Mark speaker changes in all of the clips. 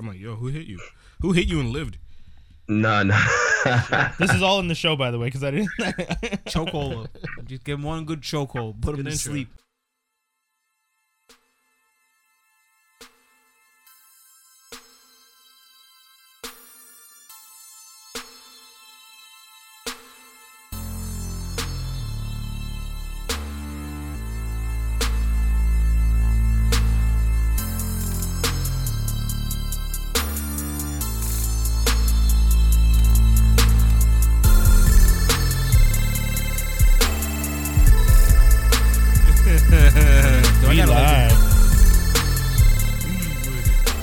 Speaker 1: I'm like, yo, who hit you? Who hit you and lived?
Speaker 2: No, no.
Speaker 3: This is all in the show, by the way, because I didn't.
Speaker 4: Chokehold. Just give him one good chokehold. Put him
Speaker 1: Good
Speaker 4: to
Speaker 1: intro.
Speaker 4: sleep. Do I
Speaker 3: We
Speaker 4: gotta like
Speaker 3: live.
Speaker 4: it?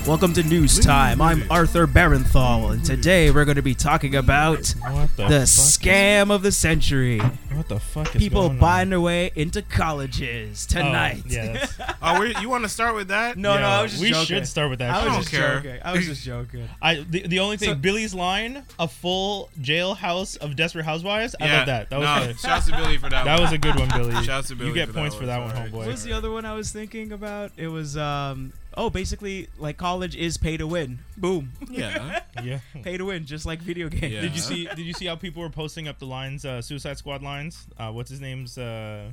Speaker 4: Welcome to News Time. I'm Arthur Barenthal, and today we're going to be talking about
Speaker 3: What the,
Speaker 4: the
Speaker 3: fuck
Speaker 4: scam of the century.
Speaker 3: Is, what the fuck is
Speaker 4: People
Speaker 3: going on?
Speaker 4: buying their way into colleges
Speaker 3: Oh,
Speaker 4: tonight.
Speaker 3: yeah, that's-
Speaker 1: Oh, wait, you want to start with that?
Speaker 4: No, no,
Speaker 3: yo,
Speaker 4: I was just
Speaker 3: we
Speaker 4: joking.
Speaker 3: should start with that.
Speaker 4: I was
Speaker 3: shit.
Speaker 1: don't
Speaker 4: just
Speaker 1: care.
Speaker 4: joking. I was just joking.
Speaker 3: I the, the only thing
Speaker 4: So-
Speaker 3: Billy's line, a full jailhouse of desperate housewives. I love that. That was
Speaker 1: nah,
Speaker 3: good.
Speaker 1: Shouts to Billy for that.
Speaker 3: that was a good one, Billy.
Speaker 1: Shouts to Billy
Speaker 3: you get
Speaker 1: for that
Speaker 3: points for
Speaker 1: one,
Speaker 3: that one,
Speaker 1: sorry.
Speaker 3: homeboy.
Speaker 4: What was the other one I was thinking about? It was um oh basically like college is pay to win. Boom.
Speaker 1: yeah.
Speaker 3: yeah.
Speaker 4: pay to win, just like video games.
Speaker 1: Yeah.
Speaker 3: Did you see? Did you see how people were posting up the lines, uh, Suicide Squad lines? Uh, what's his name's? Uh,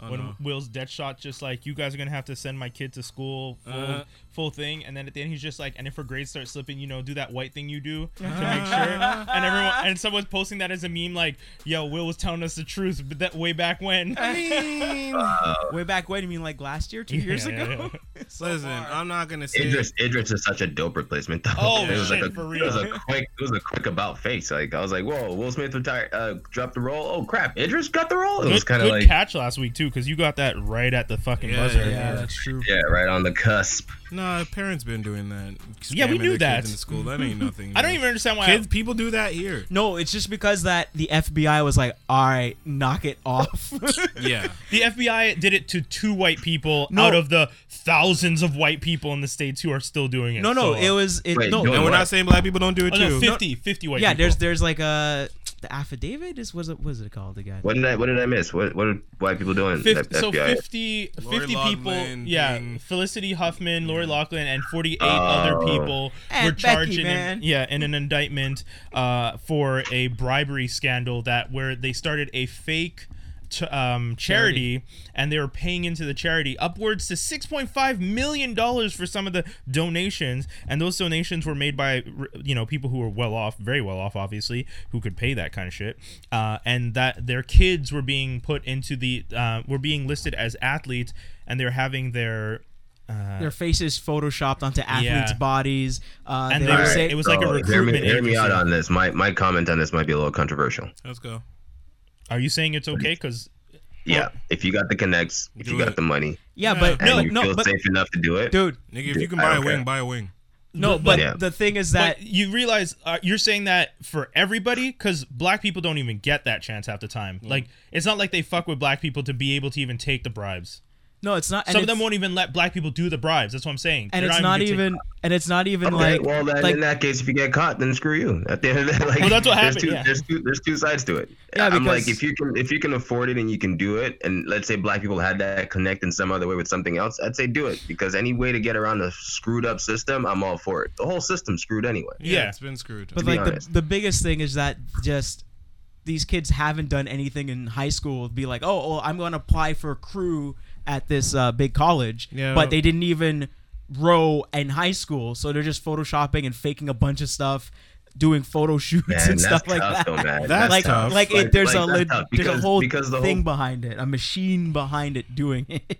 Speaker 1: Oh,
Speaker 3: when
Speaker 1: no.
Speaker 3: Will's dead shot, just like you guys are gonna have to send my kid to school, full,
Speaker 1: Uh.
Speaker 3: full thing, and then at the end he's just like, and if her grades start slipping, you know, do that white thing you do to make sure. And everyone,
Speaker 1: Ah.
Speaker 3: and someone's posting that as a meme, like, yo, Will was telling us the truth, but that way back when.
Speaker 4: I mean, way back when you mean like last year, two
Speaker 3: Yeah,
Speaker 4: years
Speaker 3: yeah,
Speaker 4: ago? So
Speaker 1: Listen,
Speaker 4: far.
Speaker 1: I'm not gonna say.
Speaker 2: Idris, Idris is such a dope replacement though.
Speaker 3: Oh,
Speaker 2: it was
Speaker 3: shit,
Speaker 2: like a,
Speaker 3: for
Speaker 2: It was a
Speaker 3: real.
Speaker 2: quick, it was a quick about face. Like I was like, whoa, Will Smith retired, uh, dropped the role. Oh crap, Idris got the role. It
Speaker 3: Good,
Speaker 2: was kind of
Speaker 3: good
Speaker 2: like,
Speaker 3: catch last week too, because you got that right at the fucking
Speaker 1: Yeah,
Speaker 3: buzzer.
Speaker 4: yeah, that's true.
Speaker 2: yeah, right on the cusp.
Speaker 1: Nah, parents been doing that.
Speaker 3: Yeah, we
Speaker 1: Scamming
Speaker 3: knew
Speaker 1: their
Speaker 3: that.
Speaker 1: Kids in school, that ain't nothing.
Speaker 3: I don't
Speaker 1: man.
Speaker 3: even understand why. I-
Speaker 1: Kids, people do that here.
Speaker 4: No, it's just because that the FBI was like, "All right, knock it off."
Speaker 1: Yeah.
Speaker 3: The FBI did it to two white people
Speaker 4: No.
Speaker 3: out of the thousands of white people in the states who are still doing it.
Speaker 4: no, no,
Speaker 3: So, uh,
Speaker 4: it was it.
Speaker 2: Wait,
Speaker 4: no,
Speaker 2: no,
Speaker 1: And we're
Speaker 2: What?
Speaker 1: not saying black people don't do it
Speaker 3: oh,
Speaker 1: too.
Speaker 3: no, 50, 50 white
Speaker 4: yeah.
Speaker 3: people.
Speaker 4: There's there's like a the affidavit is was it was it called again?
Speaker 2: What did I, what did I miss? What, what are white people doing?
Speaker 3: Fif-
Speaker 2: F-
Speaker 3: so
Speaker 2: FBI?
Speaker 3: 50,
Speaker 1: Lori
Speaker 3: 50 people,
Speaker 1: Loughlin
Speaker 3: yeah,
Speaker 1: being-
Speaker 3: Felicity Huffman, Lori Loughlin, and 48
Speaker 2: Oh.
Speaker 3: other people were
Speaker 4: And Becky,
Speaker 3: charged in,
Speaker 4: man.
Speaker 3: an, yeah, in an indictment uh, for a bribery scandal that where they started a fake t- um, charity, and they were paying into the charity upwards to 6.5 million dollars for some of the donations and those donations were made by r- you know people who were well off very well off obviously who could pay that kind of shit uh, and that their kids were being put into the uh, were being listed as athletes and they're having their uh,
Speaker 4: Their faces photoshopped onto athletes'
Speaker 3: Yeah.
Speaker 4: bodies. Uh,
Speaker 3: And
Speaker 4: they
Speaker 3: they
Speaker 4: were
Speaker 3: were-
Speaker 4: saying
Speaker 3: it was like a
Speaker 2: hear me,
Speaker 3: recruitment
Speaker 2: hear me out
Speaker 3: agency.
Speaker 2: on this. My my comment on this might be a little controversial.
Speaker 1: Let's go.
Speaker 3: are you saying it's okay because
Speaker 2: Yeah, if you got the connects, if
Speaker 1: Do
Speaker 2: you got
Speaker 1: it.
Speaker 2: the money,
Speaker 4: yeah,
Speaker 1: Yeah.
Speaker 4: but
Speaker 2: and
Speaker 4: no,
Speaker 2: you
Speaker 4: no,
Speaker 2: feel
Speaker 4: but
Speaker 2: safe enough to do it,
Speaker 4: dude,
Speaker 1: Nigga, if
Speaker 2: Dude,
Speaker 1: you can
Speaker 2: I
Speaker 1: buy a
Speaker 2: don't
Speaker 1: wing,
Speaker 2: care.
Speaker 1: buy a wing.
Speaker 4: no, but
Speaker 2: Yeah.
Speaker 4: the thing is that
Speaker 3: But you realize uh, you're saying that for everybody because black people don't even get that chance half the time. Like it's not like they fuck with black people to be able to even take the bribes.
Speaker 4: no, it's not. and
Speaker 3: Some of
Speaker 4: it's-
Speaker 3: them won't even let black people do the bribes. That's what I'm saying.
Speaker 4: and
Speaker 3: They're
Speaker 4: it's not
Speaker 3: gonna take-
Speaker 4: even and it's not even
Speaker 2: Okay,
Speaker 4: like
Speaker 2: well, then
Speaker 4: like
Speaker 2: in that case, if you get caught, then screw you. At the end of the day, like,
Speaker 3: Well, that's what
Speaker 2: there's
Speaker 3: happened,
Speaker 2: Two,
Speaker 3: yeah.
Speaker 2: There's two, there's two sides to it.
Speaker 4: Yeah,
Speaker 2: I'm like,
Speaker 4: because-
Speaker 2: if you can, if you can afford it and you can do it, and let's say black people had that connect in some other way with something else, I'd say do it because any way to get around a screwed up system, I'm all for it. The whole system's screwed anyway.
Speaker 3: Yeah.
Speaker 1: it's been screwed.
Speaker 4: but
Speaker 2: be
Speaker 4: like the,
Speaker 2: honest.
Speaker 4: the biggest thing is that just these kids haven't done anything in high school be like oh well, i'm going to apply for crew at this uh, big college
Speaker 1: Yeah.
Speaker 4: but they didn't even row in high school so they're just photoshopping and faking a bunch of stuff doing photo shoots
Speaker 2: Man,
Speaker 4: and
Speaker 2: that's
Speaker 4: stuff like
Speaker 2: tough,
Speaker 4: that
Speaker 2: though, man.
Speaker 1: That's
Speaker 4: like,
Speaker 1: tough.
Speaker 4: like,
Speaker 2: Like-
Speaker 4: it, there's
Speaker 2: like,
Speaker 4: a
Speaker 2: that's
Speaker 4: lit-
Speaker 2: tough
Speaker 4: there's a
Speaker 2: because-
Speaker 4: whole
Speaker 2: because the whole-
Speaker 4: thing behind it, a machine behind it doing it.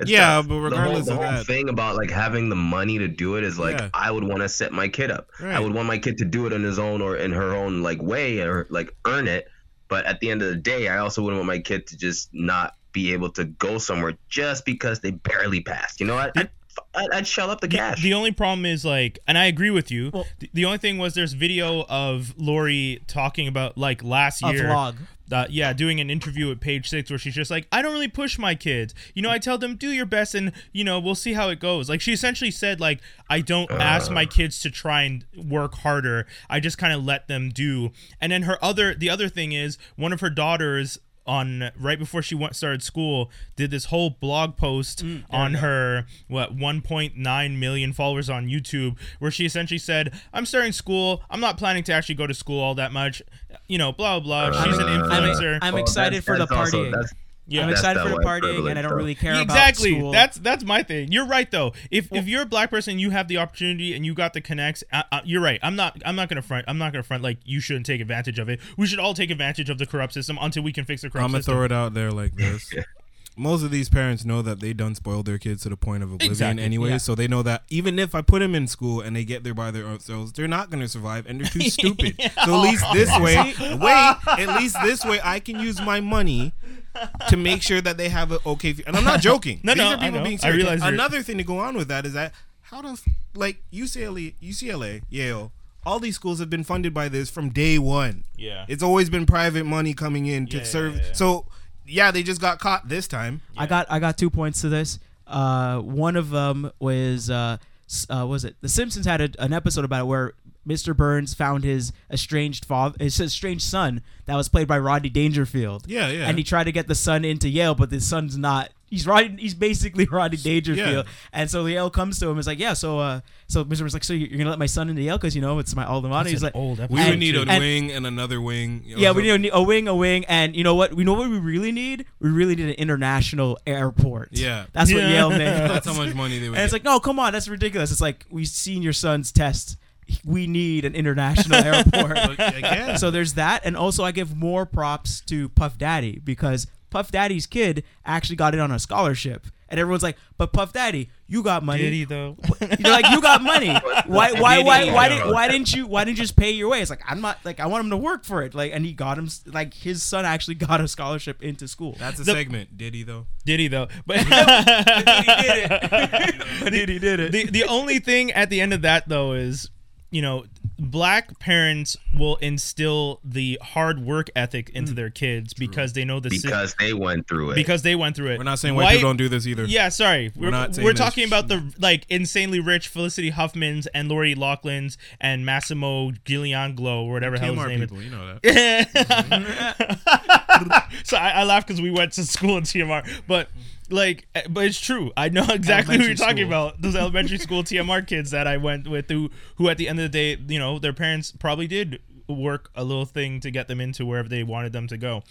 Speaker 2: It's
Speaker 1: Yeah,
Speaker 2: tough.
Speaker 1: but
Speaker 2: The whole-
Speaker 1: regardless
Speaker 2: the
Speaker 1: of
Speaker 2: whole,
Speaker 1: that-
Speaker 2: thing about like having the money to do it is like
Speaker 1: Yeah.
Speaker 2: I would want to set my kid up. I
Speaker 1: Right.
Speaker 2: would want my kid to do it on his own or in her own like way or like earn it. But at the end of the day, I also wouldn't want my kid to just not be able to go somewhere just because they barely passed. You know, I, I'd, I'd, I'd shell up the cash.
Speaker 3: The only problem is like, and I agree with you.
Speaker 4: Well-
Speaker 3: the, the only thing was there's video of Lori talking about like last
Speaker 4: A
Speaker 3: year.
Speaker 4: vlog.
Speaker 3: Uh, yeah, doing an interview at Page Six where she's just like, I don't really push my kids. You know, I tell them do your best, and you know we'll see how it goes. Like she essentially said, like I don't ask my kids to try and work harder. I just kind of let them do. And then her other, the other thing is one of her daughters on right before she went started school did this whole blog post on her what 1.9 million followers on YouTube where she essentially said I'm starting school I'm not planning to actually go to school all that much you know blah blah blah. she's an
Speaker 2: Uh,
Speaker 4: I'm,
Speaker 3: influencer
Speaker 4: I'm
Speaker 2: Well,
Speaker 4: excited
Speaker 2: that's-
Speaker 4: for the
Speaker 2: that's also-
Speaker 4: partying.
Speaker 2: that's-
Speaker 3: Yeah.
Speaker 4: I'm
Speaker 2: that's
Speaker 4: excited for
Speaker 2: that
Speaker 4: the
Speaker 2: white
Speaker 4: partying, and
Speaker 2: privilege
Speaker 4: I don't
Speaker 2: stuff.
Speaker 4: really care
Speaker 3: exactly
Speaker 4: about school.
Speaker 3: that's that's my thing you're right though if if you're a black person you have the opportunity and you got the connects uh, uh, you're right i'm not i'm not gonna front i'm not gonna front like you shouldn't take advantage of it we should all take advantage of the corrupt system until we can fix the corrupt
Speaker 1: I'm gonna
Speaker 3: system
Speaker 1: throw it out there like this. Most of these parents know that they done spoiled their kids to the point of oblivion
Speaker 3: Exactly,
Speaker 1: anyway,
Speaker 3: yeah.
Speaker 1: so they know that even if I put them in school and they get there by their own selves, they're not going to survive and they're too stupid. So at least this way, wait, at least this way I can use my money to make sure that they have an okay. fu- And I'm not joking.
Speaker 3: No,
Speaker 1: These
Speaker 3: no,
Speaker 1: are people
Speaker 3: I know.
Speaker 1: being
Speaker 3: I
Speaker 1: serious.
Speaker 3: realize you're-
Speaker 1: Another thing to go on with that is that how does like UCLA, UCLA, Yale, all these schools have been funded by this from day one.
Speaker 3: Yeah.
Speaker 1: It's always been private money coming in to
Speaker 3: Yeah,
Speaker 1: serve.
Speaker 3: yeah, yeah.
Speaker 1: So yeah, they just got caught this time.
Speaker 4: I got I got two points to this. Uh, one of them was uh, s- uh what was it The Simpsons had a, an episode about it where Mr. Burns found his estranged father, his estranged son that was played by Rodney Dangerfield.
Speaker 1: Yeah, yeah.
Speaker 4: And he tried to get the son into Yale, but the son's not. He's Rodney. He's basically Rodney Dangerfield.
Speaker 1: Yeah.
Speaker 4: And so Yale comes to him. and is like, yeah. So uh, so Mr. Burns is like, so you're gonna let my son into Yale because you know it's my alma mater.
Speaker 3: That's
Speaker 4: he's
Speaker 3: an
Speaker 4: like,
Speaker 3: old episode,
Speaker 1: We
Speaker 4: And-
Speaker 1: would need a
Speaker 4: and-
Speaker 1: wing and another wing. you know,
Speaker 4: yeah, we
Speaker 1: so-
Speaker 4: need a, a wing, a wing, and you know what? We know what we really need. We really need an international airport.
Speaker 1: Yeah.
Speaker 4: that's what
Speaker 3: Yeah.
Speaker 4: Yale made.
Speaker 1: That's how much money they would.
Speaker 4: and it's
Speaker 1: get.
Speaker 4: like, no, come on, that's ridiculous. It's like we've seen your son's test. We need an international airport.
Speaker 1: But again,
Speaker 4: so there's that, and also I give more props to Puff Daddy because Puff Daddy's kid actually got in on a scholarship, and everyone's like, but Puff Daddy, you got money.
Speaker 3: Did he, though?
Speaker 4: You're like, you got money. Why, why,
Speaker 3: Did
Speaker 4: why,
Speaker 3: he?
Speaker 4: why, did, why didn't you, why didn't you just pay your way? It's like I'm not like I want him to work for it. Like, and he got him. s- Like his son actually got a scholarship into school.
Speaker 1: that's a
Speaker 3: the-
Speaker 1: segment. Did he though?
Speaker 3: Did he though? But
Speaker 4: Did he did it?
Speaker 3: the the only thing at the end of that though is, you know, black parents will instill the hard work ethic
Speaker 1: Hmm.
Speaker 3: into their kids because they know the sys-
Speaker 2: because they went through it.
Speaker 3: because they went through it.
Speaker 1: We're not saying white, people don't do this either.
Speaker 3: Yeah, sorry. We're,
Speaker 1: not
Speaker 3: we're,
Speaker 1: saying this.
Speaker 3: talking about the like insanely rich Felicity Huffman's and Lori Loughlin's and Massimo Giulianglo or whatever the hell his
Speaker 1: TMR
Speaker 3: name
Speaker 1: people, you know that.
Speaker 3: is. So I, I laugh because we went to school in TMR, but like, eh, but it's true. I know exactly who
Speaker 4: Elementary
Speaker 3: you're talking
Speaker 4: school.
Speaker 3: about. Those elementary school TMR kids that I went with, who who at the end of the day, you know, their parents probably did work a little thing to get them into wherever they wanted them to go.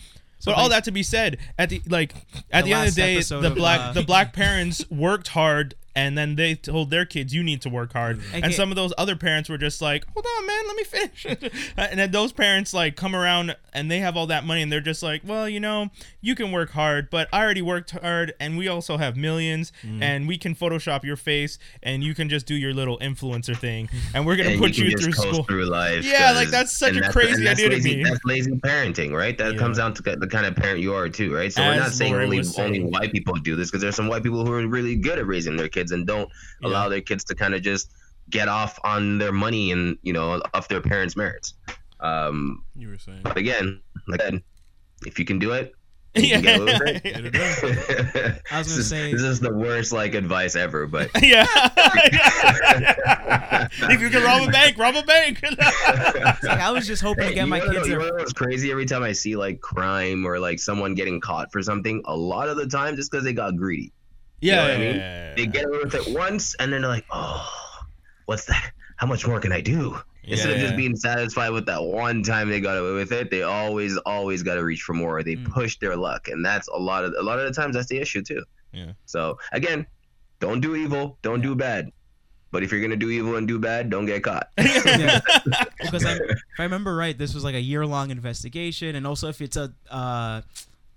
Speaker 3: but all
Speaker 4: thanks-
Speaker 3: that to be said, at the like at the, end of
Speaker 4: last
Speaker 3: the day,
Speaker 4: episode
Speaker 3: the
Speaker 4: of,
Speaker 3: black
Speaker 4: uh,
Speaker 3: the black parents worked hard and then they told their kids you need to work hard
Speaker 4: Okay.
Speaker 3: and some of those other parents were just like hold on man let me finish and then those parents like come around and they have all that money and they're just like well you know you can work hard but i already worked hard and we also have millions and we can photoshop your face and you can just do your little influencer thing and we're gonna
Speaker 2: and
Speaker 3: put
Speaker 2: you,
Speaker 3: you
Speaker 2: can
Speaker 3: through
Speaker 2: just coast
Speaker 3: school
Speaker 2: through life.
Speaker 3: Yeah,
Speaker 2: 'cause-
Speaker 3: like, that's such
Speaker 2: and
Speaker 3: a
Speaker 2: that's-
Speaker 3: crazy
Speaker 2: and that's
Speaker 3: idea to
Speaker 2: lazy,
Speaker 3: me.
Speaker 2: That's lazy parenting, right? That
Speaker 3: Yeah.
Speaker 2: comes down to the kind of parent you are too, right? So
Speaker 3: As
Speaker 2: we're not saying
Speaker 3: Lori
Speaker 2: only
Speaker 3: was
Speaker 2: only
Speaker 3: saying.
Speaker 2: white people do this because there's some white people who are really good at raising their kids and don't
Speaker 3: Yeah.
Speaker 2: allow their kids to kind of just get off on their money and you know off their parents' merits. Um,
Speaker 1: You were saying.
Speaker 2: but again, like I said, if you can do it, and you can get away with it.
Speaker 4: I was
Speaker 2: This
Speaker 4: gonna
Speaker 2: is-
Speaker 4: say-
Speaker 2: this is the worst like advice ever, but
Speaker 3: yeah. if you can rob a bank rob a bank
Speaker 4: Like, I was just hoping to get
Speaker 2: you
Speaker 4: my
Speaker 2: wanna
Speaker 4: kids.
Speaker 2: know-
Speaker 4: a-
Speaker 2: You know what's crazy? Every time I see like crime or like someone getting caught for something, a lot of the time just because they got greedy. know what I mean?
Speaker 3: yeah.
Speaker 2: They get away with it once, and then they're like, "Oh, what's that? How much more can I do?" Instead of
Speaker 3: Yeah.
Speaker 2: just being satisfied with that one time they got away with it, they always, always got to reach for more. They
Speaker 4: Mm.
Speaker 2: push their luck, and that's a lot of a lot of the times that's the issue too.
Speaker 3: Yeah.
Speaker 2: So again, don't do evil, don't do bad. But if you're gonna do evil and do bad, don't get caught.
Speaker 4: Yeah. because I'm, if I remember right, this was like a year long investigation, and also if it's a uh,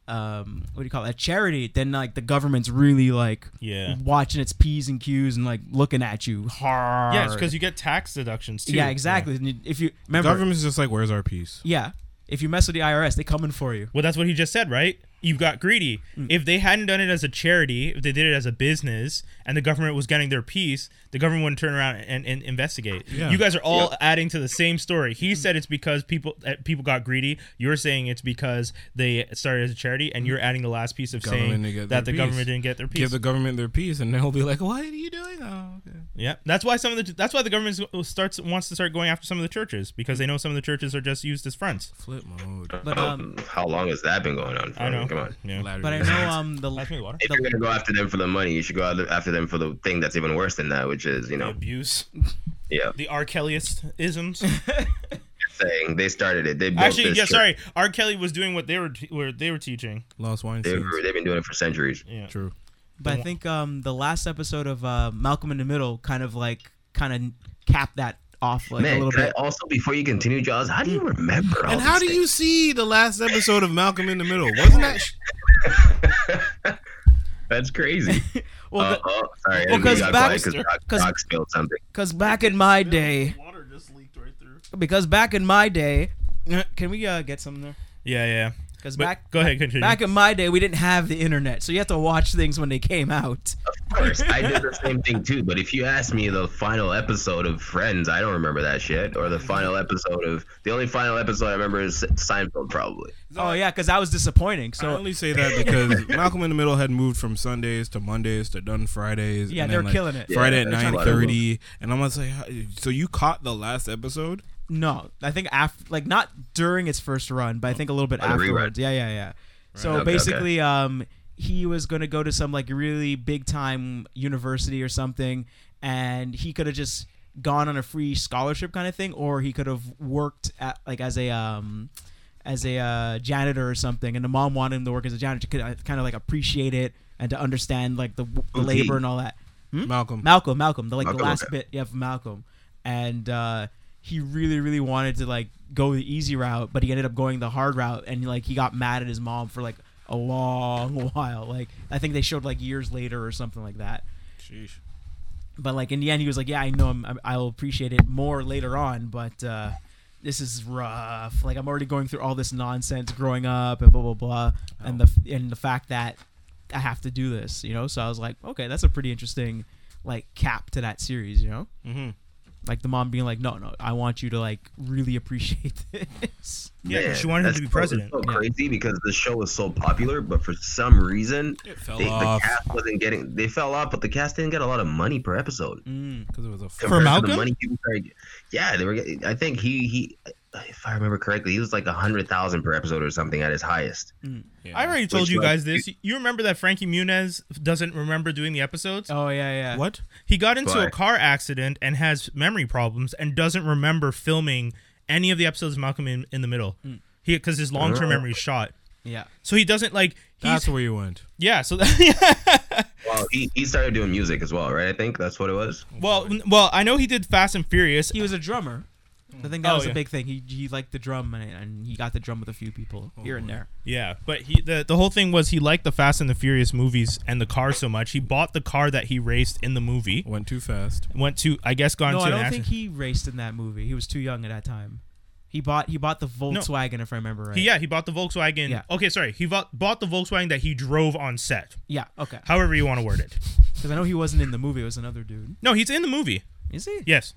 Speaker 4: um, what do you call it, a charity, then like the government's really like
Speaker 3: Yeah.
Speaker 4: watching its p's and q's and like looking at you hard.
Speaker 3: Yeah, because you get tax deductions too.
Speaker 4: yeah, exactly. And you- If you remember,
Speaker 1: Government's just like, where's our piece?
Speaker 4: yeah, if you mess with the IRS, they coming for you.
Speaker 3: Well, that's what he just said, right? you got greedy.
Speaker 1: Mm.
Speaker 3: If they hadn't done it as a charity, if they did it as a business, and the government was getting their piece, the government wouldn't turn around and, and investigate.
Speaker 1: Yeah.
Speaker 3: You guys are all adding to the same story. He said it's because people uh, people got greedy. You're saying it's because they started as a charity, and you're adding the last piece of
Speaker 1: Mm. Government didn't
Speaker 3: saying
Speaker 1: get
Speaker 3: that the
Speaker 1: their piece.
Speaker 3: government didn't get their piece.
Speaker 1: Give the government their piece, and they'll be like, "Why are you doing that?" Okay.
Speaker 3: Yeah, that's why some of the that's why the government uh, starts wants to start going after some of the churches because they know some of the churches are just used as fronts.
Speaker 1: Flip mode.
Speaker 4: But um,
Speaker 2: How long has that been going on? For?
Speaker 3: I know.
Speaker 2: Come on.
Speaker 3: Yeah.
Speaker 4: but I know um the
Speaker 3: Pass me the water.
Speaker 2: If you're gonna go after them for the money, you should go out- after them for the thing that's even worse than that, which is you know,
Speaker 3: Abuse.
Speaker 2: yeah,
Speaker 3: The R. Kellyist isms.
Speaker 2: saying they started it. They built
Speaker 3: Actually,
Speaker 2: this
Speaker 3: yeah.
Speaker 2: church.
Speaker 3: Sorry, R. Kelly was doing what they were t- where they were teaching.
Speaker 1: Lost wine.
Speaker 2: They were, they've been doing it for centuries.
Speaker 3: Yeah.
Speaker 1: True.
Speaker 4: But I think um, the last episode of uh, Malcolm in the Middle kind of like kind of capped that off like a
Speaker 2: Man,
Speaker 4: little
Speaker 2: can I
Speaker 4: bit.
Speaker 2: also before you continue, Jaws, how do you remember? all
Speaker 1: And how do
Speaker 2: these
Speaker 1: you see the last episode of Malcolm in the Middle? Wasn't that? Sh-
Speaker 2: things? That's crazy.
Speaker 4: Well,
Speaker 2: uh, oh, sorry,
Speaker 4: well, 'cause
Speaker 2: because
Speaker 4: back-
Speaker 2: because
Speaker 4: 'cause-
Speaker 2: Doc spilled something.
Speaker 4: because back in my day,
Speaker 3: Water just leaked right through.
Speaker 4: because back in my day, can we uh, get something there?
Speaker 3: Yeah, yeah.
Speaker 4: Because
Speaker 3: But
Speaker 4: back
Speaker 3: go ahead, continue.
Speaker 4: back in my day, we didn't have the internet, so you have to watch things when they came out.
Speaker 2: Of course, I did the same thing too. But if you ask me the final episode of Friends, I don't remember that shit. Or the final episode of the only final episode I remember is Seinfeld, probably.
Speaker 4: Oh yeah, because I was disappointing.
Speaker 1: I
Speaker 4: So
Speaker 1: only say that because Malcolm in the Middle had moved from Sundays to Mondays to done Fridays.
Speaker 4: Yeah,
Speaker 1: and
Speaker 4: they
Speaker 1: then,
Speaker 4: were
Speaker 1: like,
Speaker 4: killing it.
Speaker 1: Friday
Speaker 2: Yeah,
Speaker 1: at
Speaker 2: that's a
Speaker 1: nine
Speaker 2: lot of
Speaker 1: thirty, and I'm gonna say, "How- so you caught the last episode?
Speaker 4: no, I think after like not during its first run, but I think a little bit
Speaker 2: On Oh, the rerun.
Speaker 4: afterwards. Yeah, yeah, yeah. So
Speaker 2: Okay, okay.
Speaker 4: basically, um, he was gonna go to some like really big time university or something, and he could have just gone on a free scholarship kind of thing, or he could have worked at like as a um. As a uh, janitor or something, and the mom wanted him to work as a janitor to kind of like appreciate it and to understand like the, the
Speaker 2: Who's he?
Speaker 4: labor and all that. Hmm?
Speaker 1: Malcolm,
Speaker 4: Malcolm, Malcolm, the like the
Speaker 2: Malcolm,
Speaker 4: last
Speaker 2: okay.
Speaker 4: bit, yeah, from Malcolm, and uh, he really, really wanted to like go the easy route, but he ended up going the hard route, and like he got mad at his mom for like a long while. Like I think they showed like years later or something like that.
Speaker 1: Sheesh.
Speaker 4: But like in the end, he was like, "Yeah, I know, I'm, I'm- I'll appreciate it more later on, but uh, this is rough. Like I'm already going through all this nonsense growing up and blah blah blah, and the and the fact that I have to do this, you know." So I was like, "Okay, that's a pretty interesting like cap to that series, you know."
Speaker 1: Mhm.
Speaker 4: Like the mom being like, "No, no, I want you to like really appreciate this."
Speaker 3: yeah, 'cause
Speaker 2: Man,
Speaker 3: she wanted him
Speaker 2: that's
Speaker 3: to be
Speaker 2: so-
Speaker 3: president.
Speaker 2: So
Speaker 4: Yeah.
Speaker 2: crazy because the show was so popular, but for some reason,
Speaker 1: It fell
Speaker 2: they, the
Speaker 1: off
Speaker 2: cast wasn't getting. They fell off, but the cast didn't get a lot of money per episode.
Speaker 4: Mm.
Speaker 1: because it was a f-
Speaker 2: compared to the
Speaker 3: Malcolm?
Speaker 2: money he was like- yeah, they were. get- I think he he, if I remember correctly, he was like a hundred thousand per episode or something at his highest.
Speaker 3: Mm.
Speaker 1: yeah.
Speaker 3: I already told
Speaker 2: Which
Speaker 3: you
Speaker 2: one?
Speaker 3: guys this. You remember that Frankie Muniz doesn't remember doing the episodes?
Speaker 4: Oh yeah, yeah.
Speaker 1: what?
Speaker 3: He got into a
Speaker 2: Right.
Speaker 3: car accident and has memory problems and doesn't remember filming any of the episodes of Malcolm in, in the Middle.
Speaker 4: Hmm.
Speaker 3: He because his long term
Speaker 2: Oh.
Speaker 3: memory is shot,
Speaker 4: Yeah.
Speaker 3: so he doesn't like. He's,
Speaker 1: That's where you went.
Speaker 3: yeah, so that,
Speaker 2: Well, he, he started doing music as well, right? I think that's what it was.
Speaker 3: well, n- well, I know he did Fast and Furious.
Speaker 4: He was a drummer. I think that
Speaker 3: Oh,
Speaker 4: was
Speaker 3: yeah.
Speaker 4: a big thing. He he liked the drum and, and he got the drum with a few people here and there.
Speaker 3: Yeah, but he the, the whole thing was he liked the Fast and the Furious movies and the car so much he bought the car that he raced in the movie.
Speaker 1: Went too fast.
Speaker 3: Went to I guess gone
Speaker 4: No,
Speaker 3: to
Speaker 4: I
Speaker 3: an
Speaker 4: don't think
Speaker 3: accident.
Speaker 4: he raced in that movie. He was too young at that time. He bought he bought the Volkswagen, if I remember right.
Speaker 3: He- yeah, he bought the Volkswagen.
Speaker 4: Yeah.
Speaker 3: Okay, sorry, he bought, bought the Volkswagen that he drove on set.
Speaker 4: yeah, okay.
Speaker 3: However you want to word it.
Speaker 4: Because I know he wasn't in the movie. It was another dude.
Speaker 3: No, he's in the movie.
Speaker 4: Is he?
Speaker 3: Yes,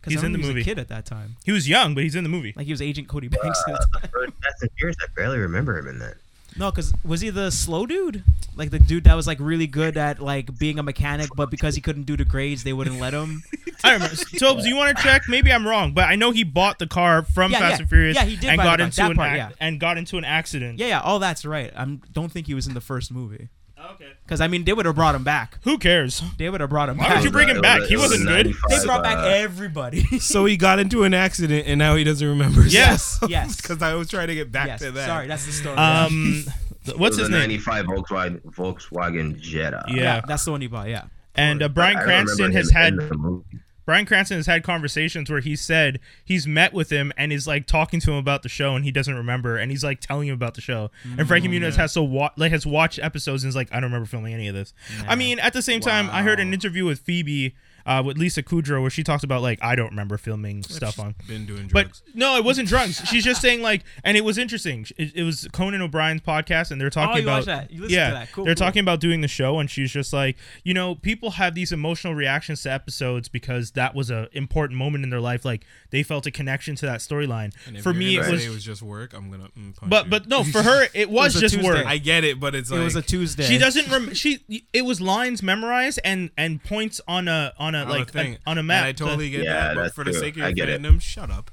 Speaker 4: because
Speaker 3: he's in the
Speaker 4: he was
Speaker 3: movie.
Speaker 4: A kid at that time,
Speaker 3: he was young, but he's in the movie.
Speaker 4: like he was Agent Cody Banks. at the time.
Speaker 2: Uh, First Fast and Furious, I barely remember him in that.
Speaker 4: No, because was he the slow dude? Like the dude that was like really good at like being a mechanic, but because he couldn't do the grades, they wouldn't let him.
Speaker 3: I remember. Tobes, you want to check? Maybe I'm wrong, but I know he bought the car from
Speaker 4: Yeah,
Speaker 3: Fast
Speaker 4: yeah.
Speaker 3: and Furious
Speaker 4: Yeah, he did
Speaker 3: and
Speaker 4: buy
Speaker 3: got
Speaker 4: the car.
Speaker 3: into
Speaker 4: That
Speaker 3: an
Speaker 4: part,
Speaker 3: ac-
Speaker 4: yeah.
Speaker 3: and got into an accident.
Speaker 4: yeah, yeah, all that's right. I don't think he was in the first movie.
Speaker 3: Okay.
Speaker 4: Because I mean, they would have brought him back.
Speaker 3: Who cares?
Speaker 4: They would have brought him
Speaker 3: Why
Speaker 4: back.
Speaker 3: would you bring him
Speaker 2: It was
Speaker 3: back?
Speaker 2: a-
Speaker 3: He
Speaker 2: it was a
Speaker 3: wasn't good.
Speaker 2: 95,
Speaker 4: They brought back
Speaker 2: uh,
Speaker 4: everybody.
Speaker 1: So he got into an accident and now he doesn't remember.
Speaker 3: Yes.
Speaker 4: Yes.
Speaker 1: Because I was trying to get back
Speaker 4: yes.
Speaker 1: to that.
Speaker 4: Sorry, that's the story.
Speaker 3: Um,
Speaker 2: It
Speaker 3: what's
Speaker 2: was
Speaker 3: his
Speaker 2: a
Speaker 3: name?
Speaker 2: '95 Volkswagen Volkswagen Jetta.
Speaker 3: Yeah.
Speaker 4: yeah, that's the one he bought. Yeah.
Speaker 3: And uh, Brian
Speaker 2: I remember
Speaker 3: Cranston
Speaker 2: him
Speaker 3: has
Speaker 2: in
Speaker 3: had
Speaker 2: the movie.
Speaker 3: Brian Cranston has had conversations where he said he's met with him and is like talking to him about the show and he doesn't remember and he's like telling him about the show. And Frankie Muniz has so wa- like has watched episodes and is like I don't remember filming any of this. I mean, at the same time, I heard an interview with Phoebe uh, with Lisa Kudrow, where she talks about like I don't remember filming stuff on.
Speaker 1: Been doing
Speaker 3: But
Speaker 1: drugs.
Speaker 3: no, it wasn't drugs. She's just saying like, and it was interesting. It, it was Conan O'Brien's podcast, and they're talking
Speaker 4: Oh, you
Speaker 3: about
Speaker 4: watched that. You listened
Speaker 3: yeah,
Speaker 4: to that. Cool,
Speaker 3: they're
Speaker 4: cool.
Speaker 3: talking about doing the show, and she's just like, you know, people have these emotional reactions to episodes because that was an important moment in their life. Like they felt a connection to that storyline.
Speaker 1: And if
Speaker 3: For
Speaker 1: you're
Speaker 3: me,
Speaker 1: gonna
Speaker 3: it
Speaker 1: say
Speaker 3: was,
Speaker 1: it was just work. I'm gonna. Mm, punch
Speaker 3: but
Speaker 1: you.
Speaker 3: but no, for her, it was,
Speaker 4: was a
Speaker 3: just
Speaker 4: Tuesday.
Speaker 3: work.
Speaker 1: I get it. But it's like
Speaker 4: it was a Tuesday.
Speaker 3: She doesn't. Rem- she it was lines memorized and and points on a on a
Speaker 1: on
Speaker 3: like
Speaker 1: a thing.
Speaker 3: a- on a map.
Speaker 1: And I totally get
Speaker 2: Yeah,
Speaker 1: that. But
Speaker 2: that's
Speaker 1: for the
Speaker 2: true.
Speaker 1: sake of
Speaker 2: I
Speaker 1: your
Speaker 2: get it.
Speaker 1: fandom, shut up.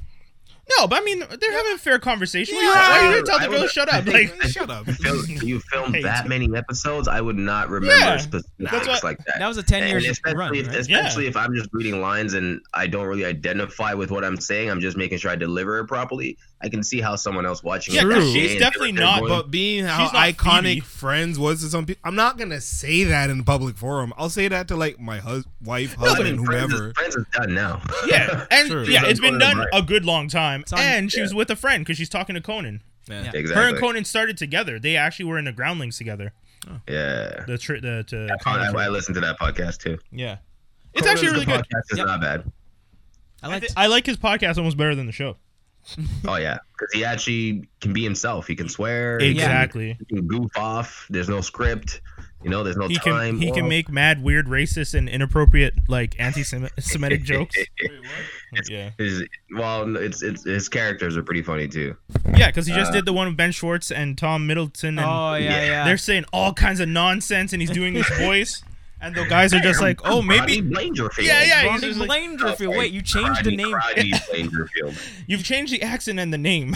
Speaker 3: no, but I mean they're having a fair conversation. Why
Speaker 1: Yeah.
Speaker 3: are you gonna tell the
Speaker 2: I
Speaker 3: girl
Speaker 2: would-
Speaker 3: shut up?
Speaker 2: I
Speaker 3: Like
Speaker 2: think-
Speaker 1: Shut up.
Speaker 2: If you- if you filmed
Speaker 3: Hate.
Speaker 2: that many episodes, I would not remember
Speaker 3: Yeah,
Speaker 2: specifics
Speaker 3: what-
Speaker 2: like that.
Speaker 4: That was a 10
Speaker 2: And
Speaker 4: years
Speaker 2: especially,
Speaker 4: run,
Speaker 2: if,
Speaker 4: right?
Speaker 2: especially if I'm just reading lines and I don't really identify with what I'm saying, I'm just making sure I deliver it properly. I can see how someone else watching it.
Speaker 3: Yeah, 'cause
Speaker 2: that
Speaker 3: she's
Speaker 2: day and
Speaker 3: definitely
Speaker 2: they're
Speaker 3: not-
Speaker 2: going-
Speaker 1: But being how
Speaker 3: She's not
Speaker 1: iconic
Speaker 3: Phoebe.
Speaker 1: Friends was to some people, I'm not gonna say that in a public forum. I'll say that to like my hus- wife,
Speaker 2: I
Speaker 1: husband,
Speaker 2: mean, Friends is-
Speaker 1: whomever.
Speaker 2: Friends is done now.
Speaker 3: yeah, and
Speaker 1: True.
Speaker 3: yeah,
Speaker 2: She's
Speaker 3: it's been
Speaker 2: on
Speaker 3: done
Speaker 2: Conan,
Speaker 3: a good long time.
Speaker 4: on-
Speaker 3: and she was with a friend because she's talking to Conan.
Speaker 1: Yeah.
Speaker 2: exactly.
Speaker 3: Her and Conan started together. They actually were in the Groundlings together.
Speaker 2: Yeah.
Speaker 3: The tri- the to
Speaker 2: I,
Speaker 3: Conan.
Speaker 2: I listened to that podcast too.
Speaker 3: yeah, it's actually
Speaker 2: The
Speaker 3: really good.
Speaker 2: podcast is
Speaker 4: Yep.
Speaker 2: not bad.
Speaker 4: I
Speaker 3: I,
Speaker 4: liked
Speaker 3: thi- I like his podcast almost better than the show.
Speaker 2: Oh yeah, because he actually can be himself. He can swear. he can-
Speaker 3: Exactly.
Speaker 2: He can goof off. There's no script. You know, there's no
Speaker 3: He can
Speaker 2: time.
Speaker 3: he can
Speaker 2: Well,
Speaker 3: make mad, weird, racist, and inappropriate like anti-Semitic jokes. Yeah.
Speaker 2: His, well, it's it's his characters are pretty funny too.
Speaker 3: Yeah, because he just
Speaker 2: Uh,
Speaker 3: did the one with Ben Schwartz and Tom Middleton, and
Speaker 4: Oh, yeah,
Speaker 2: Yeah.
Speaker 4: yeah.
Speaker 3: they're saying all kinds of nonsense, and he's doing this voice, and the guys are just like, "Oh,
Speaker 2: Rodney
Speaker 3: maybe
Speaker 2: Blangerfield.
Speaker 3: Yeah, yeah, he's
Speaker 4: Rodney
Speaker 3: just like-
Speaker 4: Blangerfield. Wait, you changed the
Speaker 2: Rodney-
Speaker 4: name.
Speaker 2: Rodney Blangerfield.
Speaker 3: you've changed the accent and the name."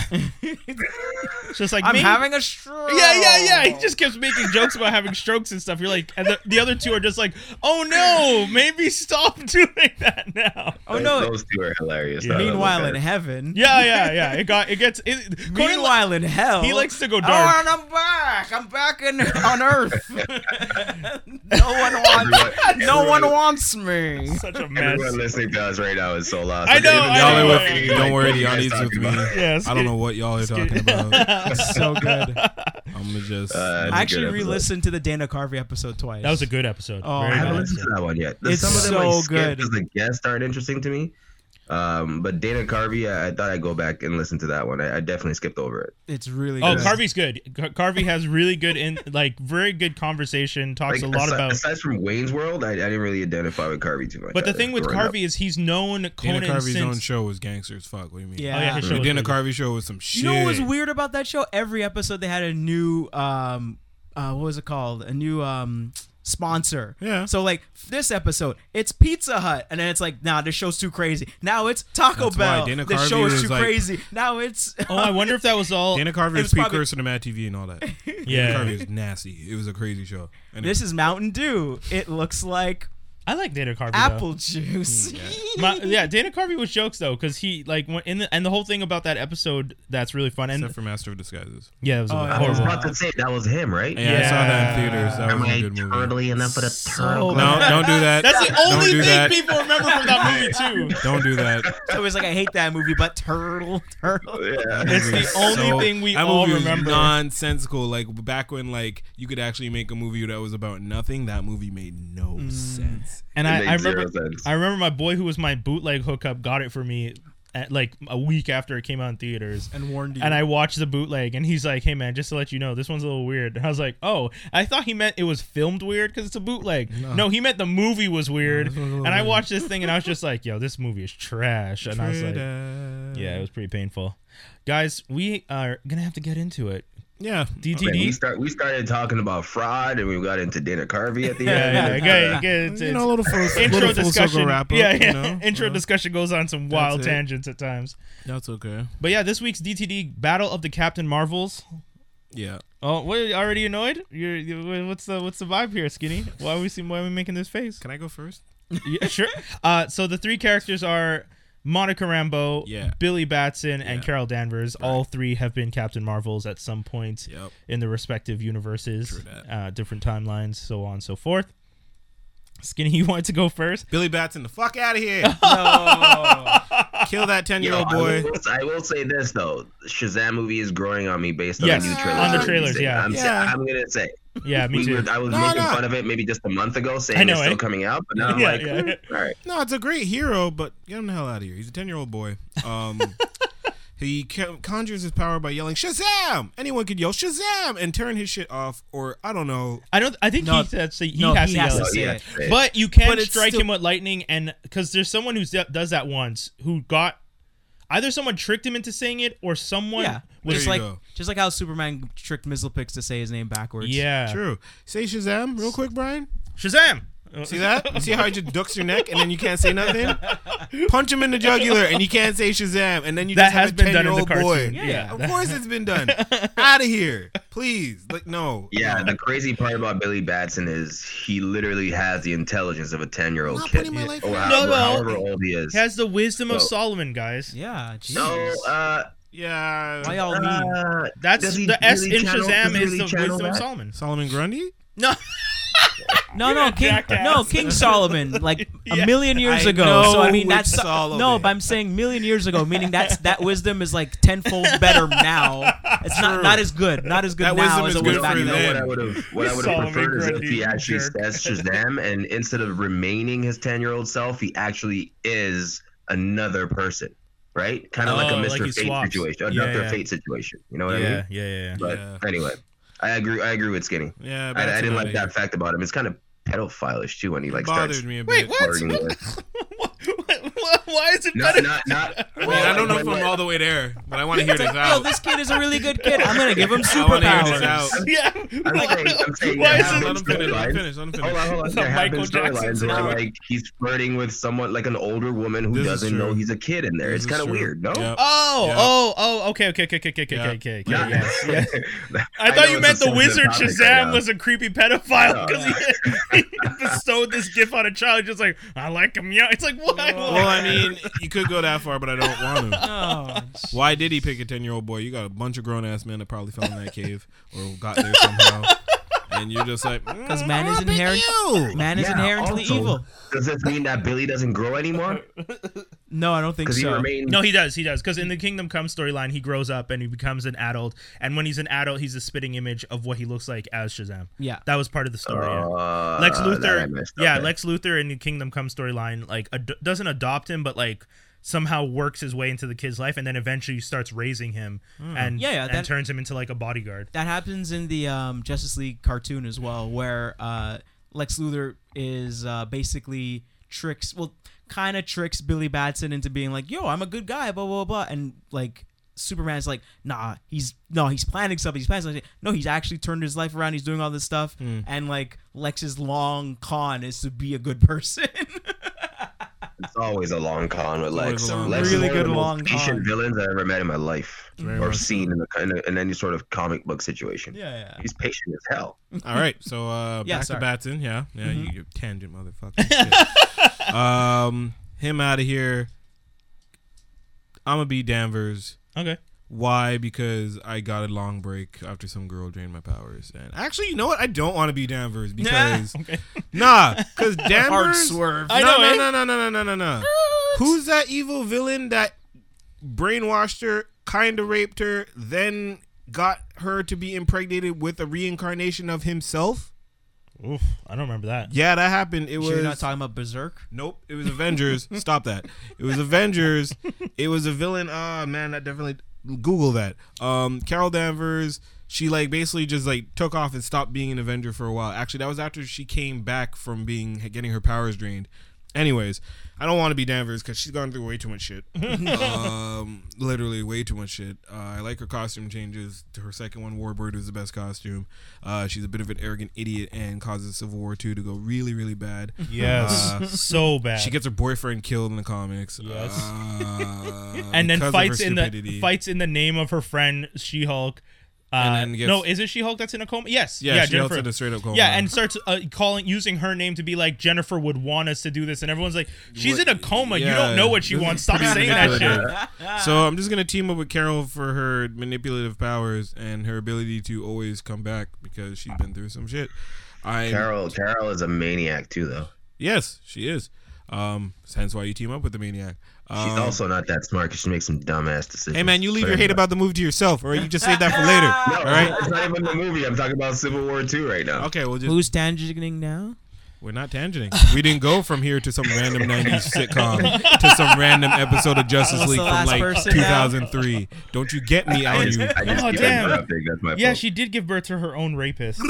Speaker 3: It's just like
Speaker 4: I'm
Speaker 3: maybe-
Speaker 4: having Oh. a stroke.
Speaker 3: Yeah, yeah, yeah. He just keeps making jokes about having strokes and stuff. You're like, and the, the other two are just like, "Oh no, maybe stop doing that now."
Speaker 4: Oh
Speaker 2: Those-
Speaker 4: no.
Speaker 2: those two are hilarious. I love those
Speaker 4: Meanwhile
Speaker 2: guys.
Speaker 4: in heaven.
Speaker 3: Yeah, yeah, yeah. It got it gets. It, Conan-
Speaker 4: Meanwhile in hell.
Speaker 3: he likes to go
Speaker 4: Oh,
Speaker 3: dark.
Speaker 4: and I'm back. I'm back in, on Earth. no one
Speaker 2: Everyone-
Speaker 4: wants. no
Speaker 2: everyone-
Speaker 4: one wants me.
Speaker 3: Such a mess.
Speaker 2: Everyone listening to us right now is so lost.
Speaker 3: I
Speaker 2: Like,
Speaker 3: know,
Speaker 2: even
Speaker 3: I
Speaker 2: though
Speaker 3: know,
Speaker 1: Y'all
Speaker 2: we're
Speaker 1: are
Speaker 3: I
Speaker 1: with
Speaker 2: talking
Speaker 1: me. Don't
Speaker 2: about
Speaker 1: worry,
Speaker 2: you
Speaker 1: the
Speaker 2: guys
Speaker 1: audience is with
Speaker 2: talking
Speaker 1: me.
Speaker 2: about-
Speaker 3: Yeah, it's
Speaker 1: I don't
Speaker 3: good.
Speaker 1: know what y'all are talking
Speaker 3: good.
Speaker 1: about.
Speaker 4: So good.
Speaker 1: I'm gonna just.
Speaker 2: Uh, That's a
Speaker 4: I
Speaker 2: good
Speaker 4: actually
Speaker 2: episode.
Speaker 4: re-listened to the Dana Carvey episode twice.
Speaker 3: That was a good episode.
Speaker 4: Oh,
Speaker 3: Very
Speaker 2: I
Speaker 4: I
Speaker 2: haven't
Speaker 3: good
Speaker 2: listened
Speaker 3: episode.
Speaker 2: to that one yet. The-
Speaker 4: It's
Speaker 2: Some of them I
Speaker 4: so
Speaker 2: skipped
Speaker 4: good.
Speaker 2: 'cause the guests aren't interesting to me. Um, but Dana Carvey, I, I thought I'd go back and listen to that one. I, I definitely skipped over it.
Speaker 4: It's really.
Speaker 3: Oh,
Speaker 4: good.
Speaker 3: Carvey's good. Car- Carvey has really good in like very good conversation. Talks
Speaker 2: Like,
Speaker 3: a lot
Speaker 2: asi-
Speaker 3: about.
Speaker 2: aside from Wayne's World, I, I didn't really identify with Carvey too much.
Speaker 3: But the
Speaker 2: either
Speaker 3: thing with
Speaker 2: growing up.
Speaker 3: Carvey is he's known
Speaker 1: Dana
Speaker 3: Conan
Speaker 1: Carvey's
Speaker 3: since.
Speaker 1: own show was gangsters. Fuck. What do you mean?
Speaker 4: Yeah.
Speaker 3: Oh yeah, his show
Speaker 1: The Dana
Speaker 3: was really good.
Speaker 1: Carvey show was some shit.
Speaker 4: You know what was weird about that show? Every episode they had a new um uh what was it called? A new um sponsor.
Speaker 1: Yeah.
Speaker 4: So like f- this episode, it's Pizza Hut, and then it's like, nah, this show's too crazy. Now it's Taco
Speaker 1: That's why
Speaker 4: Bell.
Speaker 1: Dana
Speaker 4: this
Speaker 1: Carvey
Speaker 4: show is
Speaker 1: was
Speaker 4: too
Speaker 1: like-
Speaker 4: crazy. Now it's
Speaker 3: Oh, I wonder if that was all.
Speaker 1: Dana
Speaker 3: Carvey.
Speaker 1: Carvey was
Speaker 4: was probably-
Speaker 1: precursor to Mad TV and all that. Dana
Speaker 3: Yeah,
Speaker 1: Carvey was nasty. It was a crazy show. And
Speaker 4: this is Mountain Dew. It looks like
Speaker 3: I like Dana Carvey.
Speaker 4: apple juice.
Speaker 1: Mm,
Speaker 3: Though. My- yeah, Dana Carvey was jokes though, because he like went in the, and the whole thing about that episode that's really fun. And
Speaker 1: except for Master of Disguises.
Speaker 3: yeah, it was
Speaker 4: Oh, yeah.
Speaker 2: I was
Speaker 3: horrible.
Speaker 2: about to say that was him, right?
Speaker 1: Yeah, I saw that in
Speaker 3: Yeah.
Speaker 1: theaters. That
Speaker 2: Am
Speaker 1: was a
Speaker 2: I
Speaker 1: good movie.
Speaker 2: totally enough of the turtle?
Speaker 1: No, don't do that.
Speaker 3: That's the
Speaker 1: don't
Speaker 3: only
Speaker 1: do
Speaker 3: thing
Speaker 1: that.
Speaker 3: people remember from that movie too.
Speaker 1: Don't do that.
Speaker 4: So it's like I hate that movie, but turtle, turtle.
Speaker 2: Yeah.
Speaker 3: It's
Speaker 1: Movie
Speaker 3: the
Speaker 1: is
Speaker 3: only
Speaker 1: so-
Speaker 3: thing we
Speaker 1: that
Speaker 3: all
Speaker 1: movie was
Speaker 3: remember.
Speaker 1: Nonsensical. Like back when, like you could actually make a movie that was about nothing. That movie made no
Speaker 3: Mm.
Speaker 1: sense.
Speaker 3: and
Speaker 2: It
Speaker 3: I, I
Speaker 2: makes zero
Speaker 3: remember
Speaker 2: sense.
Speaker 3: I remember my boy who was my bootleg hookup got it for me at like a week after it came out in theaters.
Speaker 4: And warned you.
Speaker 3: And I watched the bootleg, and he's like, "Hey man, just to let you know, this one's a little weird." And I was like, "Oh, I thought he meant it was filmed weird because it's a bootleg." No. he meant the movie was weird.
Speaker 1: one's a little
Speaker 3: and I
Speaker 1: weird.
Speaker 3: watched this thing, and I was just like, "Yo, this movie is trash." And I was like, "Yeah, it was pretty painful." Guys, we are gonna have to get into it.
Speaker 1: yeah.
Speaker 2: Man, we
Speaker 3: DTD.
Speaker 2: start we started talking about fraud and we got into Dana Carvey at the
Speaker 3: Yeah,
Speaker 2: end.
Speaker 3: yeah,
Speaker 2: It's,
Speaker 3: okay,
Speaker 2: uh,
Speaker 3: okay, it's-
Speaker 1: You
Speaker 3: it's-
Speaker 1: know, a little full,
Speaker 3: intro
Speaker 1: little full circle
Speaker 3: discussion.
Speaker 1: wrap up.
Speaker 3: yeah, yeah.
Speaker 1: You know?
Speaker 3: intro
Speaker 1: Uh,
Speaker 3: discussion goes on some wild
Speaker 1: it.
Speaker 3: tangents at times.
Speaker 1: That's okay.
Speaker 3: But yeah, this week's DTD Battle of the Captain Marvels.
Speaker 1: Yeah.
Speaker 3: Oh, what? you Already annoyed? You're you- what's the what's the vibe here, Skinny? Why are we seem why are we making this face?
Speaker 1: Can I go first?
Speaker 3: yeah, sure. Uh, so the three characters are Monica Rambeau,
Speaker 1: Yeah.
Speaker 3: Billy Batson, and
Speaker 1: Yeah.
Speaker 3: Carol Danvers. All three have been Captain Marvels at some point
Speaker 1: Yep.
Speaker 3: in their respective universes,
Speaker 1: True that.
Speaker 3: uh, different timelines, so on and so forth. Skinny, you wanted to go first?
Speaker 1: Billy Batson, the fuck out of here. Kill that ten
Speaker 2: you
Speaker 1: year
Speaker 3: Oh,
Speaker 2: know,
Speaker 1: old
Speaker 2: I
Speaker 1: boy.
Speaker 2: will- I will, say this though, Shazam movie is growing on me based on
Speaker 3: Yes,
Speaker 2: the new
Speaker 3: on the
Speaker 2: trailers.
Speaker 3: trailers, yeah.
Speaker 2: I'm, sa-
Speaker 1: Yeah.
Speaker 2: I'm gonna say
Speaker 3: Yeah, me
Speaker 2: we
Speaker 3: too.
Speaker 2: were, I was
Speaker 1: No,
Speaker 2: making
Speaker 1: no.
Speaker 2: fun of it maybe just a month ago,
Speaker 3: I
Speaker 2: saying
Speaker 3: know,
Speaker 2: it's still
Speaker 3: eh?
Speaker 2: coming out, but now I'm
Speaker 3: Yeah,
Speaker 2: like,
Speaker 3: yeah.
Speaker 2: "Mm, all right.
Speaker 1: No, it's a great hero, but get him the hell out of here. He's a 10 year old boy. Um, he ca- conjures his power by yelling, Shazam! Anyone could yell Shazam and turn his shit off, or I don't know.
Speaker 3: I don't. I think
Speaker 4: No,
Speaker 3: he, that's, he
Speaker 4: no,
Speaker 3: has
Speaker 4: he
Speaker 3: to
Speaker 4: has
Speaker 3: yell.
Speaker 4: to
Speaker 3: it.
Speaker 4: say-
Speaker 2: yeah,
Speaker 4: it.
Speaker 2: yeah.
Speaker 3: But you can
Speaker 1: But it's
Speaker 3: strike
Speaker 1: still-
Speaker 3: him with lightning, and because there's someone who does that once who got either someone tricked him into saying it or someone
Speaker 4: yeah,
Speaker 3: was
Speaker 4: just
Speaker 1: you
Speaker 4: like
Speaker 1: go.
Speaker 4: just like how Superman tricked Mizzlepix to say his name backwards.
Speaker 3: yeah
Speaker 1: True. Say Shazam real quick, Brian.
Speaker 3: Shazam.
Speaker 1: See that? See how he just ducks your neck and then you can't say nothing? Punch him in the jugular and you can't say Shazam, and then you
Speaker 3: That
Speaker 1: just
Speaker 3: has
Speaker 1: have a
Speaker 3: been
Speaker 1: 10
Speaker 3: done
Speaker 1: year
Speaker 3: in the
Speaker 1: old boy.
Speaker 3: cartoon. Yeah.
Speaker 1: Of course it's been done. Out of here. Please. Like, no.
Speaker 2: Yeah, the crazy part about Billy Batson is he literally has the intelligence of a ten-year-old
Speaker 1: Not
Speaker 2: kid,
Speaker 1: putting my life
Speaker 2: or
Speaker 1: in-
Speaker 2: however,
Speaker 3: No, no.
Speaker 2: however old he is.
Speaker 3: He has the wisdom of
Speaker 2: So-
Speaker 3: Solomon, guys.
Speaker 4: yeah. Jesus.
Speaker 2: so, uh,
Speaker 1: Yeah.
Speaker 4: Why y'all mean?
Speaker 2: uh,
Speaker 3: That's
Speaker 2: does he
Speaker 3: the S
Speaker 2: really
Speaker 3: in
Speaker 2: channel-
Speaker 3: Shazam
Speaker 2: does he
Speaker 3: is
Speaker 2: really
Speaker 3: the
Speaker 2: channel
Speaker 3: wisdom of
Speaker 2: that?
Speaker 3: Solomon.
Speaker 1: Solomon Grundy?
Speaker 3: No,
Speaker 4: No, no, King,
Speaker 3: jackass.
Speaker 4: no, King Solomon, like
Speaker 3: Yeah.
Speaker 4: a million years
Speaker 1: I
Speaker 4: ago.
Speaker 1: know
Speaker 4: so I mean,
Speaker 1: which
Speaker 4: that's
Speaker 1: Solomon.
Speaker 4: no, but I'm saying million years ago, meaning that's that wisdom is like tenfold better now. It's not
Speaker 1: True.
Speaker 4: not as good, not as good
Speaker 1: That
Speaker 4: now
Speaker 1: wisdom is
Speaker 4: as it
Speaker 1: good
Speaker 4: was
Speaker 2: You
Speaker 4: back
Speaker 1: for
Speaker 2: know
Speaker 1: them.
Speaker 4: then.
Speaker 2: What I would have, what I would have
Speaker 3: Solomon
Speaker 2: preferred is if
Speaker 3: Grundy,
Speaker 2: he
Speaker 3: you
Speaker 2: actually
Speaker 3: jerk.
Speaker 2: says Shazam, and instead of remaining his ten-year-old self, he actually is another person, right? Kind of like a
Speaker 3: Oh, like
Speaker 2: Mr.
Speaker 3: he
Speaker 2: Fate
Speaker 3: swaps.
Speaker 2: situation, a
Speaker 3: Yeah,
Speaker 2: Doctor
Speaker 3: yeah.
Speaker 2: Fate situation. You know what I mean?
Speaker 3: yeah,
Speaker 2: But
Speaker 1: Yeah.
Speaker 2: anyway, I agree. I agree with Skinny.
Speaker 1: Yeah, but
Speaker 2: I, I
Speaker 1: that's
Speaker 2: didn't like
Speaker 1: another-
Speaker 2: that fact about him. It's kind of pedophilish too when he like starts
Speaker 1: bothered me a bit.
Speaker 3: Wait, what?
Speaker 2: flirting with.
Speaker 3: What- what- what- Why is it
Speaker 2: No,
Speaker 3: better?
Speaker 2: not not.
Speaker 1: I mean, I don't know if I'm all the way there, but I want to hear
Speaker 4: It's
Speaker 1: this
Speaker 4: like, yo,
Speaker 1: out.
Speaker 4: this kid is a really good kid. I'm gonna give him
Speaker 1: I want to hear this out.
Speaker 4: superpowers.
Speaker 3: Yeah.
Speaker 2: like that I'm saying
Speaker 3: Why
Speaker 2: that
Speaker 3: is
Speaker 1: Yeah,
Speaker 3: it?
Speaker 1: Let him finish. Let him finish. Let him
Speaker 2: Hold
Speaker 1: finish.
Speaker 2: on, hold on.
Speaker 3: It's
Speaker 2: There
Speaker 3: a
Speaker 2: have been
Speaker 3: Michael Jackson
Speaker 2: storylines where
Speaker 3: situation.
Speaker 2: like he's flirting with someone like an older woman who
Speaker 1: This is
Speaker 2: doesn't know
Speaker 1: true.
Speaker 2: he's a kid in there.
Speaker 1: This
Speaker 2: it's
Speaker 1: is
Speaker 2: kind of
Speaker 1: true.
Speaker 2: weird, no?
Speaker 1: Yep.
Speaker 3: Oh,
Speaker 1: Yeah.
Speaker 3: oh, oh, okay, okay, okay, okay, okay, okay,
Speaker 1: Yeah.
Speaker 3: okay. okay,
Speaker 2: Not-
Speaker 3: yes, yes. I
Speaker 2: know
Speaker 3: thought
Speaker 2: it's
Speaker 3: you
Speaker 2: a
Speaker 3: meant the
Speaker 2: sensitive
Speaker 3: wizard
Speaker 2: topic right
Speaker 3: Shazam
Speaker 2: now.
Speaker 3: was a creepy pedophile
Speaker 2: No.
Speaker 3: because he, he bestowed this gift on a child. Just like I like him young. It's like what?
Speaker 1: Well, I mean, you could go that far, but I don't want to.
Speaker 4: Oh,
Speaker 1: Why did he pick a ten-year-old boy? You got a bunch of grown-ass men that probably fell in that cave or got there somehow, and you're just like,
Speaker 4: because
Speaker 1: mm,
Speaker 4: man is inherent. Man is
Speaker 2: Yeah,
Speaker 4: inherently
Speaker 2: also,
Speaker 4: evil.
Speaker 2: Does this mean that Billy doesn't grow anymore?
Speaker 4: No, I don't think
Speaker 2: Because he
Speaker 4: so.
Speaker 2: remains.
Speaker 3: no, he does. He does because in the Kingdom Come storyline, he grows up and he becomes an adult. And when he's an adult, he's a spitting image of what he looks like as Shazam.
Speaker 4: yeah.
Speaker 3: That was part of the story. yeah.
Speaker 2: Uh,
Speaker 3: Lex
Speaker 2: that I
Speaker 3: Luthor,
Speaker 2: missed.
Speaker 3: yeah,
Speaker 2: Okay.
Speaker 3: Lex Luthor in the Kingdom Come storyline, like ad- doesn't adopt him, but like somehow works his way into the kid's life, and then eventually starts raising him and
Speaker 4: Hmm. Yeah, yeah,
Speaker 3: and
Speaker 4: that-
Speaker 3: turns him into like a bodyguard.
Speaker 4: that happens in the um, Justice League cartoon as well, where uh, Lex Luthor is uh, basically tricks, well, kind of tricks Billy Batson into being like, "Yo, I'm a good guy," blah blah blah, and like Superman's like, "Nah, he's no, he's planning something. He's planning something. No, he's actually turned his life around. He's doing all this stuff,
Speaker 1: Hmm.
Speaker 4: and like Lex's long con is to be a good person."
Speaker 2: It's always a long con with
Speaker 1: always
Speaker 2: Lex.
Speaker 1: a long con.
Speaker 2: Lex is
Speaker 4: Really
Speaker 2: one of
Speaker 4: good
Speaker 2: the most
Speaker 4: long
Speaker 2: patient
Speaker 4: con.
Speaker 2: villains I ever met in my life,
Speaker 1: very
Speaker 2: or
Speaker 1: much
Speaker 2: seen in, the, in, a, in any sort of comic book situation.
Speaker 4: yeah, yeah.
Speaker 2: He's patient as hell.
Speaker 1: All right, so uh,
Speaker 4: Yeah,
Speaker 1: back
Speaker 4: sorry.
Speaker 1: to Batson. Yeah, Mm-hmm. yeah, you, you tangent motherfucker. Shit. um, him out of here. I'm gonna be Danvers.
Speaker 3: Okay,
Speaker 1: Why? Because I got a long break after some girl drained my powers. And actually, you know what? I don't want to be Danvers because
Speaker 3: okay.
Speaker 1: nah, because Danvers.
Speaker 4: swerve.
Speaker 1: No,
Speaker 3: I know,
Speaker 1: no,
Speaker 3: eh?
Speaker 1: no, no, no, no, no, no. Who's that evil villain that brainwashed her, kind of raped her, then got her to be impregnated with a reincarnation of himself?
Speaker 3: Oof, I don't remember that.
Speaker 1: Yeah, that happened. It
Speaker 4: Sure
Speaker 1: was
Speaker 4: You're not talking about Berserk.
Speaker 1: Nope, it was Avengers. Stop that. It was Avengers. It was a villain. Ah, man, that definitely Google that. Um, Carol Danvers. She like basically just like took off and stopped being an Avenger for a while. Actually, that was after she came back from being getting her powers drained. Anyways, I don't want to be Danvers because she's gone through way too much shit. um, literally way too much shit. Uh, I like her costume changes. Her second one, Warbird, was the best costume. Uh, she's a bit of an arrogant idiot and causes Civil War two to go really, really bad.
Speaker 3: Yes,
Speaker 1: Uh,
Speaker 3: so bad.
Speaker 1: She gets her boyfriend killed in the comics.
Speaker 3: Yes.
Speaker 1: Uh,
Speaker 3: and then
Speaker 1: because of
Speaker 3: fights
Speaker 1: her
Speaker 3: in the
Speaker 1: stupidity.
Speaker 3: fights in the name of her friend She Hulk. Uh,
Speaker 1: And then gets-
Speaker 3: no, is it She Hulk that's in a coma? Yes,
Speaker 1: Yeah,
Speaker 3: yeah
Speaker 1: she Jennifer.
Speaker 3: Jennifer.
Speaker 1: in a straight up coma.
Speaker 3: Yeah, and starts uh, calling using her name to be like Jennifer would want us to do this, and everyone's like, she's in a coma. you
Speaker 1: Yeah,
Speaker 3: don't know what she
Speaker 1: this
Speaker 3: wants.
Speaker 1: is
Speaker 3: Stop
Speaker 1: pretty
Speaker 3: saying that shit.
Speaker 1: manipulative. So I'm just gonna team up with Carol for her manipulative powers and her ability to always come back because she's been through some shit. I
Speaker 2: Carol, Carol is a maniac too, though.
Speaker 1: yes, she is. Um, hence why you team up with the maniac.
Speaker 2: She's also not that smart because she makes some dumbass decisions.
Speaker 1: Hey man, you leave
Speaker 2: But
Speaker 1: your hate
Speaker 2: anyway.
Speaker 1: about the movie to yourself, or you just save that for later.
Speaker 2: No,
Speaker 1: All right.
Speaker 2: it's not even the movie. I'm talking about Civil War 2 right now.
Speaker 1: Okay, we'll just
Speaker 4: Who's tangenting now?
Speaker 1: we're not tangenting. We didn't go from here to some random '90s sitcom to some random episode of Justice
Speaker 4: What's
Speaker 1: League
Speaker 4: the
Speaker 1: from
Speaker 4: last
Speaker 1: like
Speaker 4: person now?
Speaker 1: 2003. Don't you get me
Speaker 2: I
Speaker 1: on
Speaker 2: just,
Speaker 1: you,
Speaker 2: I just
Speaker 3: Oh,
Speaker 2: keep
Speaker 3: damn.
Speaker 2: interrupting. That's my
Speaker 3: Yeah,
Speaker 2: fault.
Speaker 3: she did give birth to her own rapist.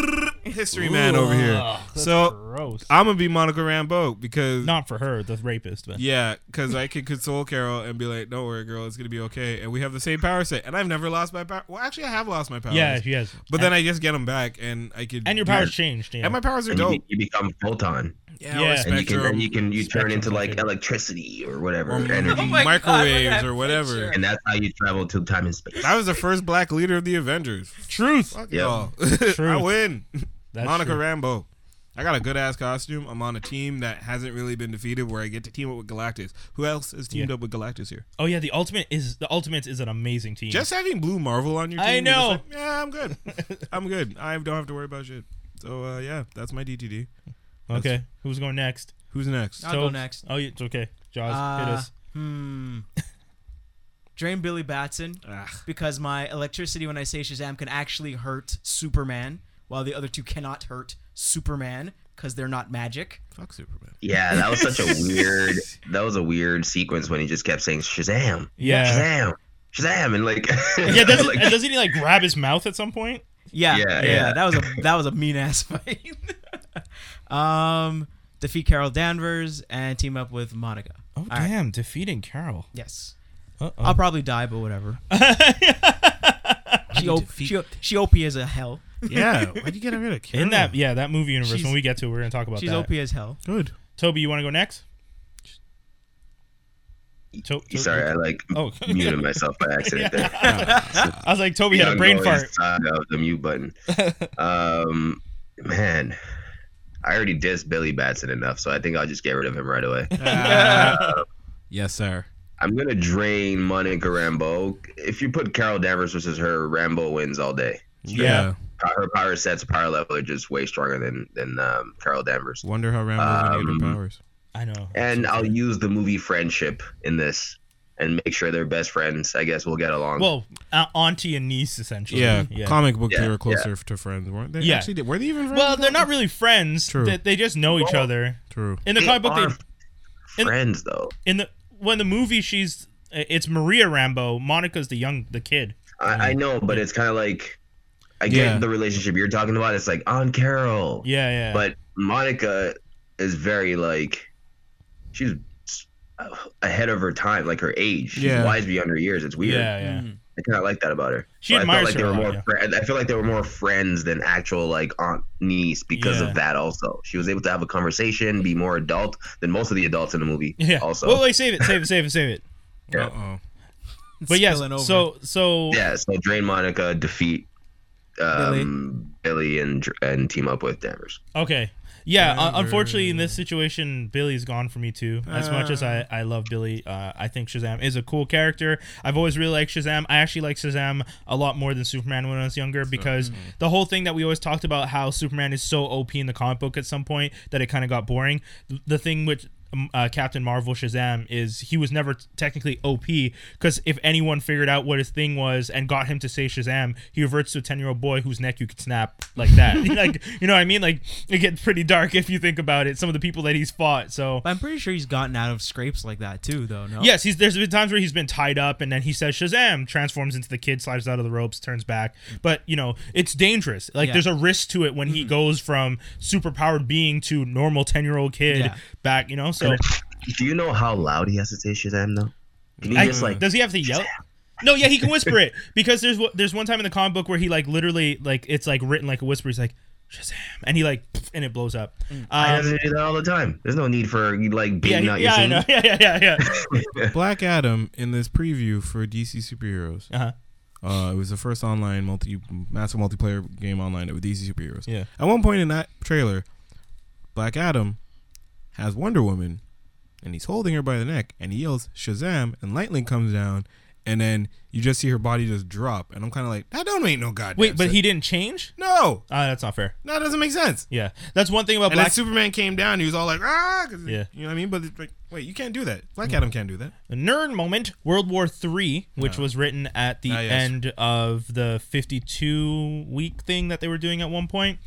Speaker 1: history man over here.
Speaker 3: Ugh, that's
Speaker 1: So
Speaker 3: gross.
Speaker 1: I'm gonna be Monica Rambeau because
Speaker 3: Not for her, the rapist, but
Speaker 1: Yeah, because I could console Carol and be like, "Don't worry, girl, it's gonna be okay." And we have the same power set, and I've never lost my power. Well, actually, I have lost my powers.
Speaker 3: yeah, she has.
Speaker 1: but then I just get them back, and I could.
Speaker 3: and your
Speaker 1: do-
Speaker 3: powers changed. Yeah.
Speaker 1: And my powers are
Speaker 2: And you,
Speaker 1: dope.
Speaker 2: be- you become photon,
Speaker 1: Yeah,
Speaker 3: Yeah.
Speaker 1: or
Speaker 2: and you can Oh
Speaker 1: spectrum, Oh,
Speaker 2: then you can you
Speaker 3: Spectrum
Speaker 2: turn into like
Speaker 3: something.
Speaker 2: electricity or whatever
Speaker 1: or
Speaker 2: energy,
Speaker 5: my God, look at
Speaker 1: microwaves,
Speaker 5: that
Speaker 1: or whatever.
Speaker 5: picture.
Speaker 2: and that's how you travel to time and space.
Speaker 1: I was the first black leader of the Avengers.
Speaker 3: truth.
Speaker 1: Fuck
Speaker 2: Yeah.
Speaker 1: y'all. I
Speaker 3: True.
Speaker 1: win.
Speaker 3: That's
Speaker 1: Monica
Speaker 3: true.
Speaker 1: Rambo. I got a good ass costume. I'm on a team that hasn't really been defeated, where I get to team up with Galactus. Who else has teamed
Speaker 3: Yeah.
Speaker 1: up with Galactus here?
Speaker 3: Oh yeah, the ultimate is the ultimate is an amazing team.
Speaker 1: Just having Blue Marvel on your team.
Speaker 3: I
Speaker 1: you're just
Speaker 3: know.
Speaker 1: like, yeah, I'm good. I'm good. I don't have to worry about shit. So uh, yeah, that's my DTD.
Speaker 3: okay, who's going next?
Speaker 1: Who's next?
Speaker 4: I'll go next.
Speaker 3: Oh, yeah, it's okay. Jaws, hit
Speaker 4: Uh,
Speaker 3: us.
Speaker 4: Hmm. Drain Billy Batson
Speaker 1: Ugh.
Speaker 4: because my electricity when I say Shazam can actually hurt Superman, while the other two cannot hurt Superman because they're not magic.
Speaker 1: Fuck Superman.
Speaker 2: Yeah, that was such a weird. That was a weird sequence when he just kept saying Shazam,
Speaker 3: Yeah.
Speaker 2: Shazam, Shazam, and like
Speaker 3: Yeah, doesn't,
Speaker 2: like,
Speaker 3: and doesn't he like grab his mouth at some point?
Speaker 4: Yeah,
Speaker 2: Yeah,
Speaker 4: yeah, yeah.
Speaker 2: yeah.
Speaker 4: That was a that was a mean ass fight. um, defeat Carol Danvers and team up with Monica.
Speaker 3: Oh
Speaker 4: right.
Speaker 3: damn, defeating Carol.
Speaker 4: Yes, I'll
Speaker 3: Uh-oh.
Speaker 4: probably die, but whatever. she op- she, she op as a hell.
Speaker 1: Yeah. Why'd you get rid of Carol?
Speaker 3: In that yeah, that movie universe.
Speaker 4: She's-
Speaker 3: when we get to, it, we're gonna talk about
Speaker 4: She's
Speaker 3: that.
Speaker 4: op as hell.
Speaker 1: good.
Speaker 3: Toby, you want to go next? To- to-
Speaker 2: sorry, I like
Speaker 3: Oh.
Speaker 2: muted myself by accident. there.
Speaker 3: I was like, Toby had a brain
Speaker 2: ongoing
Speaker 3: fart.
Speaker 2: saga of the mute button. um, man, I already dissed Billy Batson enough, so I think I'll just get rid of him right away.
Speaker 1: Uh, yes, sir.
Speaker 2: I'm gonna drain Monica Rambo. If you put Carol Danvers versus her, Rambo wins all day.
Speaker 1: Yeah.
Speaker 2: Her power sets, power level are just way stronger than than um, Carol Danvers.
Speaker 1: Wonder how Rambo um,
Speaker 2: Um,
Speaker 1: her powers.
Speaker 3: I know.
Speaker 2: And I'll use the movie friendship in this and make sure they're best friends. I guess we'll get along.
Speaker 3: Well, uh, auntie and niece essentially.
Speaker 1: Yeah, Comic books
Speaker 2: Yeah,
Speaker 1: they were closer to friends, weren't they?
Speaker 3: Yeah.
Speaker 1: Actually, did- were they even friends?
Speaker 3: well, they're not really friends.
Speaker 1: True.
Speaker 3: They, they just know each other.
Speaker 1: True.
Speaker 3: In the comic book,
Speaker 2: are
Speaker 3: they, in-
Speaker 2: friends though.
Speaker 3: in the when the movie, she's it's Maria Rambo. Monica's the young, the kid.
Speaker 2: I, I
Speaker 3: Mm-hmm.
Speaker 2: know, but it's kind of like I get
Speaker 1: Yeah.
Speaker 2: the relationship you're talking about. It's like on Carol,
Speaker 3: Yeah, yeah.
Speaker 2: but Monica is very like she's ahead of her time, like her age. She's
Speaker 1: Yeah.
Speaker 2: wise beyond her years. It's weird.
Speaker 3: yeah, yeah.
Speaker 2: I kind of like that about her.
Speaker 3: She
Speaker 2: But I felt
Speaker 3: admires
Speaker 2: like
Speaker 3: her
Speaker 2: they
Speaker 3: a
Speaker 2: were
Speaker 3: lot,
Speaker 2: more.
Speaker 3: yeah.
Speaker 2: friend- I feel like they were more friends than actual like aunt niece because
Speaker 3: Yeah.
Speaker 2: of that. Also, she was able to have a conversation, be more adult than most of the adults in the movie.
Speaker 3: Yeah.
Speaker 2: Also.
Speaker 3: Wait, wait, save it, save it, save it, save it.
Speaker 2: Yeah.
Speaker 1: Uh-oh.
Speaker 3: But yes,
Speaker 4: Spilling over.
Speaker 3: so so
Speaker 2: yeah. So drain Monica, defeat um, Billy. and Dr- and team up with Danvers.
Speaker 3: okay. Yeah, un- unfortunately, in this situation, Billy's gone for me too. As much as
Speaker 4: Ah.
Speaker 3: I, I love Billy, uh, I think Shazam is a cool character. I've always really liked Shazam. I actually like Shazam a lot more than Superman when I was younger because
Speaker 2: hmm.
Speaker 3: the whole thing that we always talked about how Superman is so OP in the comic book at some point that it kind of got boring. Th- The thing which um, uh, Captain Marvel Shazam is he was never t- technically OP because if anyone figured out what his thing was and got him to say Shazam, he reverts to a ten year old boy whose neck you could snap like that. like you know what I mean? Like it gets pretty dark if you think about it. Some of the people that he's fought. So
Speaker 4: But I'm pretty sure he's gotten out of scrapes like that too, though. No.
Speaker 3: yes, he's there's been times where he's been tied up and then he says Shazam, transforms into the kid, slides out of the ropes, turns back. But you know it's dangerous. Like
Speaker 4: Yeah.
Speaker 3: there's a risk to it when he goes from super powered being to normal ten year old kid
Speaker 4: Yeah.
Speaker 3: back. You know so.
Speaker 2: Do you know how loud he has to say Shazam though? Can he
Speaker 3: I-
Speaker 2: just like
Speaker 3: does he have to yell? No, yeah, he can whisper it because there's wh- there's one time in the comic book where he like literally like it's like written like a whisper. He's like Shazam, and he like pff, and it blows up.
Speaker 2: Why
Speaker 3: Um,
Speaker 2: doesn't he do that all the time? There's no need for you like
Speaker 3: yeah,
Speaker 2: beating
Speaker 3: he-
Speaker 2: out
Speaker 3: yeah, I
Speaker 2: your
Speaker 3: know.
Speaker 2: scene.
Speaker 3: Yeah, yeah, yeah, yeah.
Speaker 1: Black Adam in this preview for DC superheroes.
Speaker 3: Uh-huh.
Speaker 1: Uh, it was the first online multi massive multiplayer game online with DC superheroes.
Speaker 3: Yeah.
Speaker 1: At one point in that trailer, Black Adam has Wonder Woman, and he's holding her by the neck, and he yells Shazam, and lightning comes down, and then you just see her body just drop, and I'm kind of like, that don't make no goddamn.
Speaker 3: Wait, but
Speaker 1: sense.
Speaker 3: he didn't change?
Speaker 1: no,
Speaker 3: Ah, that's not fair.
Speaker 1: that doesn't make sense.
Speaker 3: Yeah, that's one thing about
Speaker 1: And then
Speaker 3: Black.
Speaker 1: Superman came down, he was all like, ah, 'cause-
Speaker 3: Yeah.
Speaker 1: you know what I mean. But it's like, wait, you can't do that. Black Adam can't do that.
Speaker 3: The nerd moment: World War III, which was written at the
Speaker 1: Ah, yes.
Speaker 3: end of the 52 week thing that they were doing at one point.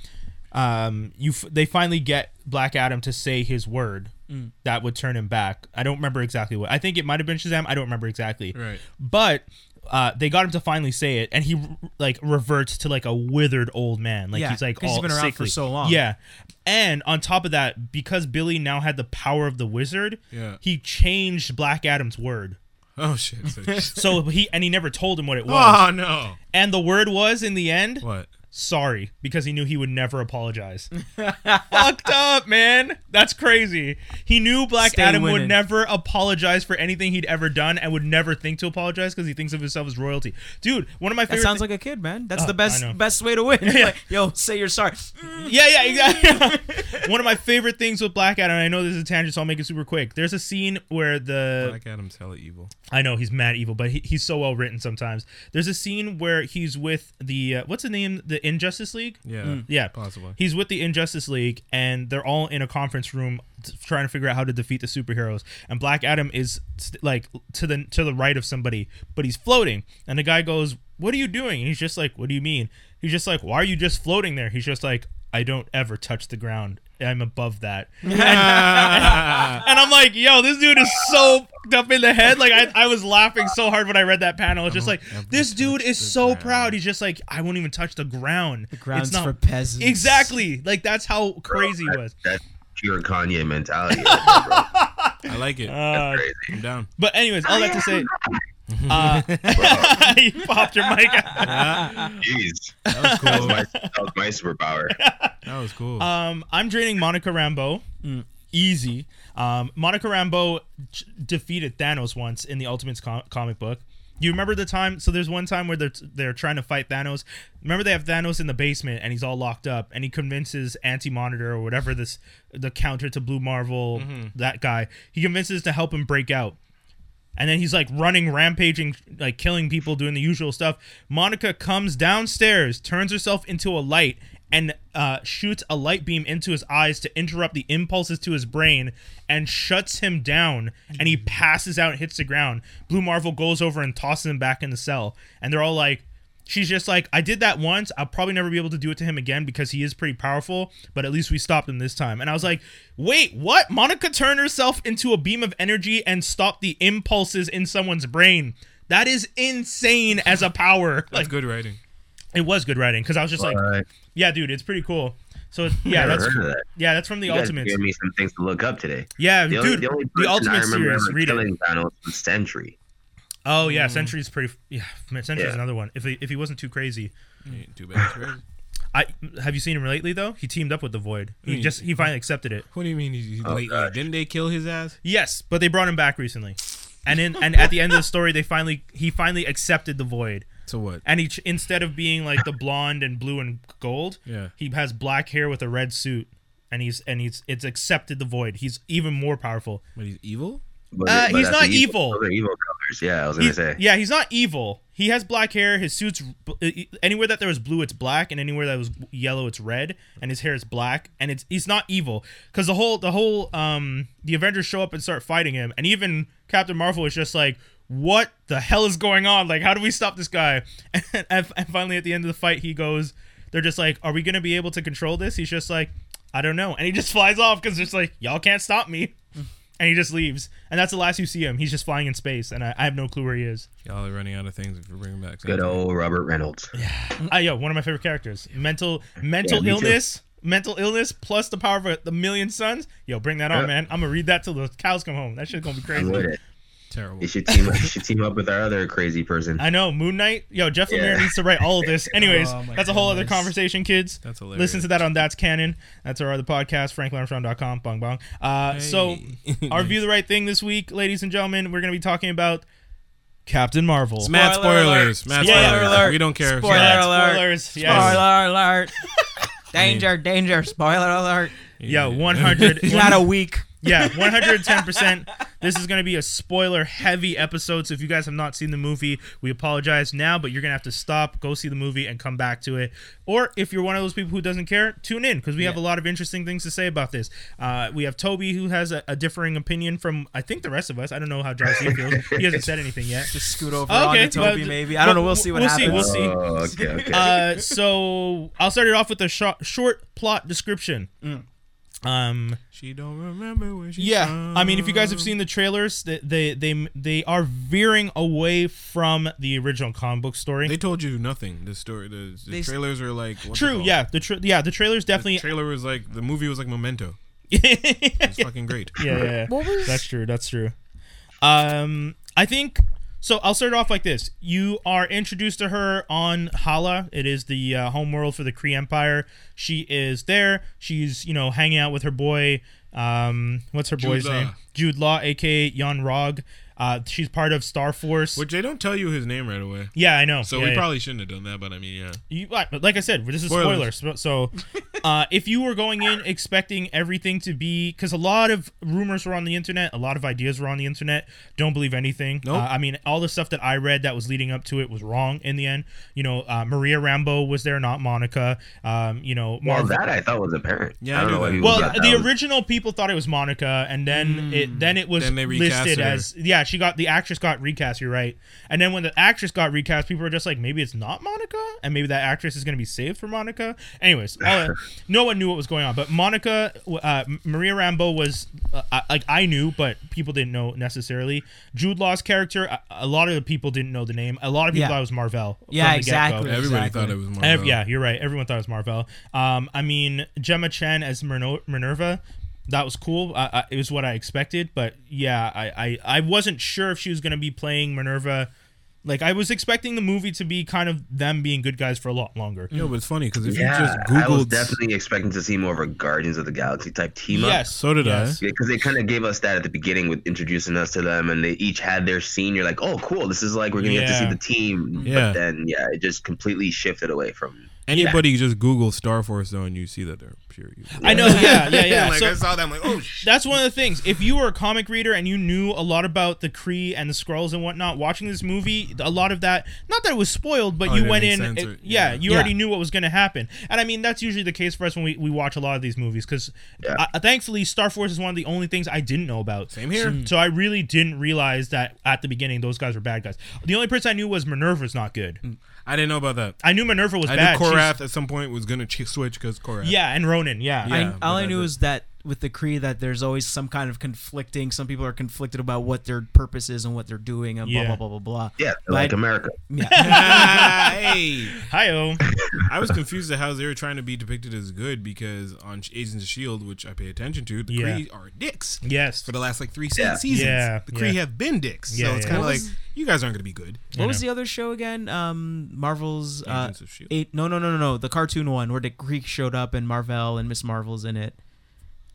Speaker 3: Um, you f- they finally get Black Adam to say his word
Speaker 1: Mm.
Speaker 3: that would turn him back. I don't remember exactly what. I think it might have been Shazam. I don't remember exactly.
Speaker 1: Right.
Speaker 3: But. Uh, they got him to finally say it, and he like reverts to like a withered old man. Like
Speaker 4: Yeah,
Speaker 3: he's like
Speaker 4: 'cause
Speaker 3: all
Speaker 4: he's been around for
Speaker 3: sickly.
Speaker 4: so long.
Speaker 3: Yeah, and on top of that, because Billy now had the power of the wizard,
Speaker 1: Yeah.
Speaker 3: he changed Black Adam's word.
Speaker 1: Oh shit. So-
Speaker 3: So he and he never told him what it
Speaker 4: Ah.
Speaker 3: was.
Speaker 1: oh no.
Speaker 3: And the word was in the end
Speaker 1: What?
Speaker 3: sorry because he knew he would never apologize. Fucked up, man. That's crazy. He knew Black
Speaker 4: Stay
Speaker 3: Adam would
Speaker 4: winning.
Speaker 3: never apologize for anything he'd ever done and would never think to apologize because he thinks of himself as royalty. Dude, one of my
Speaker 4: That
Speaker 3: favorite
Speaker 4: sounds like a kid, man. That's the best
Speaker 3: Oh, I know.
Speaker 4: best way to win. Like, yo, say you're sorry. Mm.
Speaker 3: Yeah, yeah, exactly. One of my favorite things with Black Adam, and I know this is a tangent, so I'll make it super quick. There's a scene where the
Speaker 1: Black Adam's hella evil.
Speaker 3: I know he's mad evil, but he, he's so well written sometimes. There's a scene where he's with the uh, what's the name? The Injustice League.
Speaker 1: Yeah.
Speaker 3: mm, Yeah,
Speaker 1: Possibly.
Speaker 3: He's with the Injustice League, and they're all in a conference room t- trying to figure out how to defeat the superheroes. And Black Adam is st- like to the to the right of somebody, but he's floating. And the guy goes, "What are you doing?" And he's just like, "What do you mean?" He's just like, "Why are you just floating there?" He's just like, "I don't ever touch the ground. I'm above that." And I'm like, yo, this dude is so fucked up in the head. Like, I, I was laughing so hard when I read that panel. It's just like,
Speaker 1: ever
Speaker 3: this dude
Speaker 1: touch
Speaker 3: is
Speaker 1: the
Speaker 3: so
Speaker 1: ground.
Speaker 3: proud. He's just like, I won't even touch the ground. The
Speaker 4: ground's for peasants.
Speaker 3: Exactly. Like, that's how crazy he
Speaker 2: That-
Speaker 3: was.
Speaker 2: That's pure Kanye mentality.
Speaker 1: I like it.
Speaker 3: Uh,
Speaker 1: I'm down.
Speaker 3: but, anyways, all that to say. Uh, you popped your mic out.
Speaker 2: Jeez,
Speaker 1: That was cool.
Speaker 2: my, that was my superpower.
Speaker 1: that was cool.
Speaker 3: Um, I'm draining Monica Rambeau. Easy. Um, Monica Rambeau j- defeated Thanos once in the Ultimates com- comic book. You remember the time? So there's one time where they're they're trying to fight Thanos. Remember they have Thanos in the basement and he's all locked up, and he convinces Anti Monitor or whatever this the counter to Blue Marvel that guy. He convinces to help him break out. And then he's like running, rampaging, like killing people, doing the usual stuff. Monica comes downstairs, turns herself into a light, and uh, shoots a light beam into his eyes to interrupt the impulses to his brain and shuts him down. And he passes out and hits the ground. Blue Marvel goes over and tosses him back in the cell. And they're all like, She's just like, I did that once. I'll probably never be able to do it to him again because he is pretty powerful, but at least we stopped him this time. And I was like, wait, what? Monica turned herself into a beam of energy and stopped the impulses in someone's brain. That is insane as a power.
Speaker 1: That's
Speaker 3: Like,
Speaker 1: good writing.
Speaker 3: it was good writing because I was just like,
Speaker 2: Alright,
Speaker 3: yeah, dude, it's pretty cool. So it's- yeah,
Speaker 2: never
Speaker 3: that's
Speaker 2: heard of that.
Speaker 3: yeah, that's from the
Speaker 2: You guys
Speaker 3: Ultimates.
Speaker 2: gave me some things to look up today.
Speaker 3: Yeah,
Speaker 2: The only,
Speaker 3: dude,
Speaker 2: the,
Speaker 3: the,
Speaker 2: only person
Speaker 3: Ultimate
Speaker 2: I remember
Speaker 3: series.
Speaker 2: ever
Speaker 3: Read it.
Speaker 2: killing Thanos was Sentry.
Speaker 3: Oh yeah, Century's pretty. Yeah, man, Century's
Speaker 2: Yeah.
Speaker 3: another one. If he, if he wasn't too crazy,
Speaker 1: Ain't too bad. it's crazy.
Speaker 3: I have you seen him lately though? He teamed up with the Void. He
Speaker 1: Hmm.
Speaker 3: just he finally accepted it.
Speaker 1: What do you mean? He's he's lately?
Speaker 2: Oh, gosh.
Speaker 1: Didn't they kill his ass?
Speaker 3: Yes, but they brought him back recently. And in and at the end of the story, they finally he finally accepted the Void.
Speaker 1: So what?
Speaker 3: And he ch- instead of being like the blonde and blue and gold,
Speaker 1: Yeah.
Speaker 3: he has black hair with a red suit. And he's and he's it's accepted the void. He's even more powerful.
Speaker 1: What? He's evil?
Speaker 2: But,
Speaker 3: Uh,
Speaker 2: but
Speaker 3: he's
Speaker 2: that's
Speaker 3: not
Speaker 2: the
Speaker 3: evil.
Speaker 2: Those are evil colors. Yeah, I was gonna
Speaker 3: He's-
Speaker 2: say.
Speaker 3: Yeah, he's not evil. He has black hair. His suits uh, anywhere that there was blue, it's black, and anywhere that was yellow, it's red. And his hair is black, and it's he's not evil because the whole the whole um the Avengers show up and start fighting him, and even Captain Marvel is just like, what the hell is going on? Like, how do we stop this guy? And, and finally, at the end of the fight, he goes, they're just like, are we gonna be able to control this? He's just like, I don't know, and he just flies off because it's like y'all can't stop me and he just leaves. And that's the last you see him. He's just flying in space, and I, I have no clue where he is.
Speaker 1: Y'all are running out of things if you bring him back.
Speaker 2: Good old Robert Reynolds.
Speaker 4: Mm.
Speaker 3: Ah, yo, one of my favorite characters. Mental, mental
Speaker 2: me too.
Speaker 3: illness, mental illness, plus the power of a, the million suns. Yo, bring that on,
Speaker 2: Yeah.
Speaker 3: man. I'm gonna read that till the cows come home. That shit's gonna be
Speaker 2: I love
Speaker 3: crazy.
Speaker 2: it.
Speaker 1: Terrible.
Speaker 2: You should team. you should team up with our other crazy person.
Speaker 3: I know, Moon Knight. Yo, Jeff Lemire
Speaker 2: Yeah.
Speaker 3: needs to write all of this. Anyways,
Speaker 4: Oh, my
Speaker 3: that's a whole other
Speaker 4: goodness.
Speaker 3: conversation, kids.
Speaker 1: That's hilarious.
Speaker 3: Listen to that on That's Canon. That's our other podcast, franklampstrong.com. Bong bong. Uh, So,
Speaker 1: Hey.
Speaker 3: our view the right thing this week, ladies and gentlemen, we're gonna be talking about Captain Marvel.
Speaker 1: Mad
Speaker 4: Spoiler alert.
Speaker 1: spoilers. Mad
Speaker 3: Spoiler
Speaker 1: spoilers.
Speaker 4: alert.
Speaker 1: We don't care.
Speaker 4: Spoiler
Speaker 1: Sorry.
Speaker 4: alert.
Speaker 3: Spoilers.
Speaker 4: Spoiler alert. danger, danger. Spoiler alert.
Speaker 3: Yo, 100.
Speaker 4: You had a week.
Speaker 3: Yeah, 110%. this is going to be a spoiler heavy episode. So if you guys have not seen the movie, we apologize now, but you're going to have to stop, go see the movie, and come back to it. Or if you're one of those people who doesn't care, tune in because we have a lot of interesting things to say about this. Uh, we have Toby who has a, a differing opinion from, I think, the rest of us. I don't know how Josh feels. He hasn't said anything yet.
Speaker 4: Just scoot over
Speaker 3: Okay,
Speaker 4: on to
Speaker 3: well,
Speaker 4: Toby,
Speaker 3: j-
Speaker 4: maybe. I don't know.
Speaker 3: we'll-
Speaker 4: We'll see what
Speaker 3: we'll see,
Speaker 4: happens.
Speaker 3: we'll see.
Speaker 2: Oh, okay, okay.
Speaker 3: Uh, so I'll start it off with a sho- short plot description. Um,
Speaker 1: She don't remember where she.
Speaker 3: yeah,
Speaker 1: from.
Speaker 3: I mean, if you guys have seen the trailers, they they they, they are veering away from the original comic book story.
Speaker 1: they told you nothing. The story, the, the
Speaker 4: They-
Speaker 1: trailers are like what's it
Speaker 3: True,
Speaker 1: called?
Speaker 3: yeah, the tra- yeah the trailers
Speaker 1: The
Speaker 3: definitely.
Speaker 1: trailer was like the movie was like Memento.
Speaker 3: yeah,
Speaker 1: It's fucking great.
Speaker 3: yeah, yeah.
Speaker 4: What was-
Speaker 3: that's true. That's true. Um, I think so. I'll start off like this: you are introduced to her on Hala. It is the uh, homeworld for the Kree Empire. She is there. She's you know hanging out with her boy. Um, what's her boy's
Speaker 1: Law.
Speaker 3: name? Jude Law, aka Yon Rog. Uh, she's part of Star Force.
Speaker 1: Which they don't tell you his name right away.
Speaker 3: yeah, I know.
Speaker 1: So
Speaker 3: Yeah,
Speaker 1: we
Speaker 3: yeah.
Speaker 1: probably shouldn't have done that, but I mean, yeah.
Speaker 3: You, like like I said, this is spoilers.
Speaker 1: Spoilers.
Speaker 3: So, uh, if you were going in expecting everything to be, because a lot of rumors were on the internet, a lot of ideas were on the internet. Don't believe anything.
Speaker 1: Nope.
Speaker 3: Uh, I mean, all the stuff that I read that was leading up to it was wrong in the end. You know, uh, Maria Rambo was there, not Monica. Um, you know,
Speaker 2: well,
Speaker 3: Marvel.
Speaker 2: that I thought was apparent.
Speaker 1: Yeah,
Speaker 2: I
Speaker 1: I
Speaker 2: don't
Speaker 1: knew
Speaker 2: know why
Speaker 1: that.
Speaker 2: people
Speaker 3: Well,
Speaker 2: thought that
Speaker 3: the
Speaker 2: was-
Speaker 3: original people thought it was Monica, and then it then it was
Speaker 1: Then they recast
Speaker 3: listed
Speaker 1: her.
Speaker 3: as yeah. She got the actress got recast. You're right. And then when the actress got recast, people were just like, maybe it's not Monica, and maybe that actress is going to be saved for Monica. Anyways, all that- no one knew what was going on, but Monica uh, Maria Rambo was uh, I- like I knew, but people didn't know necessarily. Jude Law's character, a, a lot of the people didn't know the name. A lot of people
Speaker 4: Yeah.
Speaker 3: thought it was Marvel.
Speaker 4: Yeah,
Speaker 3: from the get-go.
Speaker 4: exactly.
Speaker 1: Everybody
Speaker 4: Exactly.
Speaker 1: thought it was Marvel.
Speaker 3: Ev- yeah, you're right. Everyone thought it was Marvel. Um, I mean, Gemma Chan as Mino- Minerva, that was cool. I, I, it was what I expected, but yeah, I, I, I wasn't sure if she was going to be playing Minerva. Like, I was expecting the movie to be kind of them being good guys for a lot longer.
Speaker 1: No, but it's funny because if
Speaker 2: yeah,
Speaker 1: you just
Speaker 2: I was
Speaker 1: Googled,
Speaker 2: definitely expecting to see more of a Guardians of the Galaxy type team up.
Speaker 3: Yes.
Speaker 1: so did
Speaker 3: yes.
Speaker 1: I.
Speaker 2: because they kind of gave us that at the beginning with introducing us to them, and they each had their scene. You're like, oh, cool, this is like we're gonna get to see
Speaker 3: Yeah.
Speaker 2: the team.
Speaker 1: Yeah.
Speaker 2: But then, yeah, it just completely shifted away from.
Speaker 1: Anybody just Google Star Force though, and you see that they're pure. evil.
Speaker 3: I know. Yeah, yeah, yeah.
Speaker 1: like
Speaker 3: So-
Speaker 1: I saw that, I'm like, oh shit.
Speaker 3: that's one of the things. If you were a comic reader and you knew a lot about the Kree and the Skrulls and whatnot, watching this movie, a lot of that, not that it was spoiled, but
Speaker 1: Oh,
Speaker 3: you
Speaker 1: it
Speaker 3: went in,
Speaker 1: didn't make sense
Speaker 3: it-
Speaker 1: or-
Speaker 3: yeah,
Speaker 1: yeah.
Speaker 3: you
Speaker 4: Yeah.
Speaker 3: already knew what was going to happen. And I mean, that's usually the case for us when we, we watch a lot of these movies because thankfully, Star Force is one of the only things I didn't know about. Mm.
Speaker 1: Same here.
Speaker 3: So, so I really didn't realize that at the beginning those guys were bad guys. The only person I knew was Minerva's not good.
Speaker 1: I didn't know about that.
Speaker 3: I knew Minerva was
Speaker 1: Mm. I
Speaker 3: bad.
Speaker 1: knew
Speaker 3: She's-
Speaker 1: Korath at some point was gonna ch- switch because Korath.
Speaker 3: Yeah, and Ronan. Yeah.
Speaker 1: Yeah.
Speaker 4: I, all
Speaker 1: but
Speaker 4: I
Speaker 1: that-
Speaker 4: knew
Speaker 1: that-
Speaker 4: is that with the Kree that there's always some kind of conflicting. Some people are conflicted about what their purpose is and what they're doing, and
Speaker 3: Yeah.
Speaker 4: blah blah blah blah blah.
Speaker 2: Yeah,
Speaker 4: But
Speaker 2: like
Speaker 4: I-
Speaker 2: America.
Speaker 4: yeah.
Speaker 1: Ah, hey,
Speaker 3: Hi-oh.
Speaker 1: I was confused at how they were trying to be depicted as good because on Agents of Shield, which I pay attention to, the
Speaker 3: Yeah.
Speaker 1: Kree are dicks.
Speaker 3: Yes.
Speaker 1: For the last like three se-
Speaker 2: Yeah.
Speaker 1: seasons,
Speaker 3: Yeah,
Speaker 1: the Kree
Speaker 3: yeah.
Speaker 1: have been dicks.
Speaker 3: Yeah,
Speaker 1: so it's
Speaker 3: yeah.
Speaker 1: kind of
Speaker 4: What
Speaker 1: like
Speaker 4: was-
Speaker 1: you guys aren't gonna be good.
Speaker 4: what was the other show again? Um, Marvel's. Uh,
Speaker 1: Agents of Shield.
Speaker 4: eight, no, no, no, no, no. The cartoon one where the Greek showed up and Marvel and Miss Marvel's in it.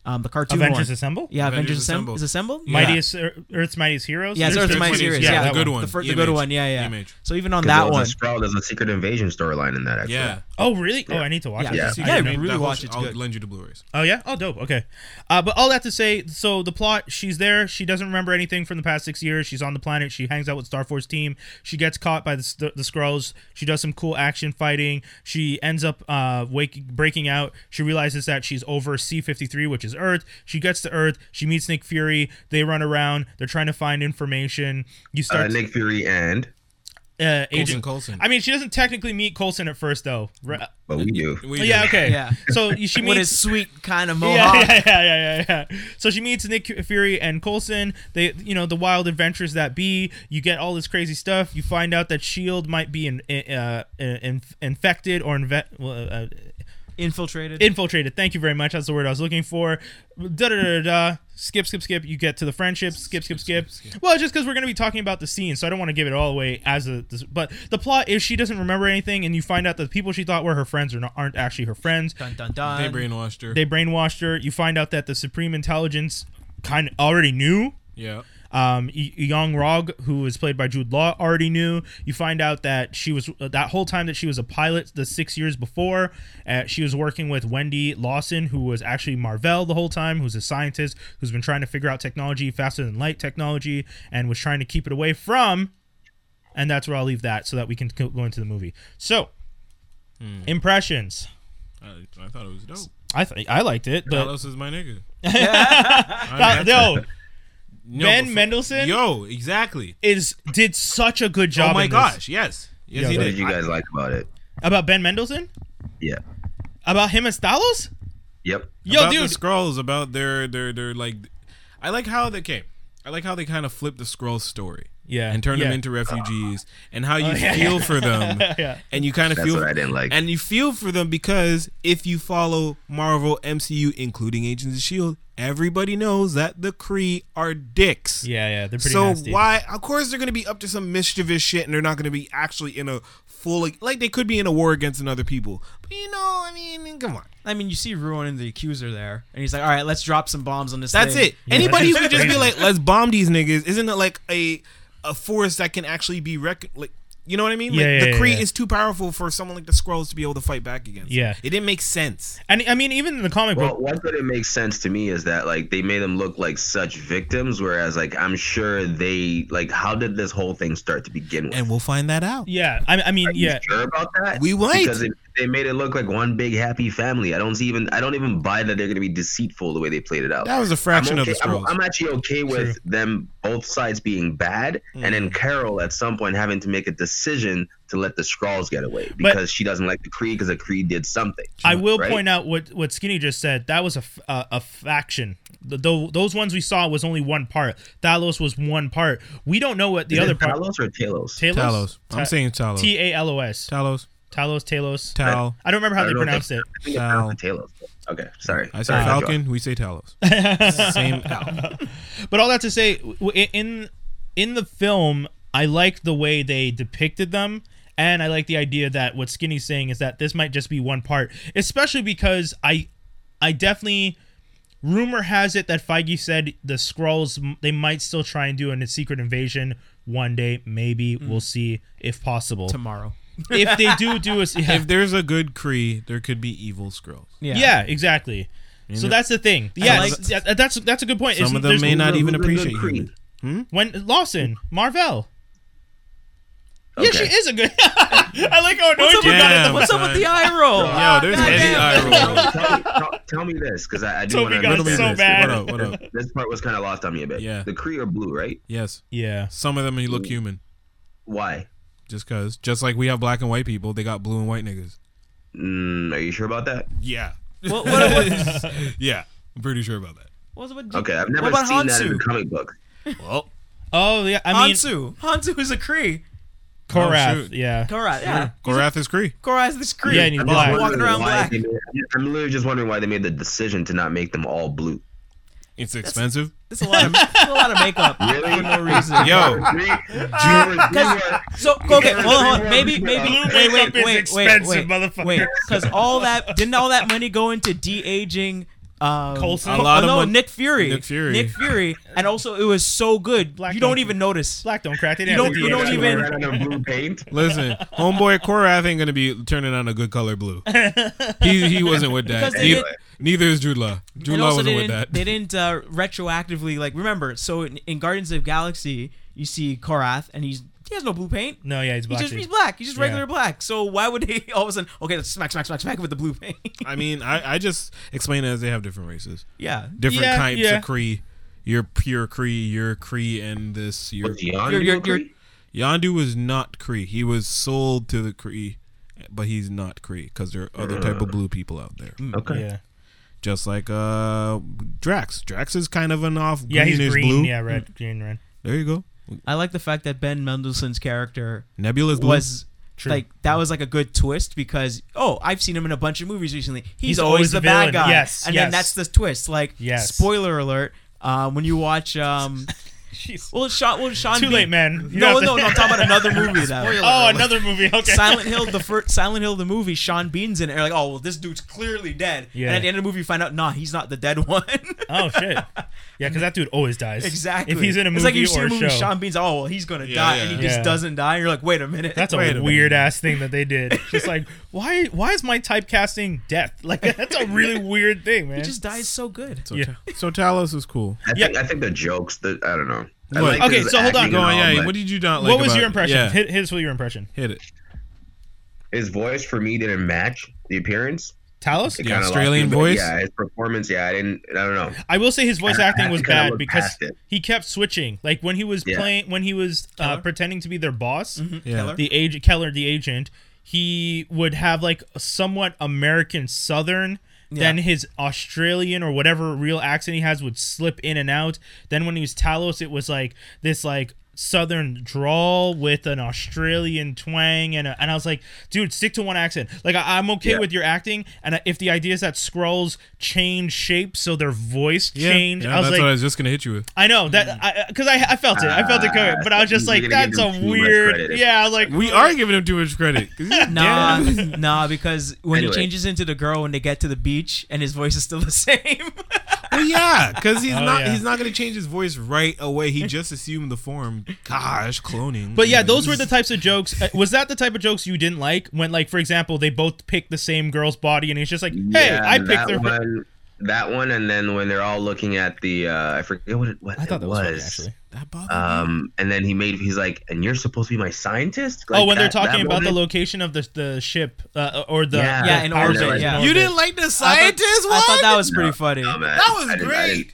Speaker 4: Um, the cartoon
Speaker 3: Avengers
Speaker 4: one.
Speaker 3: Assemble?
Speaker 4: yeah, Avengers,
Speaker 1: Avengers
Speaker 4: Assemble.
Speaker 1: Assemble.
Speaker 4: Is assembled?
Speaker 3: Mightiest Ear- Earth's Mightiest Heroes.
Speaker 4: Yeah, it's
Speaker 1: There's
Speaker 4: Earth's
Speaker 1: Earth's
Speaker 4: Mighty
Speaker 1: Mightiest
Speaker 4: Series.
Speaker 1: Heroes.
Speaker 4: Yeah,
Speaker 1: Yeah, the
Speaker 4: that
Speaker 1: good
Speaker 4: one.
Speaker 1: one.
Speaker 4: The, fir- the
Speaker 1: EMH.
Speaker 4: good one. Yeah, yeah.
Speaker 1: EMH.
Speaker 4: So even on
Speaker 2: 'Cause there
Speaker 4: that
Speaker 2: was
Speaker 4: one,
Speaker 2: a Skrull, there's a secret invasion storyline in that. Actually.
Speaker 1: Yeah.
Speaker 3: Oh really? Oh, I need to watch
Speaker 4: Yeah.
Speaker 3: that.
Speaker 1: So
Speaker 4: Yeah.
Speaker 1: you can
Speaker 4: Yeah,
Speaker 1: read
Speaker 4: really
Speaker 1: that whole
Speaker 4: watch
Speaker 1: sh-
Speaker 4: it, it's
Speaker 1: I'll
Speaker 4: good.
Speaker 1: lend you the Blu-rays.
Speaker 3: Oh yeah. Oh dope. Okay. Uh, but all that to say, so the plot: she's there. She doesn't remember anything from the past six years. She's on the planet. She hangs out with Star Force team. She gets caught by the the, the Skrulls. She does some cool action fighting. She ends up uh, waking, breaking out. She realizes that she's over C fifty three, which is Earth. She gets to Earth. She meets Nick Fury. They run around. They're trying to find information. You
Speaker 2: Uh,
Speaker 3: start
Speaker 2: Nick Fury and,
Speaker 3: uh,
Speaker 1: Agent
Speaker 3: agent.
Speaker 1: Coulson.
Speaker 3: I mean, she doesn't technically meet Colson at first, though. Re-
Speaker 2: but we do.
Speaker 1: We
Speaker 3: yeah.
Speaker 1: do.
Speaker 3: Okay.
Speaker 4: Yeah.
Speaker 3: So she
Speaker 4: with
Speaker 3: meets
Speaker 4: his sweet kind of mohawk.
Speaker 3: yeah, yeah, yeah, yeah, yeah, yeah. So she meets Nick Fury and Coulson. They, you know, the wild adventures that be. You get all this crazy stuff. You find out that Shield E might be in, in, uh, in, infected or inve- well, uh,
Speaker 4: Infiltrated.
Speaker 3: infiltrated. Thank you very much. That's the word I was looking for. Da da da da. Skip, skip, skip. You get to the friendship. Skip, skip, skip. Well, just because we're gonna be talking about the scene, so I don't want to give it all away as a. This, but the plot is she doesn't remember anything, and you find out that the people she thought were her friends are not, aren't actually her friends
Speaker 4: dun dun dun.
Speaker 1: They brainwashed her.
Speaker 3: they brainwashed her. You find out that the Supreme Intelligence kind of already knew.
Speaker 1: yeah.
Speaker 3: Um, y- Young Rog, who was played by Jude Law, already knew. You find out that she was that whole time that she was a pilot, the six years before, uh, she was working with Wendy Lawson, who was actually Marvell the whole time, who's a scientist who's been trying to figure out technology faster than light technology, and was trying to keep it away from. And that's where I'll leave that, so that we can co- go into the movie. So, impressions.
Speaker 1: I, I thought it was dope.
Speaker 3: Hmm. I th- I liked it, but
Speaker 1: Carlos is my nigga.
Speaker 3: Uh, yo
Speaker 1: No,
Speaker 3: Ben
Speaker 1: but for-
Speaker 3: Mendelsohn?
Speaker 1: Yo, exactly.
Speaker 3: is did such a good job.
Speaker 1: oh my
Speaker 3: in this.
Speaker 1: gosh, yes, yes,
Speaker 3: Yo,
Speaker 1: he
Speaker 2: What did
Speaker 1: did.
Speaker 2: you guys like about it?
Speaker 3: about Ben Mendelsohn,
Speaker 2: Yeah.
Speaker 3: about him as Talos.
Speaker 2: Yep.
Speaker 3: Yo,
Speaker 1: about the
Speaker 3: dude,
Speaker 1: scrolls about their their their like i like how they came i like how they kind of flipped the scroll story
Speaker 3: Yeah,
Speaker 1: and turned
Speaker 3: yeah. Oh,
Speaker 1: them into refugees and how you
Speaker 3: yeah,
Speaker 1: feel for them
Speaker 3: Yeah.
Speaker 1: and you kind of
Speaker 2: That's
Speaker 1: feel
Speaker 2: what I didn't like.
Speaker 1: and you feel for them because if you follow marvel mcu including agents of shield E everybody knows that the kree are dicks
Speaker 3: yeah, yeah, they're pretty
Speaker 1: so
Speaker 3: nasty.
Speaker 1: why? Of course they're going to be up to some mischievous shit, and they're not going to be actually in a full like, like they could be in a war against another people. But you know, I mean, come on.
Speaker 4: I mean, you see Ruin and the accuser there, and he's like, "All right, let's drop some bombs on this."
Speaker 1: That's
Speaker 4: thing."
Speaker 1: it. Anybody who
Speaker 3: that's
Speaker 1: could just be
Speaker 3: crazy.
Speaker 1: like, "Let's bomb these niggas," isn't it like a a force that can actually be rec- like you know what I mean? Like
Speaker 3: Yeah, yeah,
Speaker 1: the
Speaker 3: yeah,
Speaker 1: Kree
Speaker 3: yeah.
Speaker 1: is too powerful for someone like the Skrulls to be able to fight back against.
Speaker 3: Yeah.
Speaker 1: it didn't make sense.
Speaker 3: And I mean, even in the comic
Speaker 2: Well,
Speaker 3: book,
Speaker 2: one thing that makes sense to me is that like they made them look like such victims, whereas like I'm sure they like how did this whole thing start to begin with?
Speaker 1: And we'll find that out.
Speaker 3: yeah, I, I mean,
Speaker 2: You
Speaker 3: yeah,
Speaker 2: sure about that?
Speaker 1: We might.
Speaker 2: because it, they made it look like one big happy family. I don't see even I don't even buy that they're gonna be deceitful the way they played it out.
Speaker 1: That was a
Speaker 2: I'm,
Speaker 1: fraction
Speaker 2: okay-
Speaker 1: of the
Speaker 2: I'm,
Speaker 1: Skrulls.
Speaker 2: I'm actually okay with them both sides being bad,
Speaker 3: Hmm.
Speaker 2: and then Carol at some point having to make a decision to let the Skrulls get away because she doesn't like the Kree because the Kree did something.
Speaker 3: I will
Speaker 2: right?
Speaker 3: point out what what Skinny just said. That was a f- a, a faction. The, tho- those ones we saw was only one part. Thalos was one part. We don't know what the
Speaker 2: Is
Speaker 3: other
Speaker 2: it
Speaker 3: part.
Speaker 2: Talos or Talos?
Speaker 3: Talos.
Speaker 1: Talos.
Speaker 3: Ta-
Speaker 1: I'm saying Talos.
Speaker 3: T A L O S.
Speaker 1: Talos.
Speaker 3: Talos. Talos.
Speaker 1: Tal.
Speaker 3: I don't remember how
Speaker 2: I
Speaker 3: they
Speaker 2: don't know if
Speaker 3: pronounced it.
Speaker 2: I think it's pronounced Talos. Okay, sorry.
Speaker 1: I say
Speaker 2: Sorry, Josh.
Speaker 1: Falcon. We say Talos. Same Al.
Speaker 3: But all that to say, w- w- in in the film, I like the way they depicted them, and I like the idea that what Skinny's saying is that this might just be one part, especially because I, I definitely. Rumor has it that Feige said the Skrulls m- they might still try and do a secret invasion one day, maybe
Speaker 1: Mm.
Speaker 3: we'll see if possible.
Speaker 4: Tomorrow.
Speaker 3: if they do do a s- yeah,
Speaker 1: If there's a good Kree, there could be evil Skrulls.
Speaker 4: Yeah.
Speaker 3: yeah, exactly. So that's the thing. Yeah,
Speaker 1: like-
Speaker 3: it's- yeah, that's that's a good point.
Speaker 1: Some
Speaker 3: It's-
Speaker 1: of them
Speaker 3: there's-
Speaker 1: may not
Speaker 2: Who's
Speaker 1: even
Speaker 2: the- who's the
Speaker 1: appreciate
Speaker 2: good
Speaker 1: humans.
Speaker 2: Kree?
Speaker 3: when Lawson Marvell. Yeah,
Speaker 2: Okay.
Speaker 3: she is a good. I like how annoyed
Speaker 1: with
Speaker 3: you got
Speaker 1: that?
Speaker 3: at the
Speaker 1: What's up with the
Speaker 4: eye roll?
Speaker 1: Yo, there's any eye roll.
Speaker 2: tell, me, tell, tell me this, because I, I do
Speaker 3: Toby
Speaker 2: want to.
Speaker 3: got
Speaker 1: so What
Speaker 3: bad.
Speaker 1: up? What up?
Speaker 2: This part was kind of lost on me a bit.
Speaker 1: Yeah.
Speaker 2: The Kree are blue, right?
Speaker 1: Yes.
Speaker 3: Yeah.
Speaker 1: Some of them you look human.
Speaker 2: Why?
Speaker 1: Just cause, just like we have black and white people, they got blue and white niggas.
Speaker 2: Mm, are you sure about that?
Speaker 1: Yeah,
Speaker 4: What, what, what,
Speaker 1: yeah, I'm pretty sure about that.
Speaker 4: what's with
Speaker 2: Okay, I've never
Speaker 4: What about
Speaker 2: seen that in
Speaker 4: Hansu?
Speaker 2: the comic book.
Speaker 1: Well,
Speaker 3: Oh yeah. I mean,
Speaker 4: Hansu? Hansu is a Kree.
Speaker 1: Oh,
Speaker 3: Korath.
Speaker 1: shoot.
Speaker 3: yeah.
Speaker 4: Korath, yeah.
Speaker 1: Korath is Kree.
Speaker 4: Korath is Kree.
Speaker 3: Yeah, and he's
Speaker 4: I'm
Speaker 2: I'm
Speaker 4: just
Speaker 3: black.
Speaker 4: walking
Speaker 2: wondering
Speaker 4: around
Speaker 2: why
Speaker 4: black.
Speaker 2: they made- I'm literally just wondering why they made the decision to not make them all blue.
Speaker 1: It's expensive.
Speaker 4: It's a lot of, it's a lot of makeup.
Speaker 2: Really?
Speaker 4: For no reason.
Speaker 1: Yo,
Speaker 4: So okay, hold on, hold on. Maybe, maybe,
Speaker 3: Blue
Speaker 4: wait, wait,
Speaker 3: makeup
Speaker 4: wait,
Speaker 3: is
Speaker 4: wait,
Speaker 3: expensive,
Speaker 4: wait,
Speaker 3: motherfucker.
Speaker 4: wait, because all that didn't all that money go into de aging. Um,
Speaker 3: Coulson?
Speaker 4: oh,
Speaker 3: A
Speaker 1: lot of
Speaker 4: no,
Speaker 1: mon-
Speaker 4: Nick Fury,
Speaker 1: Nick Fury.
Speaker 4: Nick Fury, and also it was so good,
Speaker 3: Black
Speaker 4: you don't
Speaker 3: Panther.
Speaker 4: even notice.
Speaker 3: Black don't crack. They
Speaker 4: You
Speaker 3: didn't
Speaker 4: don't-
Speaker 3: have
Speaker 4: you
Speaker 3: the
Speaker 4: don't
Speaker 3: DNA.
Speaker 4: even-
Speaker 2: blue paint.
Speaker 1: listen, homeboy Korath ain't gonna be turning on a good color blue. He he wasn't with that.
Speaker 4: Because they
Speaker 1: Ne-
Speaker 4: did-
Speaker 1: neither is Drew Law. Drew
Speaker 4: and
Speaker 1: Law
Speaker 4: also
Speaker 1: wasn't
Speaker 4: they
Speaker 1: with
Speaker 4: didn't,
Speaker 1: that.
Speaker 4: they didn't uh, retroactively like remember. So in, in Guardians of Galaxy, you see Korath, and he's he has no blue paint.
Speaker 3: No, yeah, he's
Speaker 4: He's
Speaker 3: black.
Speaker 4: just
Speaker 3: dude.
Speaker 4: he's black. He's just
Speaker 3: Yeah.
Speaker 4: regular black. So why would he all of a sudden? Okay, let's smack, smack, smack, smack with the blue paint.
Speaker 1: I mean, I, I just explain it as they have different races,
Speaker 4: yeah,
Speaker 1: different
Speaker 3: Yeah,
Speaker 1: types
Speaker 3: yeah.
Speaker 1: of Kree. You're pure Kree. You're Kree, and this. You're
Speaker 2: Was Yondu
Speaker 4: You're- you're-
Speaker 2: a Kree?
Speaker 4: you're-
Speaker 1: Yandu was not Kree. He was sold to the Kree, but he's not Kree because there are other type of blue people out there.
Speaker 2: Okay.
Speaker 3: Yeah.
Speaker 1: Just like uh Drax. Drax is kind of an off
Speaker 3: Yeah,
Speaker 1: greenish
Speaker 3: he's green.
Speaker 1: blue.
Speaker 3: Yeah, red, green, red.
Speaker 1: There you go.
Speaker 4: I like the fact that Ben Mendelsohn's character
Speaker 1: Nebula's blue.
Speaker 4: was
Speaker 3: True.
Speaker 4: like that was like a good twist because oh I've seen him in a bunch of movies recently. He's, always, the
Speaker 3: villain.
Speaker 4: bad guy.
Speaker 3: Yes,
Speaker 4: and
Speaker 3: yes.
Speaker 4: then that's the twist. Like
Speaker 3: Yes.
Speaker 4: spoiler alert. Uh, when you watch um
Speaker 3: Jeez.
Speaker 4: well Sean well Sean
Speaker 3: Too
Speaker 4: Bean-
Speaker 3: late, man. You
Speaker 4: No
Speaker 3: have to-
Speaker 4: no no I'm talking about another movie though.
Speaker 3: Oh, another movie. Okay.
Speaker 4: Silent Hill, the first Silent Hill, the movie. Sean Bean's in it. They're like, oh well, this dude's clearly dead.
Speaker 3: Yeah.
Speaker 4: And at the end of the movie, you find out, nah, he's not the dead one.
Speaker 3: Oh shit. Yeah, because that dude always dies.
Speaker 4: Exactly.
Speaker 3: If he's in a movie
Speaker 4: it's like you see
Speaker 3: or
Speaker 4: a
Speaker 3: a
Speaker 4: movie,
Speaker 3: show.
Speaker 4: Sean Bean's, oh, well, he's gonna
Speaker 6: Yeah,
Speaker 4: die,
Speaker 6: yeah.
Speaker 4: and he just
Speaker 3: Yeah.
Speaker 4: doesn't die. You're like, wait a minute.
Speaker 3: that's a
Speaker 6: Wait a minute.
Speaker 3: weird ass thing that they did. Just like why why is my typecasting death? Like that's a really weird thing, man.
Speaker 4: he just dies so good.
Speaker 6: So,
Speaker 3: Yeah.
Speaker 1: So Talos is cool.
Speaker 2: I
Speaker 3: Yeah.
Speaker 2: think I think the jokes that I don't know. I
Speaker 1: What?
Speaker 2: liked
Speaker 3: Okay,
Speaker 2: his
Speaker 3: so hold
Speaker 2: acting
Speaker 3: on.
Speaker 2: and
Speaker 1: Go on,
Speaker 2: all,
Speaker 1: Oh, yeah.
Speaker 2: but
Speaker 1: What did you not like?
Speaker 3: what was
Speaker 1: about
Speaker 3: your
Speaker 1: it?
Speaker 3: impression?
Speaker 1: Yeah,
Speaker 3: Hit, hit us with your impression.
Speaker 1: hit it.
Speaker 2: his voice for me didn't match the appearance.
Speaker 3: Talos?
Speaker 2: It
Speaker 6: Yeah,
Speaker 2: kinda lost
Speaker 6: Australian
Speaker 2: me, but
Speaker 6: voice?
Speaker 2: Yeah, his performance. Yeah, I didn't. I don't know.
Speaker 3: I will say his voice
Speaker 2: I- I
Speaker 3: acting
Speaker 2: have
Speaker 3: was
Speaker 2: to kinda
Speaker 3: bad
Speaker 2: look
Speaker 3: because
Speaker 2: past it.
Speaker 3: he kept switching. Like when he was
Speaker 2: Yeah. Uh-huh. Mm-hmm.
Speaker 3: playing, when he was uh,
Speaker 4: Keller?
Speaker 3: pretending to be their boss,
Speaker 1: Yeah.
Speaker 4: Keller?
Speaker 3: the agent Keller, the agent, he would have like a somewhat American Southern. Then his Australian or whatever real accent he has would slip in and out. Then when he was Talos, it was like this like Southern drawl with an Australian twang, and a, and I was like, dude, stick to one accent. Like I, I'm okay
Speaker 2: Yeah.
Speaker 3: with your acting, and if the idea is that scrolls change shape so their voice
Speaker 1: Yeah,
Speaker 3: change,
Speaker 1: yeah,
Speaker 3: I was
Speaker 1: that's
Speaker 3: like,
Speaker 1: what I was just gonna hit you with.
Speaker 3: I know that because I, I, felt it. I felt it coming,
Speaker 2: Ah,
Speaker 3: but I was just
Speaker 2: you're
Speaker 3: like,
Speaker 2: gonna give them
Speaker 3: that's a
Speaker 2: too much
Speaker 3: weird.
Speaker 2: credit.
Speaker 3: Yeah, I was like
Speaker 1: We are giving him too much credit. 'cause he's
Speaker 4: Nah,
Speaker 1: damn-
Speaker 4: nah, because when
Speaker 2: Anyway.
Speaker 4: he changes into the girl when they get to the beach and his voice is still the same.
Speaker 1: Well, yeah, because he's
Speaker 3: Oh,
Speaker 1: not
Speaker 3: yeah.
Speaker 1: he's not gonna change his voice right away. He just assumed the form. Gosh, cloning.
Speaker 3: But yeah, those
Speaker 1: this
Speaker 3: were
Speaker 1: is-
Speaker 3: the types of jokes. uh, Was that the type of jokes you didn't like? When, like, for example, they both pick the same girl's body, and he's just like, "Hey,
Speaker 2: Yeah,
Speaker 3: I picked
Speaker 2: that
Speaker 3: their."
Speaker 2: one. That one, and then when they're all looking at the, uh, I forget what it, what
Speaker 3: I thought
Speaker 2: it
Speaker 3: that was,
Speaker 2: was.
Speaker 3: funny, actually.
Speaker 1: that bothered me.
Speaker 2: Um, and then he made he's like, and you're supposed to be my scientist.
Speaker 3: oh, when
Speaker 2: Like,
Speaker 3: they're
Speaker 2: that-
Speaker 3: talking
Speaker 2: that
Speaker 3: about the
Speaker 2: moment-
Speaker 3: location of the the ship uh, or the
Speaker 2: Yeah.
Speaker 4: Yeah, in
Speaker 3: power
Speaker 4: orbit,
Speaker 3: station,
Speaker 4: yeah.
Speaker 3: in
Speaker 1: You
Speaker 3: orbit.
Speaker 1: didn't like the
Speaker 4: I
Speaker 1: scientist?
Speaker 4: thought,
Speaker 1: what?
Speaker 4: I thought that was pretty
Speaker 2: No,
Speaker 4: funny.
Speaker 2: no, man,
Speaker 1: That was
Speaker 2: I didn't- I
Speaker 1: great.
Speaker 2: didn't-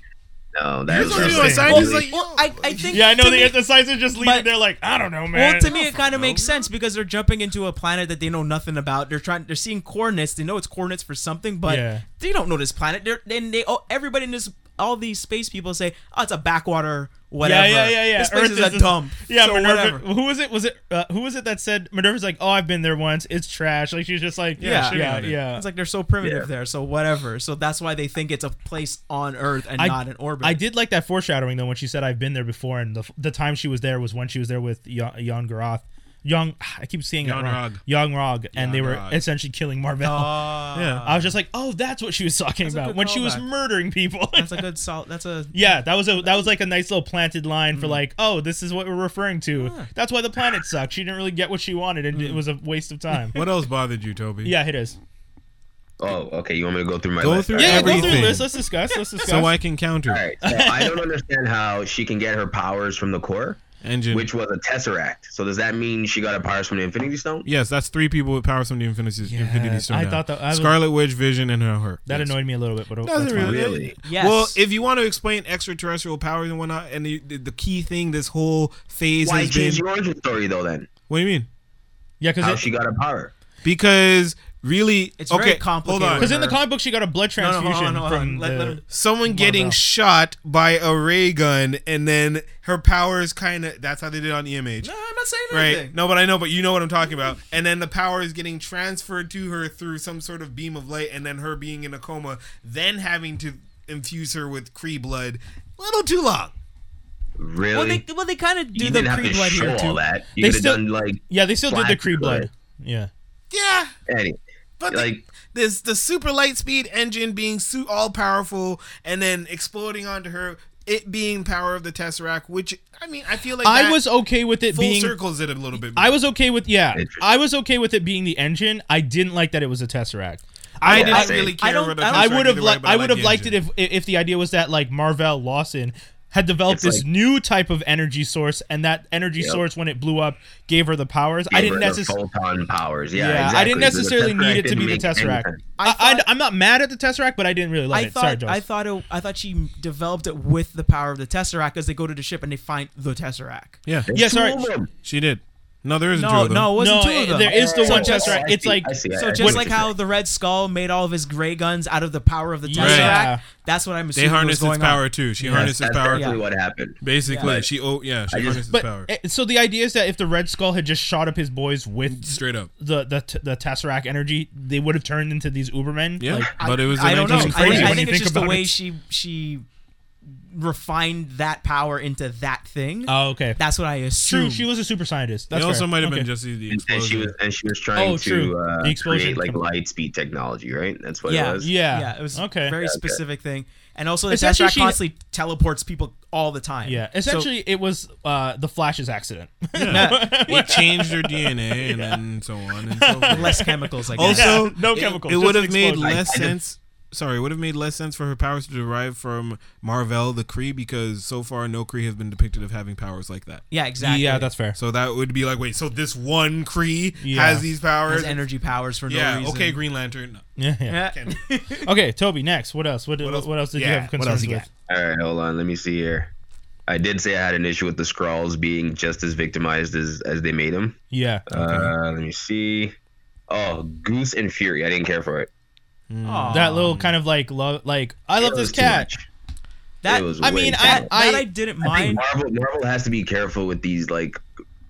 Speaker 2: No,
Speaker 1: You're
Speaker 2: that was
Speaker 1: supposed to be
Speaker 3: what
Speaker 1: my
Speaker 3: I'm
Speaker 2: really-
Speaker 3: saying.
Speaker 1: scientist.
Speaker 4: Well,
Speaker 1: Like,
Speaker 4: well, I, I think
Speaker 3: Yeah, I know
Speaker 4: to
Speaker 3: the
Speaker 4: me-
Speaker 3: synthesizers just leave it
Speaker 4: but-
Speaker 3: there like, I don't know, man.
Speaker 4: Well, to me, it kind of makes sense because they're jumping into a planet that they know nothing about. They're trying, they're seeing coordinates. They know it's coordinates for something, but
Speaker 3: Yeah.
Speaker 4: they don't know this planet. They're then they oh, everybody in this, all these space people say, oh, it's a backwater, whatever.
Speaker 3: Yeah, yeah, yeah, yeah.
Speaker 4: This place is,
Speaker 3: Earth
Speaker 4: a dump.
Speaker 3: Yeah,
Speaker 4: so
Speaker 3: Minerva.
Speaker 4: whatever.
Speaker 3: Who was it? Was it uh, who was it that said Minerva's like, "Oh, I've been there once. It's trash." Like she's just like,
Speaker 4: Yeah,
Speaker 3: "Yeah,
Speaker 4: shitting
Speaker 3: yeah,
Speaker 1: on it.
Speaker 3: yeah."
Speaker 4: It's like they're so primitive
Speaker 2: Yeah.
Speaker 4: there, so whatever. So that's why they think it's a place on Earth and
Speaker 3: I-
Speaker 4: not an orbit.
Speaker 3: I did like that foreshadowing though when she said I've been there before, and the, the time she was there was when she was there with Jan Jan Garoth. Young, I keep seeing
Speaker 1: Jan
Speaker 3: that wrong.
Speaker 1: Rog.
Speaker 3: Young Rog, and they were
Speaker 1: Rog.
Speaker 3: essentially killing Marvell.
Speaker 4: Ah.
Speaker 1: Yeah.
Speaker 3: I was just like, oh, that's what she was talking
Speaker 4: That's a
Speaker 3: about
Speaker 4: good
Speaker 3: when she was
Speaker 4: callback.
Speaker 3: murdering people.
Speaker 4: That's a good salt. That's a
Speaker 3: yeah, that was a that was like a nice little planted line for like, oh, this is what we're referring to. That's why the planet sucked. She didn't really get what she wanted, and it was a waste of time.
Speaker 1: What else bothered you, Toby?
Speaker 3: yeah, it is.
Speaker 2: Oh, okay. You want me to go through my
Speaker 1: Go
Speaker 2: list?
Speaker 1: through
Speaker 2: All
Speaker 3: Yeah,
Speaker 2: right.
Speaker 3: yeah, go through the
Speaker 1: Everything.
Speaker 3: list. Let's discuss. Let's discuss.
Speaker 1: So I can counter
Speaker 2: All right. So I don't understand how she can get her powers from the core,
Speaker 1: engine.
Speaker 2: which was a tesseract. So does that mean she got her powers from the Infinity Stone?
Speaker 1: yes, that's three people with powers from the Infinity, Infinity Stone.
Speaker 3: I
Speaker 1: now.
Speaker 3: thought that- I was-
Speaker 1: Scarlet Witch, Vision, and her. her.
Speaker 3: that
Speaker 1: Yes.
Speaker 3: annoyed me a little bit, but
Speaker 1: Doesn't
Speaker 3: that's fine.
Speaker 1: really.
Speaker 2: Really?
Speaker 4: Yes.
Speaker 1: Well, if you want to explain extraterrestrial powers and whatnot, and the, the, the key thing this whole phase
Speaker 2: Why
Speaker 1: has
Speaker 2: change
Speaker 1: been.
Speaker 2: the origin story though? Then
Speaker 1: What do you mean?
Speaker 3: Yeah,
Speaker 2: how
Speaker 3: because
Speaker 2: she got her power?
Speaker 1: Because really,
Speaker 4: It's
Speaker 1: okay,
Speaker 4: very
Speaker 1: Hold on.
Speaker 4: complicated.
Speaker 3: Because in the comic book, she got a blood
Speaker 4: no, hold on,
Speaker 3: transfusion
Speaker 4: hold on.
Speaker 3: from
Speaker 4: Let-
Speaker 3: the-
Speaker 4: let him-
Speaker 1: someone getting
Speaker 3: Marvel.
Speaker 1: shot by a ray gun and then her powers kind of that's how they did on EMH.
Speaker 4: no, I'm not saying
Speaker 1: Right.
Speaker 4: anything.
Speaker 1: No, but I know, but you know what I'm talking about. And then the power is getting transferred to her through some sort of beam of light, and then her being in a coma, then having to infuse her with Kree blood. Little too long.
Speaker 2: Really?
Speaker 4: Well, they well they kind of do
Speaker 2: you
Speaker 4: the
Speaker 2: didn't have
Speaker 4: pre
Speaker 2: to
Speaker 4: blood
Speaker 2: show
Speaker 4: here
Speaker 2: all
Speaker 4: too.
Speaker 2: that. You
Speaker 3: They
Speaker 2: could have
Speaker 3: still-
Speaker 2: done like
Speaker 3: yeah, they still did the
Speaker 2: Black
Speaker 3: Cree blood.
Speaker 2: blood.
Speaker 3: Yeah,
Speaker 1: Yeah.
Speaker 2: any.
Speaker 1: But
Speaker 2: Like-
Speaker 1: the, this the super light speed engine being su- all powerful and then exploding onto her, it being power of the Tesseract, which I mean I feel like
Speaker 3: I
Speaker 1: that
Speaker 3: was okay with it
Speaker 1: full
Speaker 3: being.
Speaker 1: circles it a little bit.
Speaker 3: I was okay with yeah.
Speaker 2: Interesting.
Speaker 3: I was okay with it being the engine. I didn't like that it was a tesseract.
Speaker 1: I
Speaker 2: Yeah,
Speaker 1: didn't
Speaker 2: I-
Speaker 1: really care.
Speaker 4: I don't-
Speaker 1: where the
Speaker 4: I don't-
Speaker 3: I
Speaker 1: Tesseract
Speaker 3: would have
Speaker 1: either way,
Speaker 3: liked.
Speaker 1: but
Speaker 3: I would have
Speaker 1: the
Speaker 3: liked it
Speaker 1: engine.
Speaker 3: if if the idea was that like Marvell Lawson had developed
Speaker 2: It's
Speaker 3: this
Speaker 2: like-
Speaker 3: new type of energy source, and that energy
Speaker 2: Yep.
Speaker 3: source when it blew up gave her the powers. I
Speaker 2: gave
Speaker 3: didn't
Speaker 2: her the
Speaker 3: necessarily.
Speaker 2: photon powers. Yeah,
Speaker 3: Yeah, I
Speaker 2: exactly. So the
Speaker 3: didn't necessarily need it to
Speaker 2: didn't
Speaker 3: be the
Speaker 2: make any
Speaker 3: tesseract.
Speaker 2: sense.
Speaker 3: I,
Speaker 4: I thought-
Speaker 3: I, am not mad at the tesseract, but I didn't really love
Speaker 4: I
Speaker 3: it. Sorry,
Speaker 4: thought
Speaker 3: Josh.
Speaker 4: I thought it, I thought she developed it with the power of the Tesseract because they go to the ship and they find the Tesseract.
Speaker 1: Yeah,
Speaker 2: Two
Speaker 3: yeah, sorry.
Speaker 2: of them.
Speaker 1: she did. No, there isn't two
Speaker 4: No,
Speaker 1: of them.
Speaker 4: no, it wasn't
Speaker 3: No,
Speaker 4: two of
Speaker 3: it-
Speaker 4: them.
Speaker 3: there is the
Speaker 4: so
Speaker 3: one
Speaker 4: just,
Speaker 3: Tesseract.
Speaker 2: I
Speaker 3: It's
Speaker 2: see,
Speaker 3: like-
Speaker 2: I see, I-
Speaker 4: So
Speaker 2: I
Speaker 4: just
Speaker 2: see.
Speaker 4: like how the Red Skull made all of his gray guns out of the power of the
Speaker 3: Yeah.
Speaker 4: Tesseract,
Speaker 3: Yeah.
Speaker 4: that's what I'm
Speaker 1: they
Speaker 4: assuming was
Speaker 1: harnessed
Speaker 4: going
Speaker 1: its power
Speaker 4: on.
Speaker 1: too. She
Speaker 3: Yeah.
Speaker 1: harnessed
Speaker 2: That's
Speaker 1: its power.
Speaker 2: exactly what happened.
Speaker 1: Basically,
Speaker 2: Yeah.
Speaker 1: she oh yeah, she
Speaker 2: I just-
Speaker 1: harnessed its
Speaker 3: But
Speaker 1: power
Speaker 3: eh, so the idea is that if the Red Skull had just shot up his boys with
Speaker 1: straight up.
Speaker 3: the the, t- the Tesseract energy, they would have turned into these Ubermen.
Speaker 1: Yeah,
Speaker 3: Like,
Speaker 1: but it was. the
Speaker 4: I don't know. I,
Speaker 1: 1940s.
Speaker 4: think- I
Speaker 3: when you
Speaker 4: think
Speaker 3: think
Speaker 4: it's just the
Speaker 3: about
Speaker 4: way
Speaker 3: it.
Speaker 4: she she refined that power into that thing.
Speaker 3: Oh, okay.
Speaker 4: That's what I assume.
Speaker 3: True, she was a super scientist. That's
Speaker 7: it also
Speaker 3: fair.
Speaker 7: might have
Speaker 3: Okay.
Speaker 7: been just the
Speaker 2: And, and she was
Speaker 7: explosion.
Speaker 2: and she was trying
Speaker 3: Oh,
Speaker 2: to
Speaker 3: true.
Speaker 2: uh,
Speaker 3: The explosion
Speaker 2: create like
Speaker 3: com-
Speaker 2: light speed technology, right? That's what
Speaker 4: Yeah,
Speaker 2: it was.
Speaker 3: Yeah.
Speaker 4: yeah, it was
Speaker 3: okay.
Speaker 4: a very specific thing. And also, the Tesseract
Speaker 3: Essentially, she-
Speaker 4: constantly teleports people all the time.
Speaker 3: yeah.
Speaker 4: So-
Speaker 3: Essentially, it was uh, the Flash's accident.
Speaker 8: it changed her DNA and then so on and so forth.
Speaker 4: less chemicals, I guess.
Speaker 8: Also,
Speaker 3: Yeah, no
Speaker 8: it-
Speaker 3: chemicals,
Speaker 8: It,
Speaker 3: just
Speaker 8: would have made
Speaker 3: explosion.
Speaker 8: less
Speaker 2: I- I did-
Speaker 8: sense. Sorry, it would have made less sense for her powers to derive from Marvel the Kree because so far no Kree has been depicted of having powers like that.
Speaker 4: yeah, exactly.
Speaker 3: Yeah, that's fair.
Speaker 8: So that would be like, wait, so this one Kree
Speaker 3: Yeah.
Speaker 8: has these powers?
Speaker 4: has energy powers for no
Speaker 8: yeah,
Speaker 4: reason.
Speaker 8: okay, Green Lantern.
Speaker 3: Yeah, yeah.
Speaker 4: Yeah.
Speaker 3: Okay, Toby. Next, what else? What, what else? did
Speaker 8: yeah,
Speaker 3: you have
Speaker 8: what
Speaker 3: concerns
Speaker 8: else you
Speaker 3: with?
Speaker 8: got?
Speaker 2: All right, hold on. Let me see here. I did say I had an issue with the Skrulls being just as victimized as as they made them.
Speaker 3: Yeah.
Speaker 2: Uh, let me see. Oh, Goose and Fury. I didn't care for it.
Speaker 4: Aw.
Speaker 3: that little kind of like love, like I love
Speaker 2: It
Speaker 3: this
Speaker 2: was too
Speaker 3: cat.
Speaker 2: much.
Speaker 4: that,
Speaker 2: it was
Speaker 3: I
Speaker 2: way
Speaker 3: mean,
Speaker 2: too
Speaker 3: I-
Speaker 2: much.
Speaker 4: that I, didn't
Speaker 2: I
Speaker 4: mind.
Speaker 2: think Marvel Marvel has to be careful with these like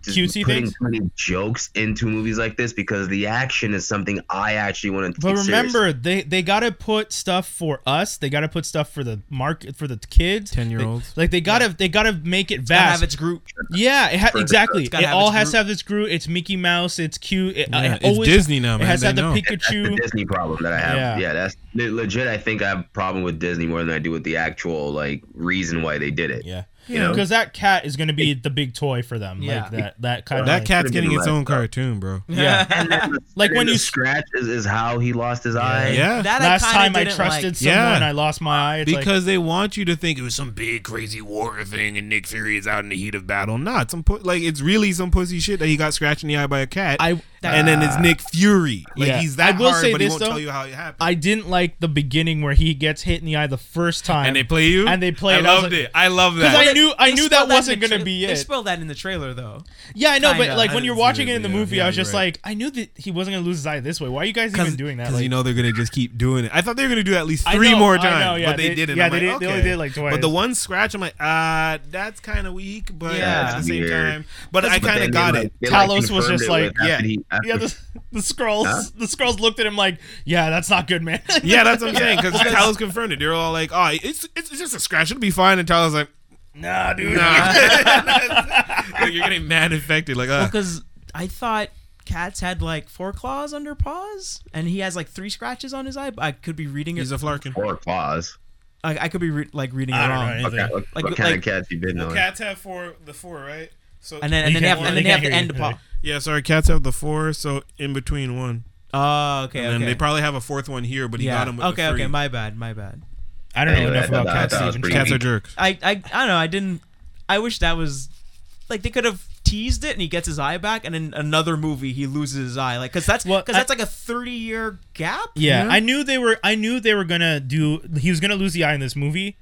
Speaker 2: just
Speaker 3: Cutesy
Speaker 2: putting
Speaker 3: things?
Speaker 2: too many jokes into movies like this because the action is something I actually want to.
Speaker 3: But
Speaker 2: take seriously.
Speaker 3: remember, they they gotta put stuff for us. They gotta put stuff for the market for the kids,
Speaker 8: 10-year-olds.
Speaker 3: They- Like they gotta they gotta make it
Speaker 4: Gotta have
Speaker 3: vast.
Speaker 4: its group.
Speaker 3: yeah, it ha-
Speaker 2: for-
Speaker 3: exactly.
Speaker 4: gotta
Speaker 3: It
Speaker 4: have
Speaker 3: all
Speaker 4: its
Speaker 3: has
Speaker 4: group.
Speaker 3: to have this Groot. It's Mickey Mouse. It's cute. It,
Speaker 8: Yeah,
Speaker 3: it
Speaker 8: it's
Speaker 3: always,
Speaker 8: Disney now,
Speaker 3: It
Speaker 8: man,
Speaker 3: has to
Speaker 8: they
Speaker 3: have the
Speaker 8: know.
Speaker 2: That's the
Speaker 3: Pikachu.
Speaker 2: Disney problem that I have.
Speaker 3: Yeah.
Speaker 2: Yeah, that's le- legit. I think I have a problem with Disney more than I do with the actual like reason why they did it.
Speaker 3: Yeah,
Speaker 2: You know?
Speaker 3: because that cat is gonna be the big toy for them.
Speaker 4: Yeah.
Speaker 3: Like that that kind
Speaker 8: That
Speaker 3: of
Speaker 8: cat's
Speaker 2: could've
Speaker 8: getting
Speaker 2: been
Speaker 8: its
Speaker 2: like-
Speaker 8: own cartoon, bro.
Speaker 3: Yeah.
Speaker 2: And then the-
Speaker 3: Like
Speaker 2: and
Speaker 3: when
Speaker 2: the
Speaker 3: you-
Speaker 2: scratch is, is how he lost his eye.
Speaker 8: Yeah.
Speaker 4: That
Speaker 3: Last
Speaker 4: I
Speaker 3: time
Speaker 4: kinda
Speaker 3: I
Speaker 4: didn't
Speaker 3: trusted
Speaker 4: Like.
Speaker 3: someone,
Speaker 8: Yeah.
Speaker 3: I lost my eye. It's like,
Speaker 8: because they want you to think it was some big crazy warrior thing and Nick Fury is out in the heat of battle. Not some pu- like it's really some pussy shit that he got scratched in the eye by a cat.
Speaker 3: I-
Speaker 8: and then it's Nick Fury. Like
Speaker 3: Yeah.
Speaker 8: he's that
Speaker 3: I will
Speaker 8: hard,
Speaker 3: say
Speaker 8: but he
Speaker 3: this,
Speaker 8: won't
Speaker 3: though.
Speaker 8: tell you how it happened.
Speaker 3: I didn't like the beginning where he gets hit in the eye the first time,
Speaker 8: and they play you.
Speaker 3: and they play
Speaker 8: I
Speaker 3: it. I was
Speaker 8: loved
Speaker 3: like-
Speaker 8: it. I love
Speaker 3: Because
Speaker 8: that.
Speaker 3: I knew I
Speaker 4: They
Speaker 3: knew
Speaker 4: spelled
Speaker 3: that
Speaker 4: in
Speaker 3: wasn't
Speaker 4: the
Speaker 3: gonna
Speaker 4: tra-
Speaker 3: be
Speaker 4: They
Speaker 3: it.
Speaker 4: spelled that in the trailer though.
Speaker 3: Yeah, I know,
Speaker 4: Kinda.
Speaker 3: but like
Speaker 8: I
Speaker 3: when
Speaker 8: didn't
Speaker 3: you're
Speaker 8: see
Speaker 3: watching
Speaker 8: the
Speaker 3: it in the
Speaker 8: video.
Speaker 3: movie,
Speaker 8: Yeah,
Speaker 3: I was
Speaker 8: you're
Speaker 3: just
Speaker 8: right.
Speaker 3: like, I knew that he wasn't gonna lose his eye this way. Why are you guys even doing that?
Speaker 8: Because
Speaker 3: Like,
Speaker 8: you know they're gonna just keep doing it. I thought they were gonna do at least
Speaker 3: I
Speaker 8: three
Speaker 3: know,
Speaker 8: more
Speaker 3: I know,
Speaker 8: times,
Speaker 3: yeah,
Speaker 8: but they,
Speaker 3: they-
Speaker 8: didn't.
Speaker 3: yeah,
Speaker 8: I'm
Speaker 3: they
Speaker 8: like,
Speaker 3: did- they only
Speaker 8: okay.
Speaker 3: did, like,
Speaker 8: But the
Speaker 3: twice.
Speaker 8: one scratch, I'm like, uh, that's kind of weak, but
Speaker 4: Yeah.
Speaker 8: at the same
Speaker 2: Weird.
Speaker 8: time, but I
Speaker 2: But then
Speaker 8: kind
Speaker 2: they,
Speaker 8: of got
Speaker 2: like-
Speaker 8: it.
Speaker 2: they, like,
Speaker 3: Talos was
Speaker 2: confirmed
Speaker 3: just
Speaker 2: it
Speaker 3: like,
Speaker 2: with- after
Speaker 8: yeah.
Speaker 2: he- after-
Speaker 3: yeah, the, the scrolls,
Speaker 2: Huh?
Speaker 3: the scrolls looked at him like, yeah, that's not good, man.
Speaker 8: Yeah, that's what I'm saying. Because Talos confirmed it. They're all like, "Oh, it's it's it's just a scratch. It'll be fine." And Talos like,
Speaker 3: nah, dude.
Speaker 8: like, "You're getting mad infected." Like, uh,
Speaker 4: Because I thought cats had like four claws under paws, and he has like three scratches on his eye. But I could be reading it.
Speaker 8: he's a flarkin.
Speaker 2: Or claws.
Speaker 4: I I could be re- like reading it
Speaker 3: I don't
Speaker 4: wrong.
Speaker 3: know anything.
Speaker 2: What, kind- what-
Speaker 4: Like-
Speaker 2: what kind
Speaker 4: like-
Speaker 2: of cats you been on?
Speaker 7: Cats have four, the four, right? So
Speaker 4: And then and then they
Speaker 3: You can't-
Speaker 4: have and
Speaker 3: they
Speaker 4: then they have
Speaker 3: can't
Speaker 4: to
Speaker 3: hear
Speaker 4: end the
Speaker 3: you.
Speaker 4: paw.
Speaker 8: Yeah, sorry, cats have the four, so in between one,
Speaker 4: Oh, okay,
Speaker 8: and
Speaker 4: okay.
Speaker 8: they probably have a fourth one here, but he
Speaker 4: yeah.
Speaker 8: got him with
Speaker 4: okay,
Speaker 8: the three.
Speaker 4: okay. My bad. My bad.
Speaker 3: I don't know
Speaker 2: Anyway,
Speaker 3: enough
Speaker 2: I thought
Speaker 3: about
Speaker 2: that- I
Speaker 3: cats
Speaker 2: thought it
Speaker 3: to
Speaker 2: was
Speaker 3: even
Speaker 2: pretty
Speaker 3: try.
Speaker 8: cats are jerks.
Speaker 4: I, I I don't know. I didn't. I wish that was like they could have teased it and he gets his eye back, and in another movie he loses his eye. Like because that's
Speaker 3: Well,
Speaker 4: because
Speaker 3: I-
Speaker 4: that's like a thirty year gap.
Speaker 3: Yeah,
Speaker 8: Yeah.
Speaker 3: I knew they were. I knew they were gonna do. He was gonna lose the eye in this movie.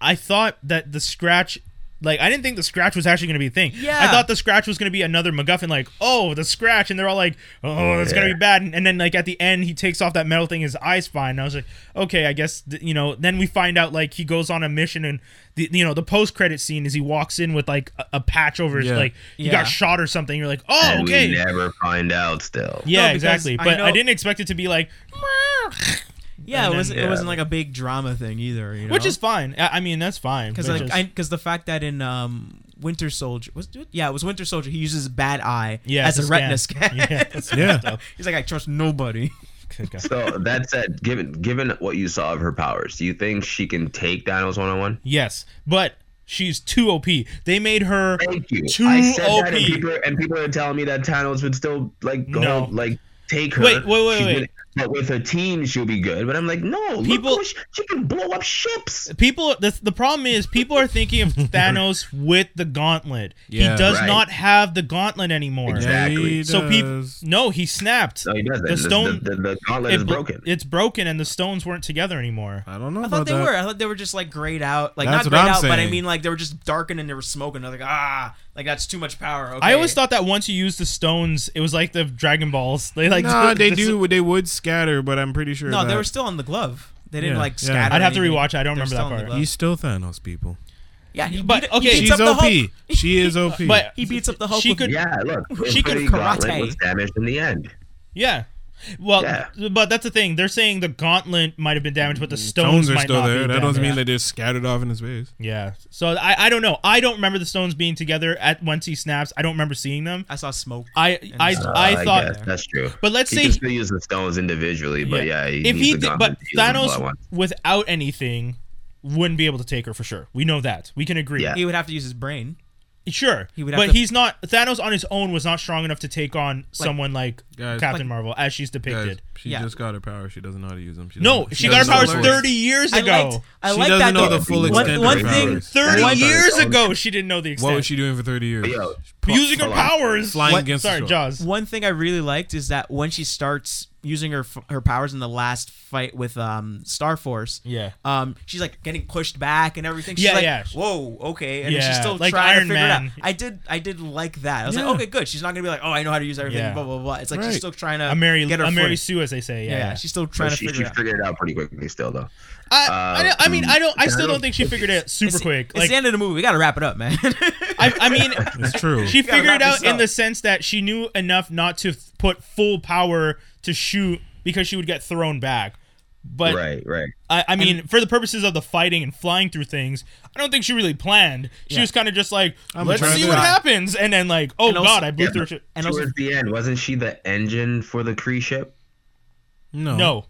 Speaker 3: I thought that the scratch. Like I didn't think the scratch was actually gonna be a thing.
Speaker 4: Yeah.
Speaker 3: I thought the scratch was gonna be another MacGuffin. Like, oh, the scratch, and they're all like, oh, that's gonna
Speaker 2: Yeah.
Speaker 3: be bad. And, and then like at the end, he takes off that metal thing, his eyes fine. And I was like, okay, I guess th- you know. Then we find out like he goes on a mission, and the you know the post credit scene is he walks in with like a, a patch over his
Speaker 8: Yeah.
Speaker 3: like he
Speaker 4: Yeah.
Speaker 3: got shot or something. You're like, oh,
Speaker 2: And
Speaker 3: okay.
Speaker 2: we never find out still.
Speaker 4: No,
Speaker 3: yeah,
Speaker 4: because
Speaker 3: exactly.
Speaker 4: I
Speaker 3: But
Speaker 4: know-
Speaker 3: I, didn't expect it to be like.
Speaker 4: Yeah,
Speaker 3: And
Speaker 4: it
Speaker 3: then-
Speaker 4: wasn't. It
Speaker 2: Yeah.
Speaker 4: wasn't like a big drama thing either. You know?
Speaker 3: Which is fine. I, I mean, that's fine.
Speaker 4: because
Speaker 3: but
Speaker 4: like
Speaker 3: just-
Speaker 4: I because the fact that in um Winter Soldier was it? yeah it was Winter Soldier he uses his bad eye
Speaker 3: yeah,
Speaker 4: as a
Speaker 3: it's
Speaker 4: retina
Speaker 3: scan.
Speaker 4: scan.
Speaker 3: Yeah, that's
Speaker 8: Yeah,
Speaker 4: He's like I trust nobody.
Speaker 2: So that said, given given what you saw of her powers, do you think she can take Thanos one on one?
Speaker 3: yes, but she's too OP. They made her
Speaker 2: Thank you.
Speaker 3: too
Speaker 2: I said
Speaker 3: OP.
Speaker 2: that, and people, and people are telling me that Thanos would still like go
Speaker 3: No.
Speaker 2: like take her.
Speaker 3: Wait, wait, wait,
Speaker 2: She's
Speaker 3: wait.
Speaker 2: gonna- But with her team, she'll be good. But I'm like, no,
Speaker 3: People-
Speaker 2: people, she, she can blow up ships.
Speaker 3: People, the, the problem is people are thinking of Thanos with the gauntlet.
Speaker 8: Yeah.
Speaker 3: he does
Speaker 2: Right.
Speaker 3: not have the gauntlet anymore.
Speaker 2: Exactly.
Speaker 8: he
Speaker 3: So people,
Speaker 8: does.
Speaker 3: no, he snapped.
Speaker 2: No, he doesn't.
Speaker 3: The stone,
Speaker 2: Oh, the, the, the gauntlet
Speaker 3: it
Speaker 2: is
Speaker 3: bro-
Speaker 2: broken.
Speaker 3: It's broken, and the stones weren't together anymore.
Speaker 8: I don't know
Speaker 4: I
Speaker 8: about
Speaker 4: thought they
Speaker 8: that.
Speaker 4: were. I thought they were just like grayed out. Like
Speaker 8: That's
Speaker 4: not
Speaker 8: what
Speaker 4: grayed
Speaker 8: I'm
Speaker 4: out, but I
Speaker 8: saying.
Speaker 4: mean like they were just darkened and they were smoking. I was like ah like that's too much power. Okay.
Speaker 3: I always thought that once you used the stones, it was like the Dragon Balls. They like
Speaker 8: Nah, they
Speaker 3: dis-
Speaker 8: do. They would scatter, but I'm pretty sure.
Speaker 4: no they
Speaker 8: that-
Speaker 4: were still on the glove. They didn't
Speaker 8: Yeah,
Speaker 4: like
Speaker 8: yeah.
Speaker 4: scatter.
Speaker 3: I'd have to
Speaker 4: anything.
Speaker 3: rewatch it. I don't
Speaker 4: They're
Speaker 3: remember
Speaker 4: still
Speaker 3: that
Speaker 4: on the
Speaker 3: part.
Speaker 4: glove.
Speaker 8: He's still Thanos, people.
Speaker 4: Yeah, he
Speaker 3: But,
Speaker 4: beat,
Speaker 3: okay.
Speaker 4: he beats
Speaker 8: She's
Speaker 4: up the
Speaker 8: OP.
Speaker 4: Hulk.
Speaker 8: She is OP.
Speaker 3: But
Speaker 4: He beats up the Hulk.
Speaker 3: She
Speaker 4: with-
Speaker 3: could-
Speaker 2: yeah, look,
Speaker 4: She could
Speaker 2: Infinity Gauntlet
Speaker 4: karate.
Speaker 2: was damaged in the end.
Speaker 3: Yeah. Well,
Speaker 2: Yeah.
Speaker 3: but that's the thing. They're saying the gauntlet might have been damaged, but the stones,
Speaker 8: Stones are
Speaker 3: might
Speaker 8: still
Speaker 3: not
Speaker 8: there.
Speaker 3: Be
Speaker 8: That doesn't mean
Speaker 3: damaged.
Speaker 8: that they're scattered off in space.
Speaker 3: Yeah. So I, I don't know. I don't remember the stones being together at once he snaps. I don't remember seeing them.
Speaker 4: I saw smoke.
Speaker 3: I I,
Speaker 4: Uh,
Speaker 3: I
Speaker 2: Uh,
Speaker 3: thought.
Speaker 2: guess that's true.
Speaker 3: But let's
Speaker 2: he
Speaker 3: say
Speaker 2: can still use the stones individually, but yeah, he
Speaker 3: if
Speaker 2: needs
Speaker 3: he
Speaker 2: the
Speaker 3: did, but
Speaker 2: gauntlet to use them all at
Speaker 3: Thanos
Speaker 2: once.
Speaker 3: without anything wouldn't be able to take her for sure. We know that. We can agree.
Speaker 2: Yeah.
Speaker 4: He would have to use his brain.
Speaker 3: Sure.
Speaker 4: He would have
Speaker 3: but
Speaker 4: to-
Speaker 3: he's not. Thanos on his own was not strong enough to take on someone like
Speaker 8: Guys.
Speaker 3: Captain
Speaker 8: Like-
Speaker 3: Marvel as she's depicted.
Speaker 8: she
Speaker 4: Yeah.
Speaker 8: just got her power. She doesn't know how to use them. She
Speaker 3: No,
Speaker 8: doesn't-
Speaker 3: she got her
Speaker 8: doesn't know
Speaker 3: powers
Speaker 8: the words.
Speaker 3: 30 years
Speaker 4: I
Speaker 3: ago.
Speaker 4: liked. I
Speaker 8: She
Speaker 4: like
Speaker 8: doesn't
Speaker 4: that.
Speaker 8: know
Speaker 4: though.
Speaker 8: the full
Speaker 4: One-
Speaker 8: extent. of
Speaker 4: One
Speaker 8: her
Speaker 4: thing.
Speaker 8: powers.
Speaker 3: 30
Speaker 2: One-
Speaker 3: years ago, she didn't know the extent.
Speaker 8: What was she doing for 30 years?
Speaker 2: Yo,
Speaker 8: Fu-
Speaker 3: using her
Speaker 2: Hold on.
Speaker 3: powers?
Speaker 8: Flying
Speaker 3: What-
Speaker 8: against the
Speaker 3: Sorry,
Speaker 8: shore.
Speaker 3: Jaws.
Speaker 4: One thing I really liked is that when she starts using her f- her powers in the last fight with um Star Force.
Speaker 3: Yeah.
Speaker 4: Um, she's like getting pushed back and everything. She's
Speaker 3: Yeah,
Speaker 4: like,
Speaker 3: yeah.
Speaker 4: Whoa, okay. And
Speaker 3: Yeah,
Speaker 4: she's still
Speaker 3: like
Speaker 4: trying
Speaker 3: Iron
Speaker 4: to figure
Speaker 3: Man.
Speaker 4: it out. I did, I did like that. I was
Speaker 3: Yeah.
Speaker 4: like, okay, good. She's not gonna be like, oh, I know how to use everything.
Speaker 3: Yeah.
Speaker 4: Blah blah blah. It's like
Speaker 8: Right.
Speaker 4: she's still trying to
Speaker 3: A Mary,
Speaker 4: get her
Speaker 3: a
Speaker 4: footing.
Speaker 3: Mary Sue, as they say.
Speaker 4: yeah,
Speaker 3: Yeah. yeah.
Speaker 4: she's still
Speaker 2: But
Speaker 4: trying to
Speaker 2: she,
Speaker 4: figure
Speaker 2: she
Speaker 4: it out.
Speaker 2: figured it out pretty quickly still, though.
Speaker 3: I, I, I mean, I don't. I still
Speaker 2: Um,
Speaker 3: don't think she figured it out super quick.
Speaker 4: it's
Speaker 3: Like,
Speaker 4: the end of the movie. We gotta wrap it up, man.
Speaker 3: I, I mean,
Speaker 8: It's true.
Speaker 3: she
Speaker 4: gotta
Speaker 3: figured it
Speaker 4: wrap
Speaker 3: out
Speaker 4: this
Speaker 3: in
Speaker 4: up.
Speaker 3: the sense that she knew enough not to f- put full power to shoot because she would get thrown back. But
Speaker 2: right, right.
Speaker 3: I, I mean, for the purposes of the fighting and flying through things, I don't think she really planned. She was kind of just like, let's
Speaker 8: try
Speaker 3: see
Speaker 8: this
Speaker 3: what
Speaker 8: out."
Speaker 3: happens, and then like, oh
Speaker 4: And also-
Speaker 3: god, I blew
Speaker 2: Yeah.
Speaker 3: through. Shit.
Speaker 4: and also,
Speaker 2: Towards the end, wasn't she the engine for the Kree ship?
Speaker 8: no.
Speaker 3: No,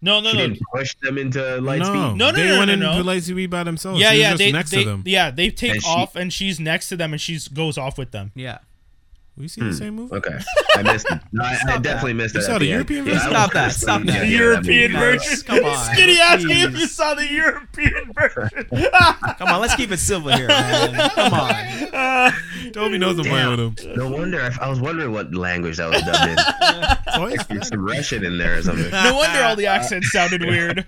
Speaker 3: no, no,
Speaker 2: She
Speaker 3: no.
Speaker 2: didn't push them into
Speaker 8: No,
Speaker 2: lightspeed.
Speaker 3: No, no,
Speaker 8: they
Speaker 3: no,
Speaker 8: went
Speaker 3: no,
Speaker 8: into
Speaker 3: no.
Speaker 8: light speed by themselves.
Speaker 3: Yeah,
Speaker 8: She was
Speaker 3: yeah,
Speaker 8: Oh, just
Speaker 3: they,
Speaker 8: next
Speaker 3: they-
Speaker 8: to them.
Speaker 3: yeah, they take
Speaker 2: And she-
Speaker 3: off, and she's next to them, and she goes off with them.
Speaker 4: yeah.
Speaker 8: We seen the same movie.
Speaker 2: Okay, I missed. It. No, I, I
Speaker 4: Stop
Speaker 2: definitely missed
Speaker 8: You
Speaker 2: it.
Speaker 8: saw
Speaker 2: at
Speaker 8: the
Speaker 2: end.
Speaker 8: European
Speaker 2: Yeah,
Speaker 8: version?
Speaker 2: I
Speaker 4: Stop
Speaker 2: was
Speaker 4: that,
Speaker 2: first
Speaker 4: stop
Speaker 2: looking
Speaker 4: that.
Speaker 2: at
Speaker 3: The
Speaker 2: the end of that
Speaker 3: European
Speaker 2: movie.
Speaker 3: version.
Speaker 4: come on,
Speaker 3: Skinny ass me if you
Speaker 4: please.
Speaker 3: saw the European version.
Speaker 4: Come on, let's keep it civil here. Man. Come on.
Speaker 8: Toby knows I'm playing with him.
Speaker 2: No wonder. I, I was wondering what language that was dubbed in. There's some Russian in there or something.
Speaker 3: no wonder all the accents sounded weird.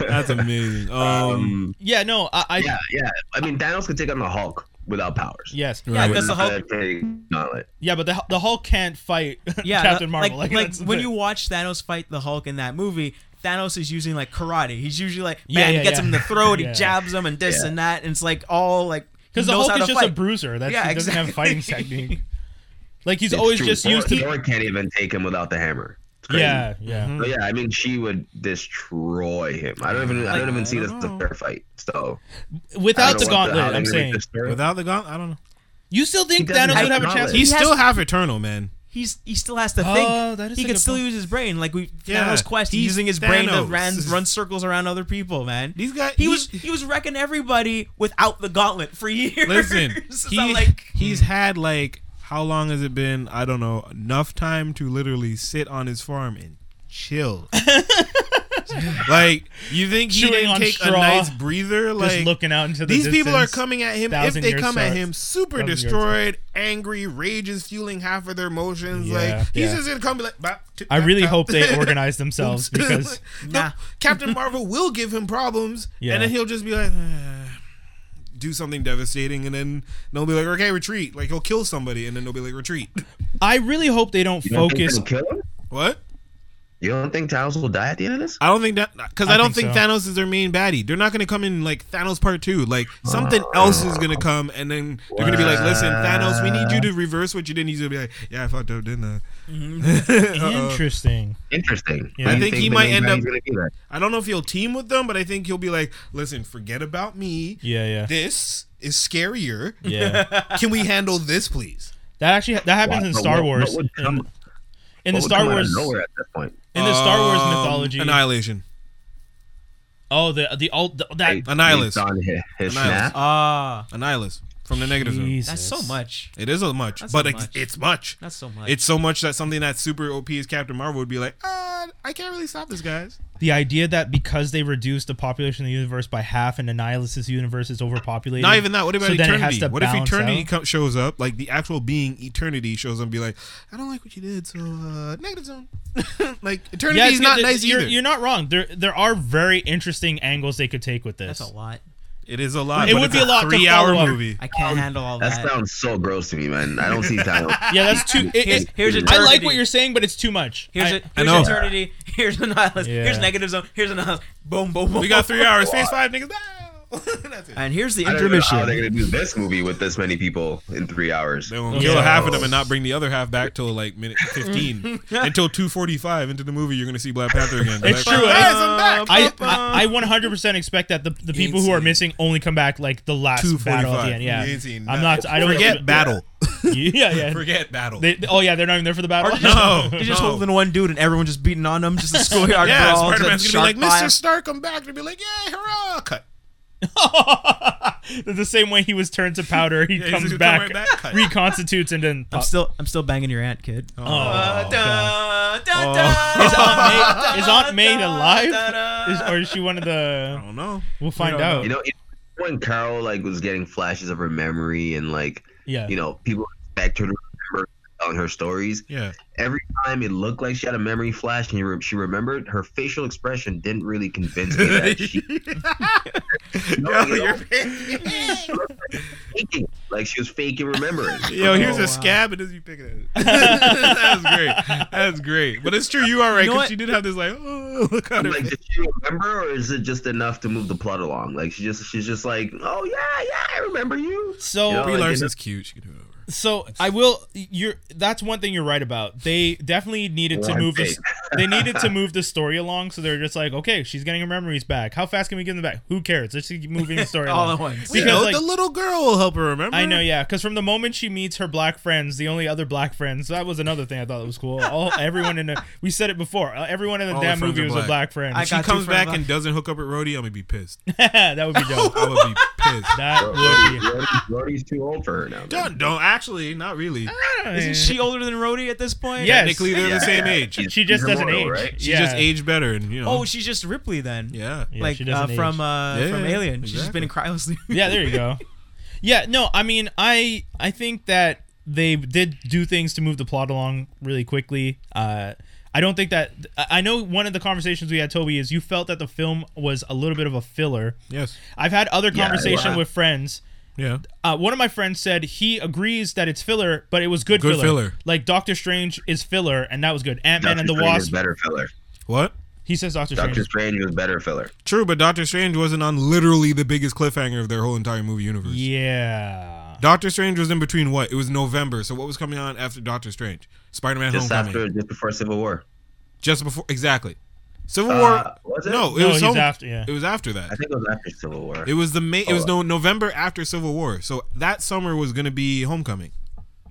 Speaker 8: That's amazing. Um,
Speaker 2: Um,
Speaker 3: Yeah, no, I, I
Speaker 2: yeah, yeah. I mean, Thanos could take on the Hulk without powers.
Speaker 3: yes,
Speaker 4: Yeah,
Speaker 8: Right.
Speaker 4: because the Hulk.
Speaker 2: Not a Gauntlet.
Speaker 3: yeah, but the the Hulk can't fight
Speaker 4: Yeah,
Speaker 3: Captain
Speaker 4: the-
Speaker 3: Marvel.
Speaker 4: Like,
Speaker 3: Like,
Speaker 4: like,
Speaker 3: that's the
Speaker 4: when
Speaker 3: thing.
Speaker 4: you watch Thanos fight the Hulk in that movie, Thanos is using like karate. He's usually like,
Speaker 3: Yeah,
Speaker 4: man,
Speaker 3: yeah,
Speaker 4: he gets
Speaker 3: yeah.
Speaker 4: him in the throat,
Speaker 3: Yeah.
Speaker 4: he jabs him, and this
Speaker 2: Yeah.
Speaker 4: and that, and it's like all like
Speaker 3: because the
Speaker 4: knows
Speaker 3: Hulk
Speaker 4: how
Speaker 3: is
Speaker 4: to
Speaker 3: just
Speaker 4: fight.
Speaker 3: a bruiser. That
Speaker 4: Yeah,
Speaker 3: he doesn't have fighting technique. Like he's
Speaker 2: It's
Speaker 3: always
Speaker 2: true.
Speaker 3: just
Speaker 2: Thor,
Speaker 3: used to.
Speaker 2: Thor can't even take him without the hammer. It's crazy.
Speaker 3: Yeah, yeah.
Speaker 2: But yeah, I mean, she would destroy him. I don't even. I don't even see this as a fair fight. So I
Speaker 3: Without
Speaker 2: don't
Speaker 3: the
Speaker 2: know what
Speaker 3: gauntlet,
Speaker 2: how they
Speaker 3: I'm
Speaker 2: would
Speaker 3: saying.
Speaker 2: destroy him.
Speaker 8: without the gauntlet, I don't know.
Speaker 3: You still think
Speaker 2: He doesn't
Speaker 3: Thanos
Speaker 2: have
Speaker 3: would have
Speaker 2: the
Speaker 3: a chance?
Speaker 2: gauntlet.
Speaker 8: He,
Speaker 2: He
Speaker 4: has-
Speaker 8: still half eternal, man.
Speaker 4: He's he still has to
Speaker 3: Oh,
Speaker 4: think.
Speaker 3: that is
Speaker 4: he
Speaker 3: a
Speaker 4: can
Speaker 3: good
Speaker 4: still
Speaker 3: point.
Speaker 4: use his brain. Like we
Speaker 8: Yeah,
Speaker 4: Thanos quest, he's
Speaker 8: he's
Speaker 4: using his brain to
Speaker 8: Thanos.
Speaker 4: ran, run circles around other people, man.
Speaker 8: These guys.
Speaker 4: he was he was wrecking everybody without the gauntlet for years.
Speaker 8: Listen,
Speaker 4: So,
Speaker 8: he,
Speaker 4: like
Speaker 3: hmm.
Speaker 8: he's had like how long has it been? I don't know. Enough time to literally sit on his farm and chill. like you think he
Speaker 3: Chewing
Speaker 8: didn't
Speaker 3: on
Speaker 8: take
Speaker 3: straw,
Speaker 8: a nice breather?
Speaker 3: Just
Speaker 8: Like
Speaker 3: looking out into the
Speaker 8: these people are
Speaker 3: distance.
Speaker 8: coming at him. If
Speaker 3: thousand
Speaker 8: they
Speaker 3: years
Speaker 8: come at
Speaker 3: starts.
Speaker 8: him, super
Speaker 3: Thousand years
Speaker 8: destroyed, angry, rage is fueling half of their emotions.
Speaker 3: Yeah,
Speaker 8: like he's
Speaker 3: yeah.
Speaker 8: just gonna come be like. "Bop, tip,
Speaker 3: I
Speaker 8: bop,
Speaker 3: really
Speaker 8: bop."
Speaker 3: hope they organize themselves because
Speaker 8: No,
Speaker 4: Nah.
Speaker 8: Captain Marvel will give him problems,
Speaker 3: Yeah.
Speaker 8: and then he'll just be like, "Ah," do something devastating, and then they'll be like, okay, retreat. Like he'll kill somebody, and then they'll be like, retreat.
Speaker 3: I really hope they don't
Speaker 2: You don't think
Speaker 3: focus.
Speaker 2: they'll kill him?
Speaker 8: What?
Speaker 2: You don't think Thanos will die at the end of this?
Speaker 8: I don't think that because I,
Speaker 3: I
Speaker 8: don't
Speaker 3: think
Speaker 8: think,
Speaker 3: so.
Speaker 8: Thanos is their main baddie. They're not gonna come in like Thanos Part Two. Like something else is gonna come, and then they're gonna be like, listen, Thanos, we need you to reverse what you didn't. He's gonna be like, yeah, I fucked up, didn't I? Uh-oh.
Speaker 3: Interesting.
Speaker 2: Interesting.
Speaker 3: Yeah. I
Speaker 2: You
Speaker 8: think
Speaker 2: the
Speaker 8: he might
Speaker 2: main
Speaker 8: end
Speaker 2: guy's
Speaker 8: up-
Speaker 2: gonna do that?
Speaker 8: I don't know if he'll team with them, but I think he'll be like, listen, forget about me.
Speaker 3: Yeah, yeah,
Speaker 8: This is scarier.
Speaker 3: yeah.
Speaker 8: Can we handle this, please?
Speaker 3: That actually that happens
Speaker 2: But
Speaker 3: in
Speaker 2: what-
Speaker 3: Star
Speaker 2: what
Speaker 3: Wars.
Speaker 2: would
Speaker 3: In-
Speaker 2: come-
Speaker 3: in the
Speaker 2: what would
Speaker 3: Star
Speaker 2: come out of
Speaker 3: Wars,
Speaker 2: nowhere at this point.
Speaker 3: in the Star
Speaker 4: Uh,
Speaker 3: Wars
Speaker 8: Um,
Speaker 3: mythology,
Speaker 8: Annihilation.
Speaker 3: oh the the old the, that
Speaker 2: Based-
Speaker 8: Annihilus.
Speaker 2: based on his, his
Speaker 8: Annihilus.
Speaker 3: Oh,
Speaker 2: snap.
Speaker 4: ah,
Speaker 8: Annihilus from the negative zone.
Speaker 3: Jesus.
Speaker 4: that's so much.
Speaker 8: It is a much,
Speaker 4: That's
Speaker 8: but
Speaker 4: a
Speaker 8: it's-
Speaker 4: much.
Speaker 8: it's much.
Speaker 4: That's so much.
Speaker 8: It's so much that something that's super OP as Captain Marvel would be like, uh, I can't really stop this, guys.
Speaker 3: The idea that because they reduced the population of the universe by half, and Annihilus's universe is overpopulated.
Speaker 8: Not even that. What about
Speaker 3: so then it has
Speaker 8: eternity?
Speaker 3: to
Speaker 8: What if
Speaker 3: balance
Speaker 8: eternity
Speaker 3: out?
Speaker 8: co- shows up, like the actual being eternity shows up and be like, I don't like what you did, so uh, negative zone. like eternity
Speaker 3: Yeah,
Speaker 8: is
Speaker 3: it's-
Speaker 8: not
Speaker 3: it-
Speaker 8: nice
Speaker 3: you're,
Speaker 8: either.
Speaker 3: You're not wrong. There there are very interesting angles they could take with this.
Speaker 4: that's a lot.
Speaker 8: It is a lot.
Speaker 3: It
Speaker 8: but
Speaker 3: would
Speaker 8: it's
Speaker 3: be a lot to
Speaker 8: Three-hour
Speaker 3: follow up.
Speaker 8: movie.
Speaker 4: I
Speaker 3: Um,
Speaker 4: can't handle all
Speaker 2: That
Speaker 4: that.
Speaker 2: sounds so gross to me, man. I don't see Thanos.
Speaker 3: Yeah, that's too. It,
Speaker 4: Here's-
Speaker 3: it,
Speaker 4: here's
Speaker 3: I like
Speaker 4: eternity.
Speaker 3: what you're saying, but it's too much.
Speaker 4: Here's,
Speaker 3: I-
Speaker 4: a, here's
Speaker 8: know.
Speaker 4: eternity. Here's the nihilist.
Speaker 3: Yeah.
Speaker 4: Here's negative zone. Here's the nihilist. Boom, boom, boom.
Speaker 8: We got three hours. Phase five, niggas. Ah!
Speaker 1: That's it.
Speaker 4: And here's the
Speaker 2: I don't know how they're
Speaker 4: intermission.
Speaker 2: gonna do this movie with this many people in three hours.
Speaker 8: They will kill
Speaker 3: Yeah.
Speaker 8: half of them and not bring the other half back till like minute fifteen, until two forty-five into the movie. You're gonna see Black Panther again.
Speaker 3: It's
Speaker 8: Black
Speaker 3: true.
Speaker 8: Panther-
Speaker 1: Guys, I'm back.
Speaker 3: I, I I 100% expect that the, the people who are
Speaker 8: Insane.
Speaker 3: missing only come back like the last battle at the
Speaker 8: 245.
Speaker 3: end. Yeah,
Speaker 1: You ain't seen
Speaker 3: I'm
Speaker 1: that.
Speaker 3: not. I don't
Speaker 8: Forget battle.
Speaker 3: Yeah, yeah.
Speaker 8: Forget battle.
Speaker 3: They, oh yeah, they're not even there for the battle.
Speaker 8: no,
Speaker 4: He's just
Speaker 8: no.
Speaker 4: holding one dude and everyone just beating on him, just a schoolyard
Speaker 8: Yeah,
Speaker 4: brawl.
Speaker 8: Spider Man's
Speaker 4: just
Speaker 8: gonna be
Speaker 4: shark
Speaker 8: like,
Speaker 4: fire.
Speaker 8: Mr. Stark, I'm back. And be like, Yay, hurrah! Cut.
Speaker 3: the same way he was turned to powder, he
Speaker 8: he's
Speaker 3: comes
Speaker 8: gonna come
Speaker 3: back,
Speaker 8: right back, cut.
Speaker 3: reconstitutes, and then.
Speaker 4: I'm still, I'm still banging your aunt, kid.
Speaker 3: Oh, God.
Speaker 8: Oh.
Speaker 3: Is Aunt May, is Aunt May alive? Is, or is she one of
Speaker 8: I
Speaker 3: the?
Speaker 8: don't know.
Speaker 3: We'll find
Speaker 8: don't
Speaker 3: out.
Speaker 2: You know, when Carol like was getting flashes of her memory and like
Speaker 3: yeah.
Speaker 2: you know people expect her to remember telling her stories.
Speaker 8: Yeah.
Speaker 2: Every time it looked like she had a memory flash and you re- she remembered, her facial expression didn't really convince me that she. No, you know, she looked like she was faking, like she was faking remembering.
Speaker 8: Yo, here's
Speaker 4: wow.
Speaker 8: a scab, and as you picking at it, that's great. That's great. But it's true, you are right
Speaker 4: You know
Speaker 8: because
Speaker 4: what?
Speaker 8: she did have this like, oh, look at
Speaker 2: I'm
Speaker 8: her.
Speaker 2: like,
Speaker 8: face."
Speaker 2: did she remember, or is it just enough to move the plot along? Like she just, she's just like, oh yeah, yeah, I remember you.
Speaker 3: So
Speaker 2: You know,
Speaker 8: Brie
Speaker 2: like,
Speaker 8: Larson's cute. She can do it.
Speaker 3: So I will. You're. That's one thing you're right about. They definitely needed to
Speaker 2: One
Speaker 3: move.
Speaker 2: thing.
Speaker 3: The, they needed to move the story along. So they're just like, okay, she's getting her memories back. How fast can we get them back? Who cares? Let's just keep moving the story
Speaker 4: All
Speaker 3: along.
Speaker 4: at once.
Speaker 3: Because,
Speaker 8: You know,
Speaker 3: like-
Speaker 8: the little girl will help her remember.
Speaker 3: I know, yeah, because from the moment she meets her black friends, the only other black friends, that was another thing I thought was cool. All everyone in the, we said it before, uh, everyone in the
Speaker 8: All
Speaker 3: damn
Speaker 8: her friends
Speaker 3: movie was
Speaker 8: are
Speaker 3: a black
Speaker 8: black.
Speaker 3: friend.
Speaker 4: I
Speaker 8: If
Speaker 4: got
Speaker 8: she
Speaker 4: you
Speaker 8: comes back
Speaker 4: forever.
Speaker 8: and doesn't hook up with Rhodey, I'm gonna be pissed.
Speaker 3: that would be dope.
Speaker 8: I would be pissed.
Speaker 3: That would be.
Speaker 2: Rhodey- Rhodey's too old for her now. man.
Speaker 8: Don't, don't actually, not really.
Speaker 4: Isn't she older than Rhodey at this point?
Speaker 3: Yes.
Speaker 8: Technically, they're
Speaker 2: Yeah,
Speaker 8: the same
Speaker 2: yeah.
Speaker 8: age.
Speaker 2: She's-
Speaker 3: She just
Speaker 2: she's
Speaker 3: doesn't
Speaker 2: immortal,
Speaker 3: age.
Speaker 2: right?
Speaker 8: She
Speaker 3: yeah.
Speaker 8: just aged better, and you know.
Speaker 4: Oh, she's just Ripley then.
Speaker 8: yeah.
Speaker 3: Yeah,
Speaker 4: like
Speaker 3: she
Speaker 4: uh,
Speaker 3: doesn't
Speaker 4: from
Speaker 3: age.
Speaker 4: uh,
Speaker 8: Yeah,
Speaker 4: from
Speaker 8: yeah,
Speaker 4: Alien. She's just
Speaker 8: exactly.
Speaker 4: been in cryosleep.
Speaker 3: yeah there you go yeah no i mean i i think that they did do things to move the plot along really quickly uh I don't think that I I know one of the conversations we had, Toby, is you felt that the film was a little bit of a filler.
Speaker 8: Yes.
Speaker 3: I've had other
Speaker 2: Yeah,
Speaker 3: conversation
Speaker 2: yeah.
Speaker 3: with friends.
Speaker 8: Yeah.
Speaker 3: Uh, one of my friends said he agrees that it's filler, but it was good,
Speaker 8: Good
Speaker 3: filler.
Speaker 8: filler.
Speaker 3: Like Doctor Strange is filler, and that was good. Ant Man
Speaker 2: Doctor
Speaker 3: and the
Speaker 2: Strange was
Speaker 3: Wasp.
Speaker 2: better filler.
Speaker 8: What?
Speaker 3: He says Doctor,
Speaker 2: Doctor
Speaker 3: Strange.
Speaker 2: Strange was better filler.
Speaker 8: True, but Doctor Strange wasn't on literally the biggest cliffhanger of their whole entire movie universe.
Speaker 3: Yeah.
Speaker 8: Doctor Strange was in between what? It was November. So what was coming on after Doctor Strange? Spider-Man:
Speaker 2: Just
Speaker 8: Homecoming.
Speaker 2: after, just before Civil War.
Speaker 8: Just before, exactly. Civil
Speaker 2: Uh,
Speaker 8: War.
Speaker 2: was it?
Speaker 8: No, it
Speaker 3: No,
Speaker 8: was
Speaker 3: Oh, he's
Speaker 8: home-
Speaker 3: after. Yeah.
Speaker 8: It was after that.
Speaker 2: I think it was after Civil War.
Speaker 8: It was the May. It was
Speaker 2: Oh.
Speaker 8: no November after Civil War. So that summer was gonna be Homecoming,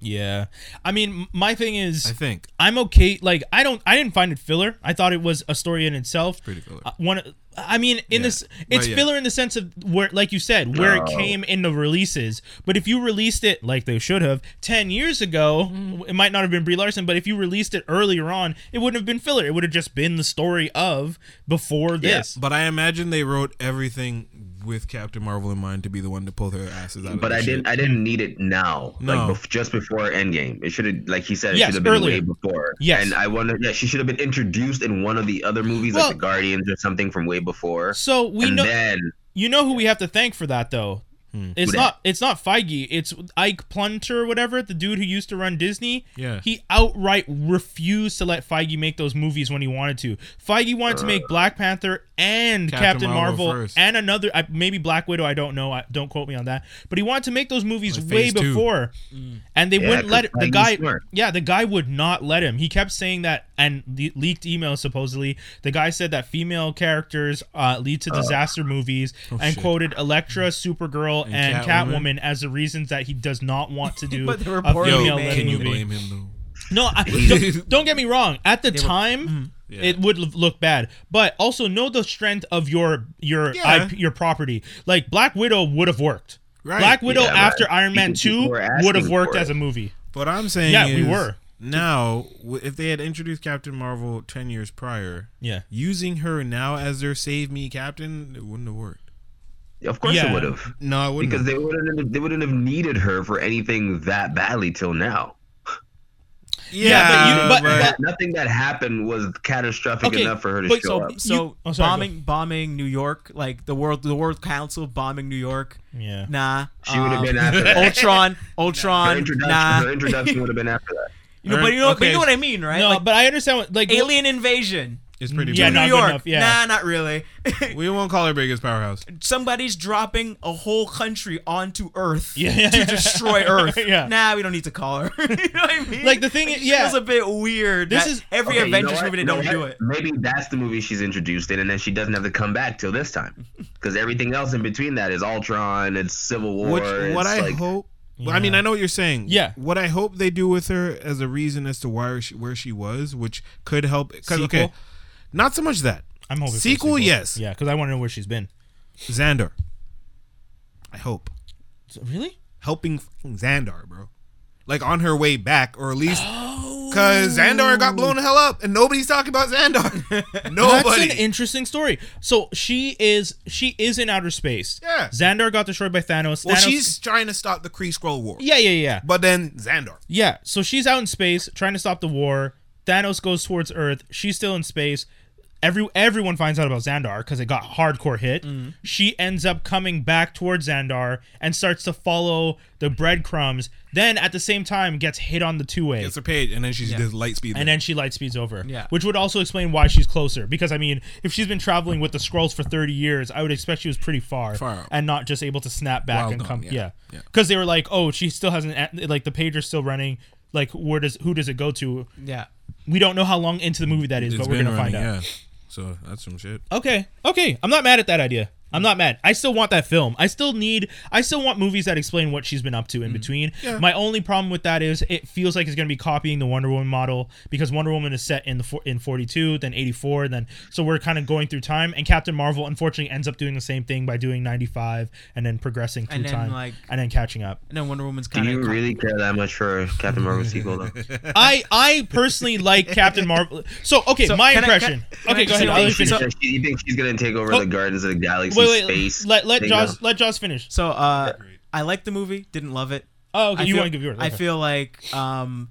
Speaker 3: Yeah. I mean, my thing is,
Speaker 8: I think.
Speaker 3: I'm okay. Like I don't, I didn't find it filler. I thought it was a story in itself.
Speaker 8: pretty filler.
Speaker 3: Uh, one, I mean, in this, it's
Speaker 8: yeah.
Speaker 3: filler in the sense of where, like you said, where it
Speaker 2: No.
Speaker 3: came in the releases. But if you released it like they should have ten years ago,
Speaker 2: Mm-hmm.
Speaker 3: it might not have been Brie Larson. But if you released it earlier on, it wouldn't have been filler. It would have just been the story of before this.
Speaker 8: But I imagine they wrote everything with Captain Marvel in mind to be the one to pull their asses out. of
Speaker 2: but
Speaker 8: this
Speaker 2: I
Speaker 8: shit.
Speaker 2: didn't. I didn't need it now.
Speaker 8: No.
Speaker 2: Like bef- just before Endgame, it should have. Like he said, it
Speaker 3: Yes,
Speaker 2: should have been
Speaker 3: earlier.
Speaker 2: way before.
Speaker 3: Yes.
Speaker 2: And I wonder. Yeah, she should have been introduced in one of the other movies,
Speaker 3: Well-
Speaker 2: like the Guardians or something, from way before.
Speaker 3: So we
Speaker 2: and
Speaker 3: know.
Speaker 2: then
Speaker 3: You know who we have to thank for that though. It's
Speaker 2: Who
Speaker 3: not it's not Feige. It's Ike Plunter or whatever, the dude who used to run Disney.
Speaker 8: Yeah.
Speaker 3: He outright refused to let Feige make those movies when he wanted to. Feige wanted to make Black Panther and Captain,
Speaker 8: Captain
Speaker 3: Marvel,
Speaker 8: Marvel first.
Speaker 3: and another I- maybe Black Widow, I don't know. I, don't quote me on that. But he wanted to make those movies
Speaker 8: Like
Speaker 3: way
Speaker 8: Phase Two. Mm.
Speaker 3: before. And they
Speaker 2: Yeah,
Speaker 3: wouldn't let it, the
Speaker 2: Feige's
Speaker 3: guy
Speaker 2: smart.
Speaker 3: yeah, the guy would not let him. He kept saying that, and the leaked email supposedly, the guy said that female characters uh, lead to disaster movies, and
Speaker 8: shit.
Speaker 3: quoted Elektra, Supergirl, and, Catwoman.
Speaker 8: Catwoman.
Speaker 3: as the reasons that he does not want to do
Speaker 4: But they were
Speaker 3: a
Speaker 4: poorly
Speaker 8: Yo,
Speaker 3: female
Speaker 4: made.
Speaker 8: can
Speaker 3: led
Speaker 8: you
Speaker 3: movie.
Speaker 8: blame him though?
Speaker 3: No, I, don't, don't get me wrong. At the time,
Speaker 8: Mm-hmm.
Speaker 3: it would l- look bad, but also know the strength of your your
Speaker 8: Yeah.
Speaker 3: IP, your property. Like Black Widow would have worked.
Speaker 8: Right.
Speaker 3: Black Widow
Speaker 2: Yeah, but
Speaker 3: after Iron Man
Speaker 2: people- people
Speaker 3: two
Speaker 2: were
Speaker 3: would have
Speaker 2: asking
Speaker 3: worked
Speaker 2: for it.
Speaker 3: as a movie.
Speaker 8: But I'm saying,
Speaker 3: Yeah, we
Speaker 8: is
Speaker 3: were.
Speaker 8: Now, w- if they had introduced Captain Marvel ten years prior,
Speaker 3: Yeah.
Speaker 8: using her now as their save me captain, it wouldn't have worked.
Speaker 2: of course
Speaker 3: Yeah.
Speaker 2: it would have.
Speaker 8: No, it wouldn't.
Speaker 2: Because they wouldn't. have- They wouldn't have needed her for anything that badly till now.
Speaker 3: Yeah, but you- but-
Speaker 2: Nothing that happened was catastrophic
Speaker 3: Okay,
Speaker 2: enough for her to
Speaker 3: but-
Speaker 2: show
Speaker 4: So,
Speaker 2: up.
Speaker 4: so
Speaker 3: oh, sorry, go.
Speaker 4: bombing, bombing New York, like the world, the World Council bombing New York.
Speaker 3: Yeah.
Speaker 4: Nah,
Speaker 2: She would have
Speaker 4: um,
Speaker 2: been after that.
Speaker 4: Ultron,
Speaker 2: Her
Speaker 4: Ultron,
Speaker 2: introduction,
Speaker 4: nah.
Speaker 2: her introduction would have been after that.
Speaker 4: You know, but you know, but
Speaker 8: Okay.
Speaker 4: you know what I mean, right?
Speaker 3: No,
Speaker 4: like,
Speaker 3: but I understand what like
Speaker 4: alien invasion.
Speaker 1: It's pretty
Speaker 3: Yeah,
Speaker 1: big.
Speaker 3: not
Speaker 4: New
Speaker 3: good
Speaker 4: York.
Speaker 3: enough, yeah.
Speaker 4: Nah, not really.
Speaker 1: We won't call her biggest powerhouse.
Speaker 4: Somebody's dropping a whole country onto Earth
Speaker 3: Yeah, yeah,
Speaker 4: to
Speaker 3: yeah.
Speaker 4: destroy Earth.
Speaker 3: Yeah.
Speaker 4: Nah, we don't need to call her. you know what I mean?
Speaker 3: Like, the thing is-
Speaker 4: It
Speaker 3: yeah.
Speaker 4: was a bit weird.
Speaker 3: This
Speaker 4: This
Speaker 3: is-
Speaker 4: is every
Speaker 2: Okay, you know
Speaker 4: Avengers
Speaker 2: what?
Speaker 4: movie they
Speaker 2: You know
Speaker 4: don't do
Speaker 2: what?
Speaker 4: it.
Speaker 2: Maybe that's the movie she's introduced in, and then she doesn't have to come back till this time, because everything else in between that is Ultron, it's Civil War.
Speaker 1: Which,
Speaker 2: it's
Speaker 1: what I
Speaker 2: like,
Speaker 1: hope. Well, I mean, I know what you're saying.
Speaker 3: Yeah.
Speaker 1: What I hope they do with her as a reason as to why she, where she was, which could help. 'cause, okay,
Speaker 3: Sequel?
Speaker 1: not so much that
Speaker 3: I'm hoping for a
Speaker 1: Sequel, yes.
Speaker 3: Yeah, because I want to know where she's been.
Speaker 1: Xander. I hope
Speaker 3: So- Really?
Speaker 1: helping fucking Xandar, bro. Like on her way back, or at least
Speaker 3: Oh.
Speaker 1: because Xandar got blown the hell up, and nobody's talking about Xandar.
Speaker 3: That's an
Speaker 1: Nobody.
Speaker 3: interesting story. So she is she is in outer space.
Speaker 1: Yeah.
Speaker 3: Xandar got destroyed by Thanos.
Speaker 1: well,
Speaker 3: Thanos-
Speaker 1: she's trying to stop the Kree Scroll War,
Speaker 3: yeah, yeah, yeah.
Speaker 1: but then Xandar.
Speaker 3: Yeah, so she's out in space trying to stop the war. Thanos goes towards Earth. She's still in space. Every everyone finds out about Xandar because it got hardcore hit. She ends up coming back towards Xandar and starts to follow the breadcrumbs. Then at the same time gets hit on the two way.
Speaker 1: It's her page, and then she's just light speed.
Speaker 3: and then she light speeds over.
Speaker 4: Yeah.
Speaker 3: Which would also explain why she's closer. Because I mean, if she's been traveling with the scrolls for thirty years, I would expect she was pretty far,
Speaker 1: Far out.
Speaker 3: and not just able to snap back
Speaker 1: Wild
Speaker 3: and
Speaker 1: gone,
Speaker 3: come.
Speaker 1: yeah,
Speaker 3: Yeah.
Speaker 1: yeah.
Speaker 3: Because they were like, oh, she still hasn't a- like the pager's still running. Like, where does who does it go to?
Speaker 4: Yeah.
Speaker 3: We don't know how long into the movie that is,
Speaker 1: It's
Speaker 3: but we're
Speaker 1: been
Speaker 3: gonna find
Speaker 1: running,
Speaker 3: out.
Speaker 1: Yeah. So that's some shit.
Speaker 3: Okay. Okay. I'm not mad at that idea. I'm not mad. I still want that film. I still need. I still want movies that explain what she's been up to in between. My only problem with that is it feels like it's going to be copying the Wonder Woman model because Wonder Woman is set in the for, in 42, then 84, then so we're kind of going through time. And Captain Marvel unfortunately ends up doing the same thing by doing 95 and then progressing through
Speaker 4: And then,
Speaker 3: time
Speaker 4: like-
Speaker 3: and then catching up.
Speaker 4: And then Wonder Woman's
Speaker 2: Do
Speaker 4: kind
Speaker 2: you
Speaker 4: of.
Speaker 2: really care that much for Captain Marvel sequel though?
Speaker 3: I I personally like Captain Marvel. So okay,
Speaker 4: So,
Speaker 3: my
Speaker 4: can I-
Speaker 3: impression.
Speaker 4: can- can I
Speaker 3: okay,
Speaker 4: just
Speaker 3: go ahead.
Speaker 4: say
Speaker 3: I'll let you
Speaker 4: one thing?
Speaker 3: finish.
Speaker 4: So-
Speaker 2: She- you think she's gonna take over
Speaker 3: Oh.
Speaker 2: the Guardians of the Galaxy
Speaker 3: Wait, wait.
Speaker 2: space?
Speaker 3: Let let
Speaker 2: thing, though?
Speaker 3: Jaws let Jaws finish.
Speaker 4: So uh, I liked the movie. Didn't love it.
Speaker 3: Oh, okay.
Speaker 4: I
Speaker 3: you
Speaker 4: feel-
Speaker 3: want to give yours?
Speaker 4: I
Speaker 3: okay.
Speaker 4: feel like um,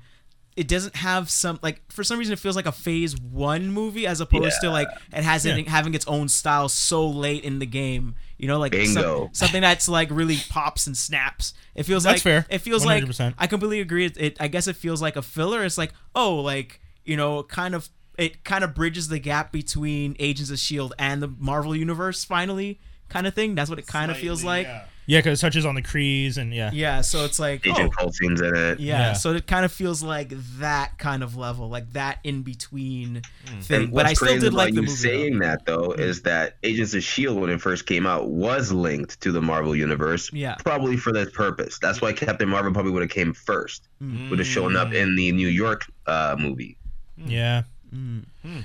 Speaker 4: it doesn't have some like for some reason it feels like a phase one movie as opposed to like it has it having its own style so late in the game. You know, like some-
Speaker 2: Bingo.
Speaker 4: something that's like really pops and snaps. It feels
Speaker 3: That's
Speaker 4: like
Speaker 3: fair.
Speaker 4: It feels
Speaker 3: 100%.
Speaker 4: like I completely agree. It, it I guess it feels like a filler. It's like oh, like you know, kind of. It kind of bridges the gap between Agents of Shield E and the Marvel Universe, finally, kind of thing. That's what it kind of feels like. Yeah.
Speaker 3: Yeah, because it touches on the Crees and yeah.
Speaker 4: so it's like
Speaker 2: Agent
Speaker 4: oh,
Speaker 2: Coulson's in it.
Speaker 4: yeah,
Speaker 3: Yeah.
Speaker 4: so it kind of feels like that kind of level, like that in between
Speaker 3: Mm.
Speaker 4: thing.
Speaker 2: And
Speaker 4: But
Speaker 2: what's
Speaker 4: I still
Speaker 2: crazy
Speaker 4: did
Speaker 2: about
Speaker 4: like the
Speaker 2: you
Speaker 4: movie. though. Mm-hmm.
Speaker 2: saying that though is that Agents of Shield E when it first came out was linked to the Marvel universe.
Speaker 4: Yeah.
Speaker 2: Probably for that purpose. That's why Captain Marvel probably would have came first.
Speaker 4: Mm-hmm.
Speaker 2: Would have shown up in the New York uh, movie.
Speaker 3: Yeah.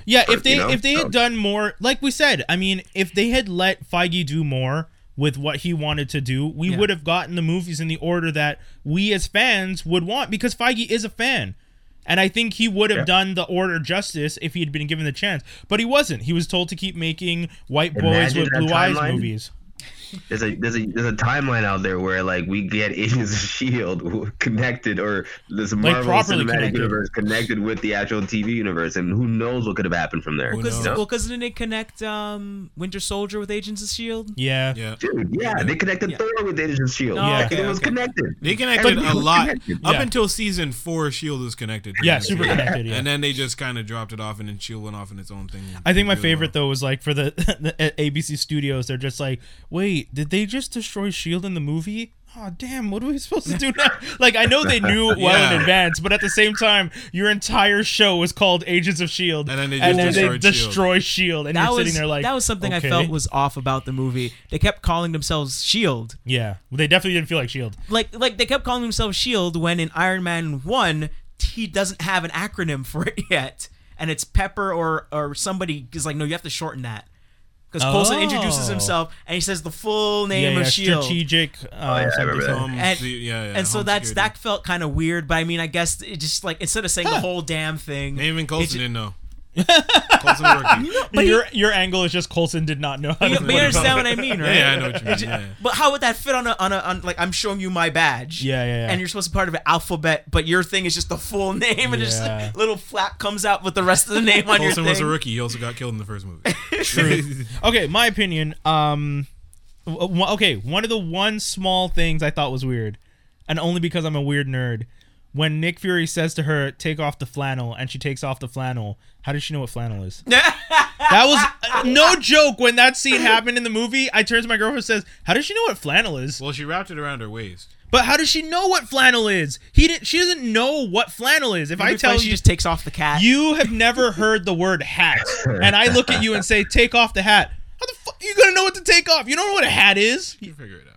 Speaker 3: Yeah, if
Speaker 2: Or,
Speaker 3: they
Speaker 2: you know,
Speaker 3: if they had
Speaker 2: so-
Speaker 3: done more, like we said, I mean, if they had let Feige do more with what he wanted to do, we
Speaker 4: Yeah.
Speaker 3: would have gotten the movies in the order that we as fans would want because Feige is a fan. And I think he would have done the order justice if he had been given the chance, but he wasn't. He was told to keep making white boys
Speaker 2: Imagine
Speaker 3: with
Speaker 2: that
Speaker 3: blue eyes
Speaker 2: timeline.
Speaker 3: movies.
Speaker 2: There's a there's a there's a timeline out there where like we get Agents of Shield E connected or this Marvel
Speaker 3: properly
Speaker 2: Cinematic
Speaker 3: connected.
Speaker 2: Universe connected with the actual TV universe, and who knows what could have happened from there.
Speaker 1: Who
Speaker 2: you
Speaker 1: No.
Speaker 4: Cause,
Speaker 2: know?
Speaker 4: Well, because didn't it connect um, Winter Soldier with Agents of Shield?
Speaker 3: Yeah.
Speaker 1: Yeah.
Speaker 2: Dude, yeah, they connected
Speaker 4: Yeah.
Speaker 2: Thor with Agents of Shield.
Speaker 4: Oh,
Speaker 2: E Like,
Speaker 3: okay,
Speaker 2: it was
Speaker 4: okay.
Speaker 2: connected.
Speaker 3: Mm.
Speaker 1: They connected
Speaker 2: Everything
Speaker 1: a
Speaker 2: was
Speaker 1: lot
Speaker 2: connected.
Speaker 1: up
Speaker 3: Yeah.
Speaker 1: until season four.
Speaker 8: E
Speaker 1: Shield was connected. to
Speaker 3: Yeah,
Speaker 1: the
Speaker 3: super
Speaker 1: MCU.
Speaker 3: connected, yeah.
Speaker 1: And then they just kind of dropped it off, and then
Speaker 8: E
Speaker 1: Shield went off in its own thing.
Speaker 3: I think my
Speaker 1: Really
Speaker 3: favorite
Speaker 1: well.
Speaker 3: though was like for the, the at ABC Studios, they're just like, wait, did they just destroy Shield E in the movie? Oh damn! What are we supposed to do now? Like I know they knew it well in
Speaker 1: Yeah.
Speaker 3: advance, but at the same time, your entire show was called Agents of Shield,
Speaker 1: And then they
Speaker 3: E and
Speaker 1: just
Speaker 3: then they
Speaker 1: destroyed SHIELD.
Speaker 3: destroy Shield, E and
Speaker 4: That
Speaker 3: you're
Speaker 4: was
Speaker 3: sitting there like
Speaker 4: that was something
Speaker 3: okay.
Speaker 4: I felt was off about the movie. They kept calling themselves Shield,
Speaker 3: yeah. They definitely didn't feel like Shield.
Speaker 4: E like like they kept calling themselves Shield E when in Iron Man one he doesn't have an acronym for it yet, and it's Pepper or or somebody is like, no, you have to shorten that. Because Coulson introduces
Speaker 3: Oh.
Speaker 4: himself and he says the full name
Speaker 3: yeah,
Speaker 4: of
Speaker 3: yeah,
Speaker 4: Shield.
Speaker 3: strategic.
Speaker 1: Oh,
Speaker 3: Uh,
Speaker 2: I
Speaker 3: something,
Speaker 2: remember that.
Speaker 8: Um,
Speaker 1: Home
Speaker 3: something.
Speaker 4: And-
Speaker 1: se- yeah, yeah,
Speaker 4: and so
Speaker 1: home
Speaker 4: that's
Speaker 1: security.
Speaker 4: that felt kind of weird but i mean i guess it just like instead of saying the whole damn thing
Speaker 1: Even
Speaker 4: it
Speaker 1: Coulson
Speaker 4: ju-
Speaker 1: didn't know. Coulson working.
Speaker 3: your your angle is just Colson did not know how
Speaker 4: you,
Speaker 3: to.
Speaker 4: but you understand what i mean
Speaker 1: Yeah,
Speaker 4: right
Speaker 1: yeah, I know what you mean. Yeah, yeah.
Speaker 4: but how would that fit on a on a on like i'm showing you my badge
Speaker 3: Yeah, yeah, yeah.
Speaker 4: and you're supposed to be part of an alphabet but your thing is just the full name and just
Speaker 3: Yeah.
Speaker 4: little flap comes out with the rest of the name on
Speaker 1: Coulson
Speaker 4: your
Speaker 1: was a
Speaker 4: thing
Speaker 1: rookie. He also got killed in the first movie.
Speaker 3: okay, my opinion. Um, w- w- okay, one of the one small things I thought was weird, and only because I'm a weird nerd, when Nick Fury says to her, "Take off the flannel," and she takes off the flannel. How does she know what flannel is? that was uh, no joke. When that scene happened in the movie, I turned to my girlfriend and says, "How does she know what flannel is?"
Speaker 8: Well, she wrapped it around her waist.
Speaker 3: But how does she know what flannel is? He didn't. She doesn't know what flannel is. If I
Speaker 4: Maybe
Speaker 3: tell
Speaker 4: she
Speaker 3: you,
Speaker 4: just takes off the cat.
Speaker 3: you have never heard the word hat, and I look at you and say, "Take off the hat." How the fuck you gonna know what to take off? You don't know what a hat is.
Speaker 8: You figure it out.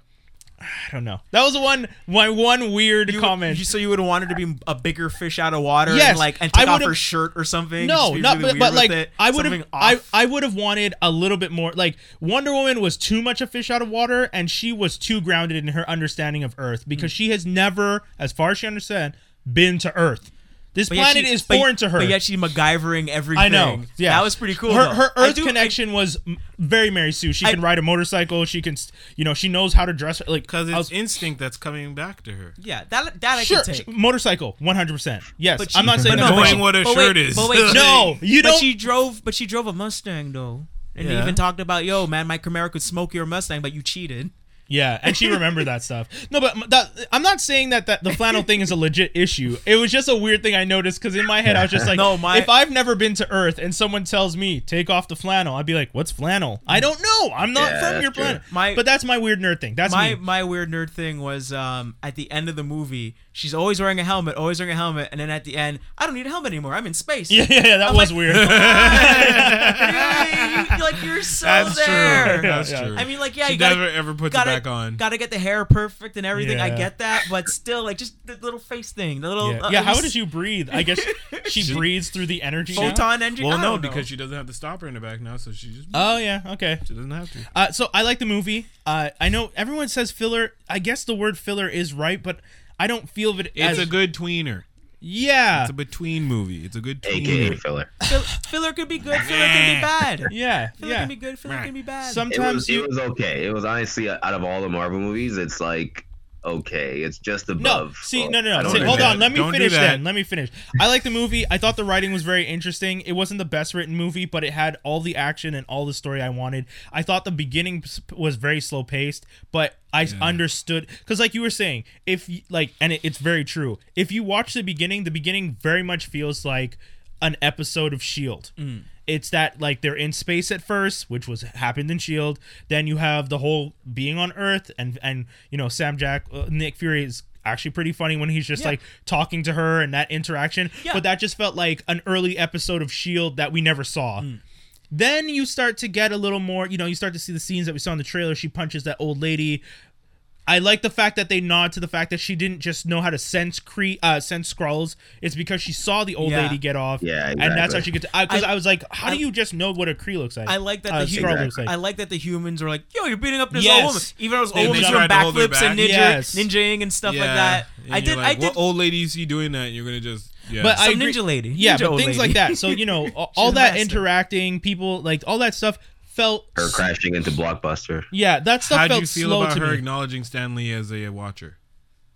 Speaker 3: I don't know. That was the one. My one weird
Speaker 4: You-
Speaker 3: comment.
Speaker 4: you- so you would want her to be a bigger fish out of water
Speaker 3: Yes,
Speaker 4: and like and
Speaker 3: I
Speaker 4: take off
Speaker 3: would've-
Speaker 4: her shirt or something.
Speaker 3: no,
Speaker 4: Just be
Speaker 3: not
Speaker 4: really
Speaker 3: but,
Speaker 4: weird
Speaker 3: but
Speaker 4: with
Speaker 3: like
Speaker 4: it.
Speaker 3: I would have
Speaker 4: Something
Speaker 3: I,
Speaker 4: off.
Speaker 3: I would have wanted a little bit more like Wonder Woman was too much a fish out of water and she was too grounded in her understanding of Earth
Speaker 4: Mm.
Speaker 3: because she has never, as far as she understood, been to Earth. This
Speaker 4: But yet
Speaker 3: planet
Speaker 4: she-
Speaker 3: is
Speaker 4: but-
Speaker 3: foreign to her.
Speaker 4: But yet she's MacGyvering everything.
Speaker 3: I know. Yeah,
Speaker 4: that was pretty cool.
Speaker 3: Her,
Speaker 4: though.
Speaker 3: her
Speaker 4: I
Speaker 3: Earth
Speaker 4: do-
Speaker 3: connection was m- very Mary Sue. She
Speaker 4: I-
Speaker 3: can ride a motorcycle. She can, s- you know, she knows how to dress. Like
Speaker 8: Because it's
Speaker 3: I was-
Speaker 8: instinct that's coming back to her.
Speaker 4: Yeah, that that I
Speaker 3: sure,
Speaker 4: could
Speaker 3: sh-
Speaker 4: take.
Speaker 3: motorcycle, one hundred percent. Yes,
Speaker 4: But
Speaker 3: I'm
Speaker 4: she-
Speaker 3: not saying
Speaker 4: but
Speaker 3: that's
Speaker 4: no,
Speaker 3: wrong.
Speaker 8: knowing what her
Speaker 4: but
Speaker 8: shirt
Speaker 4: wait,
Speaker 8: is.
Speaker 4: But wait,
Speaker 3: No, you
Speaker 4: but
Speaker 3: don't.
Speaker 4: she drove. But she drove a Mustang though, and they
Speaker 8: Yeah.
Speaker 4: even talked about, "Yo, man, my Camaro could smoke your Mustang, but you cheated."
Speaker 3: Yeah, and she remembered that stuff. No, but m- that, I'm not saying that, that the flannel thing is a legit issue. It was just a weird thing I noticed because in my head I was just like,
Speaker 4: No, my-
Speaker 3: if I've never been to Earth and someone tells me take off the flannel, I'd be like, what's flannel? I don't know. I'm not
Speaker 2: Yeah,
Speaker 3: from
Speaker 2: that's
Speaker 3: your
Speaker 2: true.
Speaker 3: planet.
Speaker 4: My-
Speaker 3: but that's my weird nerd thing. That's
Speaker 4: my
Speaker 3: me.
Speaker 4: my weird nerd thing was um, at the end of the movie, she's always wearing a helmet, always wearing a helmet, and then at the end, I don't need a helmet anymore. I'm in space.
Speaker 3: Yeah, yeah, yeah that was weird.
Speaker 4: Really? Like you're so
Speaker 8: That's
Speaker 4: there.
Speaker 8: true. That's
Speaker 3: Yeah, yeah.
Speaker 8: true.
Speaker 4: I mean, like, yeah,
Speaker 8: she
Speaker 4: you gotta,
Speaker 8: never ever puts
Speaker 4: gotta,
Speaker 8: it back on.
Speaker 4: Gotta get the hair perfect and everything. I
Speaker 3: Yeah.
Speaker 4: get that, but still, like, just the little face thing, the little
Speaker 3: yeah,
Speaker 4: uh,
Speaker 3: yeah how
Speaker 4: just
Speaker 3: does you breathe? I guess she, breathes through the energy. now?
Speaker 4: photon energy?
Speaker 8: well,
Speaker 4: I
Speaker 8: no,
Speaker 4: don't know. Uh,
Speaker 8: because she doesn't have the stopper in the back now, so she just
Speaker 3: Oh yeah, okay.
Speaker 8: she doesn't have to.
Speaker 3: Uh, so I like the movie. Uh, I know everyone says filler. I guess the word filler is right, but I don't feel that
Speaker 8: It's
Speaker 3: as
Speaker 8: a good tweener.
Speaker 3: yeah.
Speaker 8: It's a between movie. It's a good tweener.
Speaker 2: AKA filler.
Speaker 4: Fill- filler could be good, filler could be bad.
Speaker 3: Yeah,
Speaker 4: Filler
Speaker 3: yeah.
Speaker 4: can be good, filler can be bad.
Speaker 2: It
Speaker 3: Sometimes
Speaker 2: was,
Speaker 3: you.
Speaker 2: it was okay. It was honestly uh, out of all the Marvel movies, it's like okay. It's just
Speaker 3: no,
Speaker 2: above.
Speaker 3: see,
Speaker 2: Well,
Speaker 3: no, no,
Speaker 2: I
Speaker 3: no.
Speaker 2: don't
Speaker 3: See,
Speaker 8: do
Speaker 2: know.
Speaker 3: hold
Speaker 8: that.
Speaker 3: on. Let me
Speaker 8: Don't do
Speaker 3: finish
Speaker 8: that.
Speaker 3: then. Let me finish. I like the movie. I thought the writing was very interesting. It wasn't the best written movie, but it had all the action and all the story I wanted. I thought the beginning s- was very slow paced, but I s- understood because, like you were saying, if y- like, and it, it's very true. If you watch the beginning, the beginning very much feels like an episode of Shield. E It's that like they're in space at first, which was happened in Shield. E Then you have the whole being on Earth, and and you know Sam Jack uh, Nick Fury is actually pretty funny when he's just
Speaker 4: Yeah.
Speaker 3: like talking to her and that interaction.
Speaker 4: Yeah.
Speaker 3: But that just felt like an early episode of Shield E that we never saw.
Speaker 4: Mm.
Speaker 3: Then you start to get a little more, you know, you start to see the scenes that we saw in the trailer. She punches that old lady. I like the fact that they nod to the fact that she didn't just know how to sense cre- uh, sense scrolls. It's because she saw the old
Speaker 4: Yeah.
Speaker 3: lady get off,
Speaker 2: Yeah,
Speaker 3: and that's how
Speaker 2: exactly.
Speaker 3: she gets. Because I,
Speaker 4: I-
Speaker 3: was like, how
Speaker 4: I-
Speaker 3: do you just know what a Kree looks like?
Speaker 4: I like that
Speaker 3: Uh,
Speaker 4: the
Speaker 3: Skrull
Speaker 4: humans.
Speaker 3: looks like.
Speaker 4: I like that the humans are like, "Yo, you're beating up this
Speaker 3: Yes.
Speaker 4: old woman." Even those
Speaker 8: They-
Speaker 4: old
Speaker 8: they
Speaker 4: women doing
Speaker 8: tried to hold her
Speaker 4: backflips and ninja,
Speaker 8: back.
Speaker 3: Yes.
Speaker 4: ninjaing and stuff like that.
Speaker 8: And
Speaker 4: I
Speaker 8: you're
Speaker 4: did.
Speaker 8: like,
Speaker 4: I did.
Speaker 8: What old lady you see doing that? You're gonna just yeah.
Speaker 3: but I
Speaker 4: Some
Speaker 3: agree-
Speaker 4: ninja lady.
Speaker 3: yeah,
Speaker 4: Ninja
Speaker 3: but
Speaker 4: old
Speaker 3: things like
Speaker 4: lady.
Speaker 3: that. So you know, all, all
Speaker 4: She's a
Speaker 3: that
Speaker 4: master.
Speaker 3: interacting, people like all that stuff felt.
Speaker 2: her crashing into Blockbuster.
Speaker 3: Yeah, that stuff
Speaker 8: how do
Speaker 3: felt
Speaker 8: you feel
Speaker 3: slow
Speaker 8: about
Speaker 3: to
Speaker 8: her
Speaker 3: me.
Speaker 8: acknowledging Stanley as a watcher?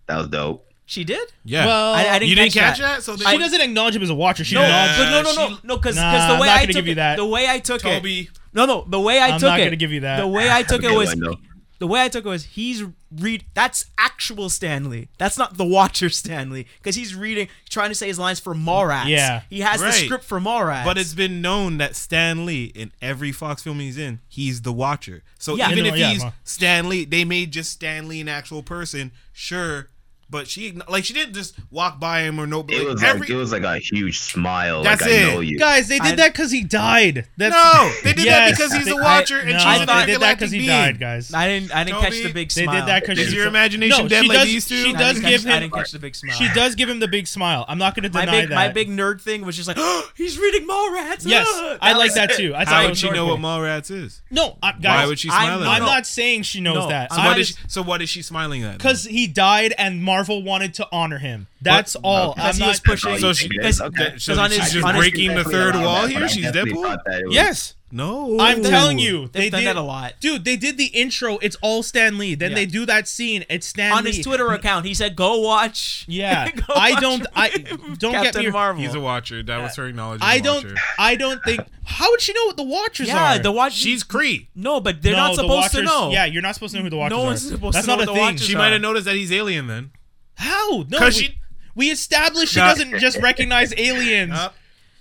Speaker 2: That was dope.
Speaker 4: she did.
Speaker 8: Yeah.
Speaker 3: Well,
Speaker 4: I, I didn't
Speaker 8: you
Speaker 4: catch
Speaker 8: didn't catch that, so
Speaker 3: she
Speaker 8: then
Speaker 3: doesn't acknowledge him as a watcher. Oh. She
Speaker 4: No,
Speaker 3: nods.
Speaker 4: but no, no,
Speaker 8: she-
Speaker 4: no, no, because
Speaker 3: Nah,
Speaker 4: the way
Speaker 3: I'm not
Speaker 4: I
Speaker 3: gonna
Speaker 4: took
Speaker 3: give you
Speaker 4: it,
Speaker 3: that.
Speaker 4: the way I took it,
Speaker 8: Toby.
Speaker 4: no, no, the way I
Speaker 3: I'm
Speaker 4: took
Speaker 3: not
Speaker 4: it,
Speaker 3: gonna give you that.
Speaker 4: The way I took it
Speaker 2: Okay,
Speaker 4: was,
Speaker 2: Lando.
Speaker 4: the way I took it was, he's read. That's actual Stanley. That's not the Watcher Stanley, because he's reading, trying to say his lines for Morax.
Speaker 3: Yeah.
Speaker 4: he has the
Speaker 8: Right.
Speaker 4: script for Morax.
Speaker 8: But it's been known that Stan Lee in every Fox film he's in, he's the Watcher. So
Speaker 4: Yeah.
Speaker 8: even
Speaker 3: You know,
Speaker 8: if
Speaker 3: yeah,
Speaker 8: he's
Speaker 3: well.
Speaker 8: Stan Lee, they made just Stan Lee an actual person, sure. But she like she didn't just walk by him or no.
Speaker 2: It was
Speaker 8: Like,
Speaker 2: like
Speaker 8: every
Speaker 2: it was like a huge smile.
Speaker 8: That's
Speaker 2: like
Speaker 8: it.
Speaker 2: I know you.
Speaker 3: Guys, they did
Speaker 4: I-
Speaker 3: that because he died. That's,
Speaker 8: no, they did
Speaker 3: Yes.
Speaker 8: that because he's
Speaker 3: They-
Speaker 8: a Watcher
Speaker 3: no,
Speaker 8: and she's a
Speaker 4: thought-
Speaker 3: they did that
Speaker 8: galactic
Speaker 3: because he
Speaker 8: being.
Speaker 3: died, guys.
Speaker 4: I didn't. I didn't catch
Speaker 8: Toby,
Speaker 4: the big
Speaker 3: They
Speaker 4: smile.
Speaker 3: did that because
Speaker 2: Is
Speaker 3: she's
Speaker 8: your
Speaker 3: a-
Speaker 8: imagination
Speaker 3: no,
Speaker 8: dead
Speaker 3: she
Speaker 8: like
Speaker 3: does,
Speaker 8: these two?
Speaker 3: She
Speaker 4: I
Speaker 3: does
Speaker 4: didn't
Speaker 3: give
Speaker 4: catch- I
Speaker 3: him.
Speaker 4: didn't catch the big smile.
Speaker 3: She does give him the big smile. I'm not gonna
Speaker 4: My
Speaker 3: deny
Speaker 4: big,
Speaker 3: that.
Speaker 4: my big nerd thing was just like, he's reading Mallrats.
Speaker 3: Yes,
Speaker 4: ugh."
Speaker 3: I like
Speaker 4: was
Speaker 3: that
Speaker 4: it.
Speaker 3: too. I thought
Speaker 8: How
Speaker 3: it
Speaker 8: would
Speaker 3: was
Speaker 8: she know
Speaker 3: adorable.
Speaker 8: what Mallrats is?
Speaker 3: No, I, guys,
Speaker 8: Why would she
Speaker 4: I'm-
Speaker 8: smile at
Speaker 4: I'm
Speaker 8: him?
Speaker 3: I'm not saying she knows
Speaker 4: No,
Speaker 3: that.
Speaker 4: I'm
Speaker 8: So
Speaker 3: I'm
Speaker 8: what, is
Speaker 3: just
Speaker 8: she, so what is she smiling at?
Speaker 3: because he died and Marvel wanted to honor him. That's all.
Speaker 2: Okay.
Speaker 3: I'm
Speaker 4: Because he
Speaker 3: not
Speaker 4: was pushing.
Speaker 2: So
Speaker 8: she-
Speaker 2: Yes, okay.
Speaker 8: that, so
Speaker 4: Because on
Speaker 8: she's
Speaker 4: his-
Speaker 8: just
Speaker 4: on his-
Speaker 8: breaking the
Speaker 2: Definitely
Speaker 8: third
Speaker 2: allowed
Speaker 8: wall
Speaker 2: that,
Speaker 8: here.
Speaker 2: but I
Speaker 8: She's
Speaker 2: definitely
Speaker 8: Deadpool.
Speaker 2: thought that it was-
Speaker 3: Yes.
Speaker 8: No,
Speaker 3: I'm telling you,
Speaker 4: They've
Speaker 3: they
Speaker 4: done
Speaker 3: did
Speaker 4: that a lot.
Speaker 3: dude. They did the intro. It's all Stan Lee. Then
Speaker 4: Yeah.
Speaker 3: they do that scene. It's Stan
Speaker 4: on
Speaker 3: Lee.
Speaker 4: his Twitter account, he said, "Go watch."
Speaker 3: Yeah,
Speaker 4: Go
Speaker 3: I
Speaker 4: watch
Speaker 3: don't. I don't get
Speaker 4: Captain
Speaker 3: me.
Speaker 4: Marvel.
Speaker 8: He's a Watcher. That was her acknowledging.
Speaker 3: I
Speaker 8: the
Speaker 3: don't.
Speaker 8: Watcher.
Speaker 3: I don't think. How would she know what the Watchers are?
Speaker 4: yeah, the watch.
Speaker 8: She's Cree.
Speaker 4: no, but they're
Speaker 3: No,
Speaker 4: not
Speaker 3: the
Speaker 4: supposed to
Speaker 3: Watchers-
Speaker 4: know.
Speaker 3: Yeah, you're not supposed to know who the Watchers
Speaker 4: one's
Speaker 3: are.
Speaker 4: supposed
Speaker 3: That's
Speaker 4: to know
Speaker 3: not
Speaker 4: the
Speaker 3: a thing.
Speaker 4: Watchers
Speaker 8: She
Speaker 4: are.
Speaker 8: might have noticed that he's alien then.
Speaker 3: How? No,
Speaker 8: 'Cause
Speaker 3: we-
Speaker 8: she-
Speaker 3: We established she doesn't just recognize aliens.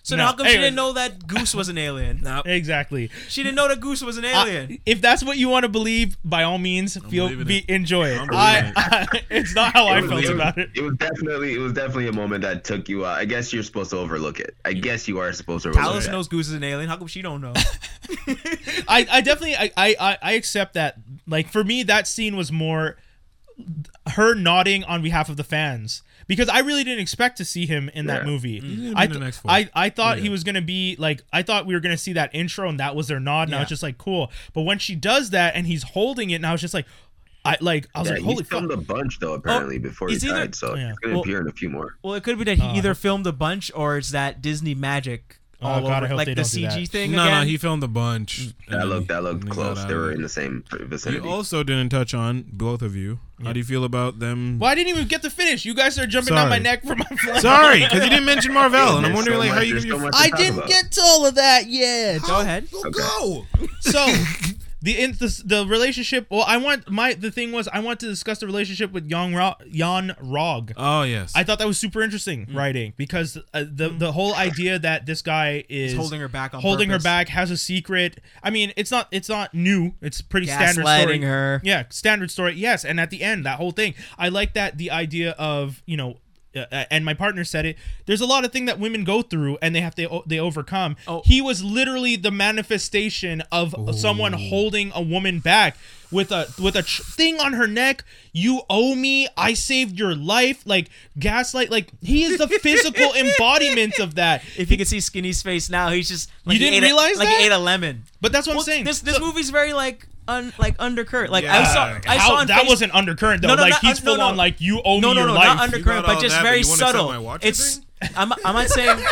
Speaker 4: So
Speaker 3: No.
Speaker 4: how come she
Speaker 3: Anyway.
Speaker 4: didn't know that Goose was an alien?
Speaker 3: Exactly.
Speaker 4: She didn't know that Goose was an alien.
Speaker 3: If that's what you want to believe, by all means, feel
Speaker 8: believing
Speaker 3: be,
Speaker 8: it.
Speaker 3: enjoy it.
Speaker 8: believing
Speaker 3: I, it's not how I
Speaker 2: was-
Speaker 3: felt about it.
Speaker 2: It was definitely it was definitely a moment that took you out. I guess you're supposed to overlook it. I guess you are supposed to overlook
Speaker 4: Alice
Speaker 2: it.
Speaker 4: knows Goose is an alien. How come she don't know?
Speaker 3: I, I definitely I, I I- I accept that. Like for me, that scene was more her nodding on behalf of the fans because I really didn't expect to see him in that
Speaker 2: Yeah.
Speaker 3: movie. I,
Speaker 8: didn't mean Mm-hmm. the
Speaker 3: th-
Speaker 8: next four.
Speaker 3: I I thought he was gonna be like I thought we were gonna see that intro and that was their nod. And I was
Speaker 4: Yeah.
Speaker 3: just like cool. But when she does that and he's holding it, and I was just like, I like I was
Speaker 2: Yeah,
Speaker 3: like
Speaker 2: he
Speaker 3: holy fuck.
Speaker 2: filmed a bunch though apparently before he
Speaker 4: it's either-
Speaker 2: died, so
Speaker 3: Yeah.
Speaker 2: he's gonna
Speaker 4: Well-
Speaker 2: appear in a few more.
Speaker 4: well, it could be that he either filmed a bunch or it's that Disney magic
Speaker 3: Oh,
Speaker 4: all
Speaker 3: God, I
Speaker 4: over,
Speaker 3: hope
Speaker 4: like
Speaker 3: they
Speaker 4: the
Speaker 3: don't do
Speaker 4: CG
Speaker 3: that.
Speaker 4: thing.
Speaker 8: No,
Speaker 4: again.
Speaker 8: no, he filmed a bunch.
Speaker 2: That looked that
Speaker 8: And
Speaker 2: looked
Speaker 8: he
Speaker 2: close.
Speaker 8: got
Speaker 2: They
Speaker 8: out of
Speaker 2: were
Speaker 8: it.
Speaker 2: in the same
Speaker 8: You
Speaker 2: vicinity.
Speaker 8: also didn't touch on both of you. How do you feel about them?
Speaker 3: Well, I didn't even get to finish. You guys are jumping down
Speaker 8: Sorry.
Speaker 3: my neck for my flight.
Speaker 8: Sorry, because you didn't mention Marvel, and I'm
Speaker 2: There's
Speaker 8: wondering
Speaker 2: so
Speaker 8: like
Speaker 2: much-
Speaker 8: how you
Speaker 2: there's
Speaker 8: give your
Speaker 2: so much to
Speaker 3: I
Speaker 2: talk
Speaker 3: didn't
Speaker 2: about.
Speaker 3: get to all of that yet.
Speaker 4: Go ahead.
Speaker 2: Okay.
Speaker 8: go.
Speaker 3: So the in the, the relationship. Well, I want my the thing was I want to discuss the relationship with Jan Ro- Jan Rog.
Speaker 8: Oh yes.
Speaker 3: I thought that was super interesting
Speaker 4: Mm-hmm.
Speaker 3: writing because uh, the the whole idea that this guy is
Speaker 4: holding her back on
Speaker 3: holding her
Speaker 4: purpose.
Speaker 3: back has a secret. I mean, it's not it's not new. It's pretty standard story.
Speaker 4: Gaslighting her.
Speaker 3: Yeah, standard story. Yes, and at the end, that whole thing. I like that the idea of you know. Uh, and my partner said it. There's a lot of thing that women go through, and they have to they overcome.
Speaker 4: Oh.
Speaker 3: He was literally the manifestation of someone holding a woman back with a with a tr- thing on her neck. You owe me. I saved your life. Like gaslight. Like he is the physical embodiment of that.
Speaker 4: If you could see Skinny's face now, he's just like
Speaker 3: You
Speaker 4: he
Speaker 3: didn't
Speaker 4: ate a-
Speaker 3: realize
Speaker 4: like he
Speaker 3: that?
Speaker 4: ate a lemon.
Speaker 3: But that's what
Speaker 4: Well,
Speaker 3: I'm saying.
Speaker 4: This this
Speaker 3: So-
Speaker 4: movie's very like un like undercurrent. Like I
Speaker 8: Yeah.
Speaker 4: saw I
Speaker 3: How-
Speaker 4: saw on
Speaker 3: that
Speaker 4: Facebook-
Speaker 3: wasn't undercurrent though.
Speaker 4: No, no,
Speaker 3: like
Speaker 4: not-
Speaker 3: he's
Speaker 4: no,
Speaker 3: full
Speaker 4: no.
Speaker 3: on like you owe
Speaker 4: no
Speaker 3: me
Speaker 4: no
Speaker 3: your
Speaker 4: no
Speaker 3: life.
Speaker 4: not undercurrent,
Speaker 8: got
Speaker 4: but
Speaker 8: all
Speaker 4: just
Speaker 8: that, but
Speaker 4: very
Speaker 8: you wanna sell my
Speaker 4: subtle.
Speaker 8: watch
Speaker 4: It's I'm I'm not saying.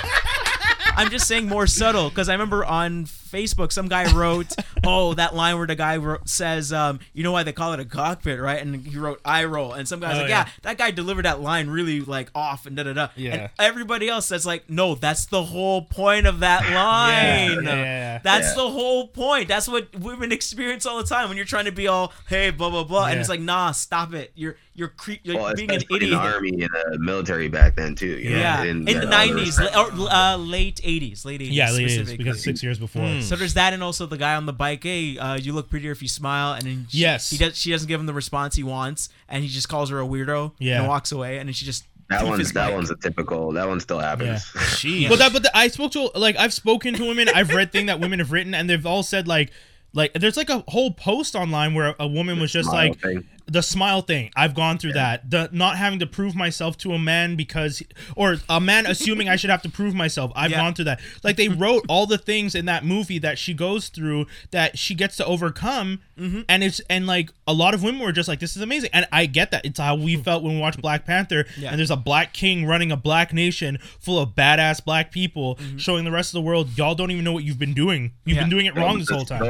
Speaker 4: I'm just saying more subtle because I remember on Facebook some guy wrote, "Oh, that line where the guy wrote, says, um, you know why they call it a cockpit, right?" And he wrote "eye roll," and some guy's
Speaker 3: Oh,
Speaker 4: like,
Speaker 3: yeah.
Speaker 4: yeah. that guy delivered that line really like off and da da da."
Speaker 3: Yeah.
Speaker 4: And everybody else that's like, "No, that's the whole point of that
Speaker 3: Yeah,
Speaker 4: line.
Speaker 3: yeah.
Speaker 4: That's
Speaker 2: Yeah.
Speaker 4: the whole point. That's what women experience all the time when you're trying to be all, hey, blah blah blah," and
Speaker 3: Yeah.
Speaker 4: it's like, "Nah, stop it. You're you're cre- you're
Speaker 2: Well,
Speaker 4: being an
Speaker 2: especially in
Speaker 4: idiot."
Speaker 2: the army and the military back then too. You know,
Speaker 4: Yeah,
Speaker 2: they didn't
Speaker 4: in the
Speaker 2: get all the
Speaker 4: nineties,
Speaker 2: respect.
Speaker 4: or uh, late eighties, late eighties.
Speaker 3: Yeah, it is
Speaker 4: specifically.
Speaker 3: because six years before.
Speaker 2: Mm.
Speaker 4: So there's that, and also the guy on the bike. Hey, uh, you look prettier if you smile. And then she,
Speaker 3: Yes.
Speaker 4: he does. She doesn't give him the response he wants, and he just calls her a weirdo.
Speaker 3: Yeah.
Speaker 4: and walks away, and then she just
Speaker 2: That
Speaker 4: teeth
Speaker 2: one's
Speaker 4: his
Speaker 2: that
Speaker 4: bike.
Speaker 2: one's a typical. That one still happens.
Speaker 3: Well, that but the, I spoke to like I've spoken to women. I've read thing that women have written, and they've all said like like there's like a whole post online where a, woman was just
Speaker 2: smile
Speaker 3: like
Speaker 2: thing.
Speaker 3: the smile thing. I've gone through that. The not having to prove myself to a man because or a man assuming I should have to prove myself. I've
Speaker 4: Yeah.
Speaker 3: gone through that. Like they wrote all the things in that movie that she goes through that she gets to overcome,
Speaker 4: Mm-hmm.
Speaker 3: and it's and like a lot of women were just like this is amazing, and I get that. It's how we felt when we watched Black Panther,
Speaker 4: Mm-hmm. Yeah.
Speaker 3: and there's a black king running a black nation full of badass black people, showing the rest of the world y'all don't even know what you've been doing. You've
Speaker 4: Mm-hmm. Yeah.
Speaker 3: been doing it wrong this
Speaker 2: the
Speaker 3: whole time.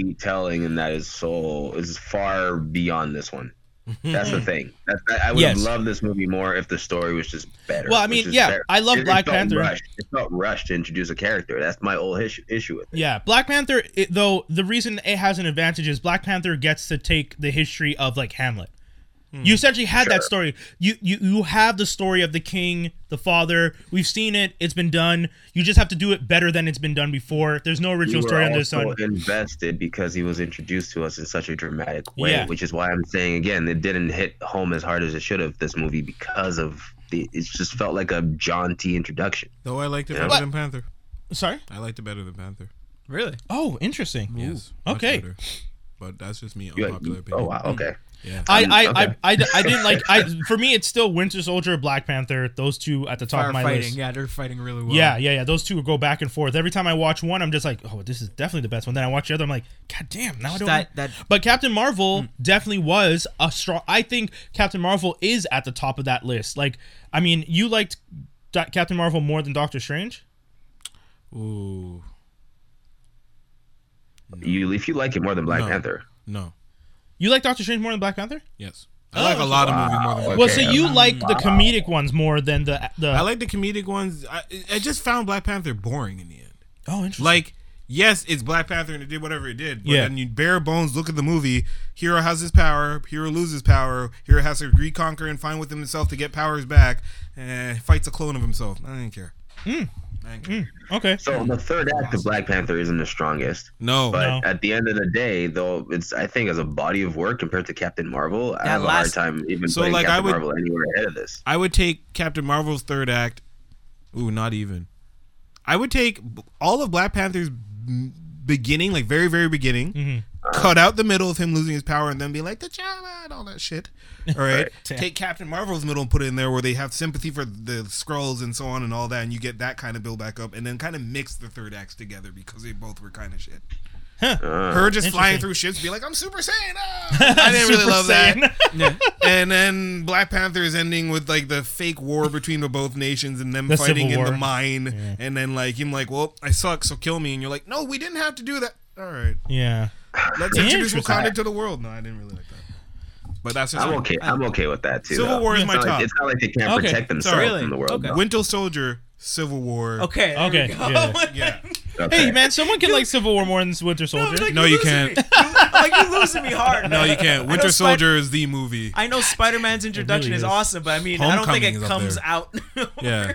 Speaker 2: Storytelling in that is so is far beyond this one. That's the thing. That, that- I would
Speaker 3: Yes.
Speaker 2: have loved this movie more if the story was just better.
Speaker 3: Well, I
Speaker 2: which
Speaker 3: mean,
Speaker 2: is
Speaker 3: yeah,
Speaker 2: better.
Speaker 3: I love Black
Speaker 2: felt
Speaker 3: Panther.
Speaker 2: Rushed. It felt rushed to introduce a character. That's my old issue, issue with it.
Speaker 3: Yeah, Black Panther it, though the reason it has an advantage is Black Panther gets to take the history of like Hamlet. You essentially had that story. You, you you have the story of the king, the father. We've seen it. It's been done. You just have to do it better than it's been done before. There's no
Speaker 2: We
Speaker 3: original
Speaker 2: were
Speaker 3: story on this
Speaker 2: also
Speaker 3: one.
Speaker 2: invested because he was introduced to us in such a dramatic way,
Speaker 3: Yeah.
Speaker 2: which is why I'm saying again, it didn't hit home as hard as it should have. This movie because of the, it just felt like a jaunty introduction.
Speaker 8: Though I liked it
Speaker 2: Yeah.
Speaker 8: better than Panther.
Speaker 3: Sorry.
Speaker 8: I liked it better than Panther.
Speaker 4: Really?
Speaker 3: Oh, interesting.
Speaker 8: Yes. much
Speaker 3: Okay.
Speaker 8: better. But that's just me.
Speaker 2: You're
Speaker 8: Unpopular
Speaker 2: like,
Speaker 8: opinion.
Speaker 2: oh wow, okay.
Speaker 3: I I,
Speaker 2: Um, okay.
Speaker 3: I, I, I didn't like I for me it's still Winter Soldier, Black Panther. Those two at the top
Speaker 4: Are
Speaker 3: of my
Speaker 4: fighting?
Speaker 3: list.
Speaker 4: Yeah, they're fighting really well.
Speaker 8: Uh-huh.
Speaker 3: Yeah, yeah, yeah. Those two go back and forth. Every time I watch one, I'm just like, oh, this is definitely the best one. Then I watch the other, I'm like, god damn, now I don't.
Speaker 4: That- that- Mm.
Speaker 3: But Captain Marvel definitely was a strong. I think Captain Marvel is at the top of that list. Like, I mean, you liked Do- Captain Marvel more than Doctor Strange.
Speaker 8: Ooh.
Speaker 2: You if you like it more than Black
Speaker 8: No.
Speaker 2: Panther.
Speaker 8: No.
Speaker 3: You like Doctor Strange more than Black Panther.
Speaker 8: Yes. I like a lot of movies more than.
Speaker 2: Oh, Wow.
Speaker 8: Black
Speaker 3: Well,
Speaker 2: Okay,
Speaker 3: so you like the comedic ones more than the the.
Speaker 8: I like the comedic ones. I, I just found Black Panther boring in the end.
Speaker 3: oh, interesting.
Speaker 8: Like yes, it's Black Panther and it did whatever it did. But
Speaker 3: Yeah.
Speaker 8: then you bare bones look at the movie. Hero has his power. Hero loses power. Hero has to reconquer and find within himself to get powers back. And fights a clone of himself. I didn't care.
Speaker 3: Okay.
Speaker 2: So the third act of Black Panther isn't the strongest,
Speaker 8: No.
Speaker 2: but
Speaker 3: No.
Speaker 2: at the end of the day, though, it's I think as a body of work compared to Captain Marvel, I have
Speaker 4: last-
Speaker 2: a hard time even
Speaker 8: So,
Speaker 2: putting
Speaker 8: like, I
Speaker 2: Captain
Speaker 8: would-
Speaker 2: Marvel anywhere ahead of this.
Speaker 8: I would take Captain Marvel's third act. Ooh, not even. I would take b- all of Black Panther's m- beginning, like very, very beginning,
Speaker 3: Mm-hmm.
Speaker 8: cut out the middle of him losing his power and then be like, T'Challa and all that shit. All right. Take Captain Marvel's middle and put it in there where they have sympathy for the scrolls and so on and all that. And you get that kind of build back up and then kind of mix the third acts together because they both were kind of shit. Her just flying through ships, be like, I'm Super Saiyan. ah!" I didn't really
Speaker 3: Super
Speaker 8: love that
Speaker 3: Saiyan.
Speaker 8: and then Black Panther is ending with like the fake war between the both nations and them
Speaker 3: The
Speaker 8: fighting
Speaker 3: Civil
Speaker 8: in the
Speaker 3: War.
Speaker 8: mine. And then like him like, well, I suck, so kill me. And you're like, no, we didn't have to do that. All right,
Speaker 3: Yeah.
Speaker 8: let's introduce
Speaker 3: Interesting.
Speaker 8: Wakanda to the world. No, I didn't really like that. But that's just
Speaker 2: I'm okay. I'm okay with that too.
Speaker 8: Civil
Speaker 2: though.
Speaker 8: War is
Speaker 2: It's
Speaker 8: my
Speaker 2: not like-
Speaker 8: top.
Speaker 2: It's not like they can't
Speaker 4: Okay.
Speaker 2: protect themselves
Speaker 4: Really?
Speaker 2: from the world.
Speaker 4: Okay.
Speaker 2: though.
Speaker 8: Winter Soldier, Civil War.
Speaker 4: Okay. there
Speaker 3: Okay,
Speaker 4: we go.
Speaker 3: yeah.
Speaker 8: Yeah,
Speaker 2: Okay.
Speaker 3: Hey man, someone can like Civil War more than Winter Soldier.
Speaker 4: Like,
Speaker 8: No,
Speaker 4: you're
Speaker 8: you
Speaker 4: losing
Speaker 8: can't.
Speaker 4: me. You- like you're losing me hard.
Speaker 8: no,
Speaker 4: man.
Speaker 8: you
Speaker 4: I
Speaker 8: can't.
Speaker 4: know
Speaker 8: Winter
Speaker 4: Spid-
Speaker 8: Soldier is the movie.
Speaker 4: I know Spider Man's introduction
Speaker 3: really
Speaker 4: is
Speaker 3: is.
Speaker 4: awesome, but I mean, I don't think
Speaker 8: Homecoming is
Speaker 4: it
Speaker 8: up
Speaker 4: comes
Speaker 8: there.
Speaker 4: out.
Speaker 8: Yeah.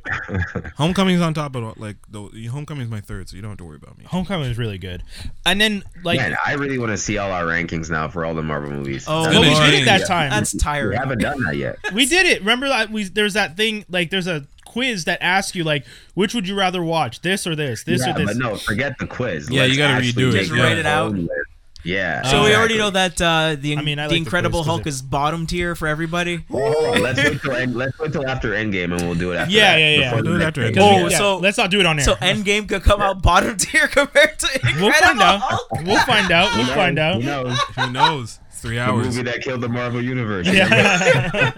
Speaker 8: Homecoming's on top of like the Homecoming's my third, so you don't have to worry about me.
Speaker 3: Homecoming is really good. And then like
Speaker 2: Man, I really want to see all our rankings now for all the Marvel movies.
Speaker 4: Oh,
Speaker 2: That's
Speaker 3: well, we
Speaker 2: what-
Speaker 3: did it that
Speaker 8: Yeah.
Speaker 3: time.
Speaker 4: That's
Speaker 2: we
Speaker 4: tiring.
Speaker 2: haven't done that yet.
Speaker 3: we did it. Remember that we there's that thing like there's a quiz that asks you like which would you rather watch this or this this
Speaker 2: yeah,
Speaker 3: or
Speaker 2: but
Speaker 3: this.
Speaker 2: no, forget the quiz.
Speaker 8: Yeah, you gotta
Speaker 2: actually
Speaker 8: redo it.
Speaker 2: make
Speaker 4: Just
Speaker 2: your
Speaker 4: write it out.
Speaker 2: own list. Yeah.
Speaker 4: So we
Speaker 2: exactly.
Speaker 4: already know that uh, the
Speaker 3: Oh, I mean, I
Speaker 4: the
Speaker 3: like the
Speaker 4: Incredible
Speaker 3: quiz 'cause
Speaker 4: Hulk
Speaker 3: it-
Speaker 4: is bottom tier for everybody.
Speaker 2: Well, hold on. Let's wait till end, let's wait till after Endgame and we'll do it after.
Speaker 3: Yeah,
Speaker 2: that,
Speaker 3: yeah, yeah.
Speaker 2: before
Speaker 3: We'll
Speaker 2: the
Speaker 8: do it
Speaker 2: next
Speaker 8: after
Speaker 2: thing.
Speaker 8: Endgame.
Speaker 3: Oh,
Speaker 4: Yeah.
Speaker 3: so let's not do it on air.
Speaker 4: So Endgame could come out bottom tier compared to Incredible
Speaker 3: we'll find out.
Speaker 4: Hulk.
Speaker 3: We'll find out. We'll find out.
Speaker 2: Who knows?
Speaker 8: Who knows? It's three
Speaker 2: The
Speaker 8: hours.
Speaker 2: movie that killed the Marvel universe.
Speaker 3: Yeah.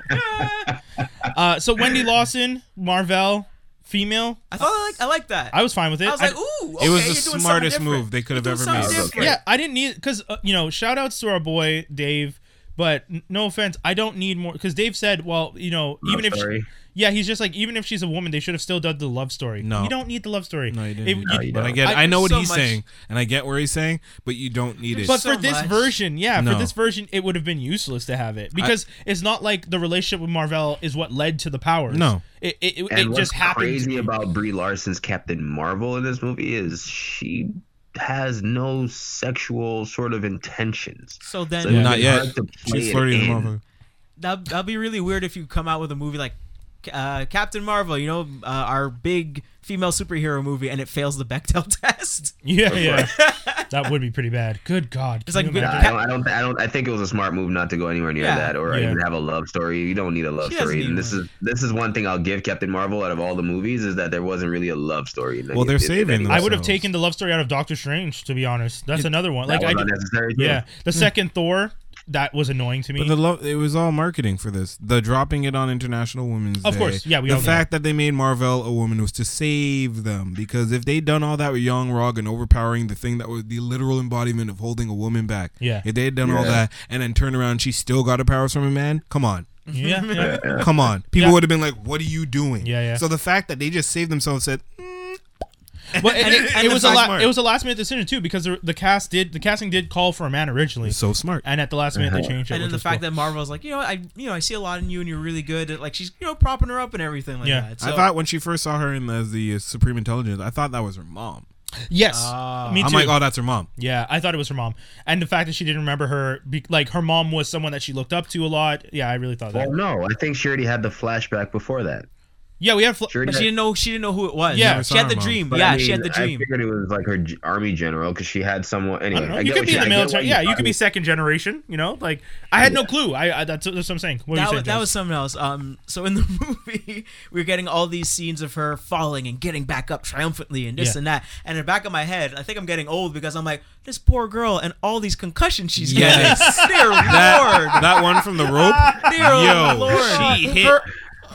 Speaker 3: uh, so Wendy Lawson, Marvel, female.
Speaker 4: I thought I like I like that. I,
Speaker 3: I was fine with it.
Speaker 4: was
Speaker 3: I-
Speaker 4: like, ooh, okay,
Speaker 8: It was
Speaker 4: you're
Speaker 8: the
Speaker 4: doing something
Speaker 8: smartest
Speaker 4: different.
Speaker 8: move they could have
Speaker 4: You're
Speaker 8: ever
Speaker 4: doing
Speaker 8: made.
Speaker 4: something
Speaker 2: Okay.
Speaker 4: different.
Speaker 3: yeah, I didn't need because uh, you know, shout outs to our boy Dave, but n- no offense, I don't need more because Dave said, well, you know,
Speaker 2: Love
Speaker 3: even if
Speaker 2: story.
Speaker 3: yeah, he's just like even if she's a woman, they should have still done the love story.
Speaker 8: No.
Speaker 3: you don't need the love story.
Speaker 8: No, you didn't.
Speaker 3: If
Speaker 8: need
Speaker 2: No,
Speaker 8: it.
Speaker 2: you
Speaker 8: but I
Speaker 2: don't.
Speaker 8: get,
Speaker 3: I-
Speaker 8: I, know what
Speaker 4: so
Speaker 8: he's
Speaker 4: much-
Speaker 8: saying, and I get where he's saying, but you don't need it.
Speaker 3: But
Speaker 4: so
Speaker 3: for this
Speaker 4: much.
Speaker 3: version, yeah, for
Speaker 8: No.
Speaker 3: this version, it would have been useless to have it because it's not like the relationship with Marvel is what led to the powers.
Speaker 8: No.
Speaker 3: it it, it,
Speaker 2: And
Speaker 3: it
Speaker 2: what's
Speaker 3: just happened.
Speaker 2: crazy about Brie Larson's Captain Marvel in this movie is she has no sexual sort of intentions.
Speaker 4: So
Speaker 2: So
Speaker 4: then
Speaker 2: it's
Speaker 8: Not
Speaker 2: hard
Speaker 8: yet.
Speaker 2: to play
Speaker 8: She's
Speaker 2: it
Speaker 8: flirty as a
Speaker 2: in.
Speaker 8: motherfucker.
Speaker 4: that that'd be really weird if you come out with a movie like uh, Captain Marvel, you know, uh, our big female superhero movie, and it fails the Bechdel test.
Speaker 3: Yeah, yeah, that would be pretty bad. Good God,
Speaker 4: It's like
Speaker 3: can you
Speaker 4: good-
Speaker 2: Nah,
Speaker 3: imagine?
Speaker 2: I don't, I don't. I don't. I think it was a smart move not to go anywhere near
Speaker 4: Yeah.
Speaker 2: that, or
Speaker 3: Yeah.
Speaker 2: even have a love story. You don't need a love
Speaker 4: She doesn't
Speaker 2: story. And
Speaker 4: need
Speaker 2: this is this is one thing I'll give Captain Marvel out of all the movies is that there wasn't really a love story. in any
Speaker 8: Well, they're
Speaker 2: of it.
Speaker 8: saving
Speaker 2: That
Speaker 8: them.
Speaker 3: I would have
Speaker 8: themselves.
Speaker 3: taken the love story out of Doctor Strange, to be honest. That's another one. Like
Speaker 2: was
Speaker 3: I, did-
Speaker 2: unnecessary. too.
Speaker 3: yeah, the second Thor that was annoying to me.
Speaker 8: But the lo- it was all marketing for this. The dropping it on International Women's
Speaker 3: Of
Speaker 8: Day.
Speaker 3: course. Yeah, we
Speaker 8: The
Speaker 3: all know.
Speaker 8: fact that they made Marvel a woman was to save them because if they'd done all that with Young Rog and overpowering the thing that was the literal embodiment of holding a woman back,
Speaker 3: Yeah.
Speaker 8: if they had done all that and then turned around, and she still got her powers from a man. Come on.
Speaker 3: yeah, yeah.
Speaker 8: Come on. People
Speaker 3: Yeah.
Speaker 8: would have been like, what are you doing?
Speaker 3: Yeah, yeah.
Speaker 8: So the fact that they just saved themselves said, "Mm,
Speaker 3: But it,
Speaker 8: And
Speaker 3: it-
Speaker 8: it-
Speaker 3: it
Speaker 8: and
Speaker 3: was
Speaker 8: it's
Speaker 3: a
Speaker 8: not
Speaker 3: la-
Speaker 8: smart.
Speaker 3: it was a last minute decision too because the, the cast did the casting did call for a man originally,
Speaker 8: so smart.
Speaker 3: and at the last minute they changed it.
Speaker 4: and then
Speaker 3: which
Speaker 4: the
Speaker 3: was
Speaker 4: fact
Speaker 3: cool.
Speaker 4: that Marvel's like, you know, I, you know, I see a lot in you, and you're really good at like she's, you know, propping her up and everything like
Speaker 3: Yeah.
Speaker 4: that. So,
Speaker 8: I thought when she first saw her in the, as the uh, Supreme Intelligence, I thought that was her mom.
Speaker 3: yes, me too.
Speaker 8: I'm like, oh, that's her mom.
Speaker 3: Yeah, I thought it was her mom, and the fact that she didn't remember her, be- like her mom was someone that she looked up to a lot. Yeah, I really thought that.
Speaker 2: Well, no, I think she already had the flashback before that.
Speaker 3: yeah, we have. Fl-
Speaker 2: She already
Speaker 4: but she
Speaker 2: had-
Speaker 4: didn't know, she didn't know who it was.
Speaker 3: Yeah.
Speaker 4: she had the
Speaker 8: Never saw her,
Speaker 4: dream.
Speaker 2: but
Speaker 4: yeah,
Speaker 2: I
Speaker 4: she had the
Speaker 2: mean, I
Speaker 4: dream.
Speaker 2: figured it was like her g- army general because she had someone. Anyway,
Speaker 3: I don't know.
Speaker 2: I
Speaker 3: you
Speaker 2: get
Speaker 3: could
Speaker 2: what
Speaker 3: be in the
Speaker 2: I get
Speaker 3: military.
Speaker 2: what
Speaker 3: Yeah, you
Speaker 2: thought.
Speaker 3: could be second generation. You know, like I had no clue. I, I that's, that's what I'm saying. What were you
Speaker 4: That,
Speaker 3: saying,
Speaker 4: was, that
Speaker 3: Jess?
Speaker 4: was something else. Um, so in the movie, we are getting all these scenes of her falling and getting back up triumphantly and this
Speaker 3: Yeah.
Speaker 4: and that. And in the back of my head, I think I'm getting old because I'm like, this poor girl and all these concussions she's
Speaker 8: Yes.
Speaker 4: getting. Dear lord,
Speaker 8: That one from the rope.
Speaker 4: dear
Speaker 8: Yo,
Speaker 4: lord,
Speaker 8: she hit-
Speaker 4: Her,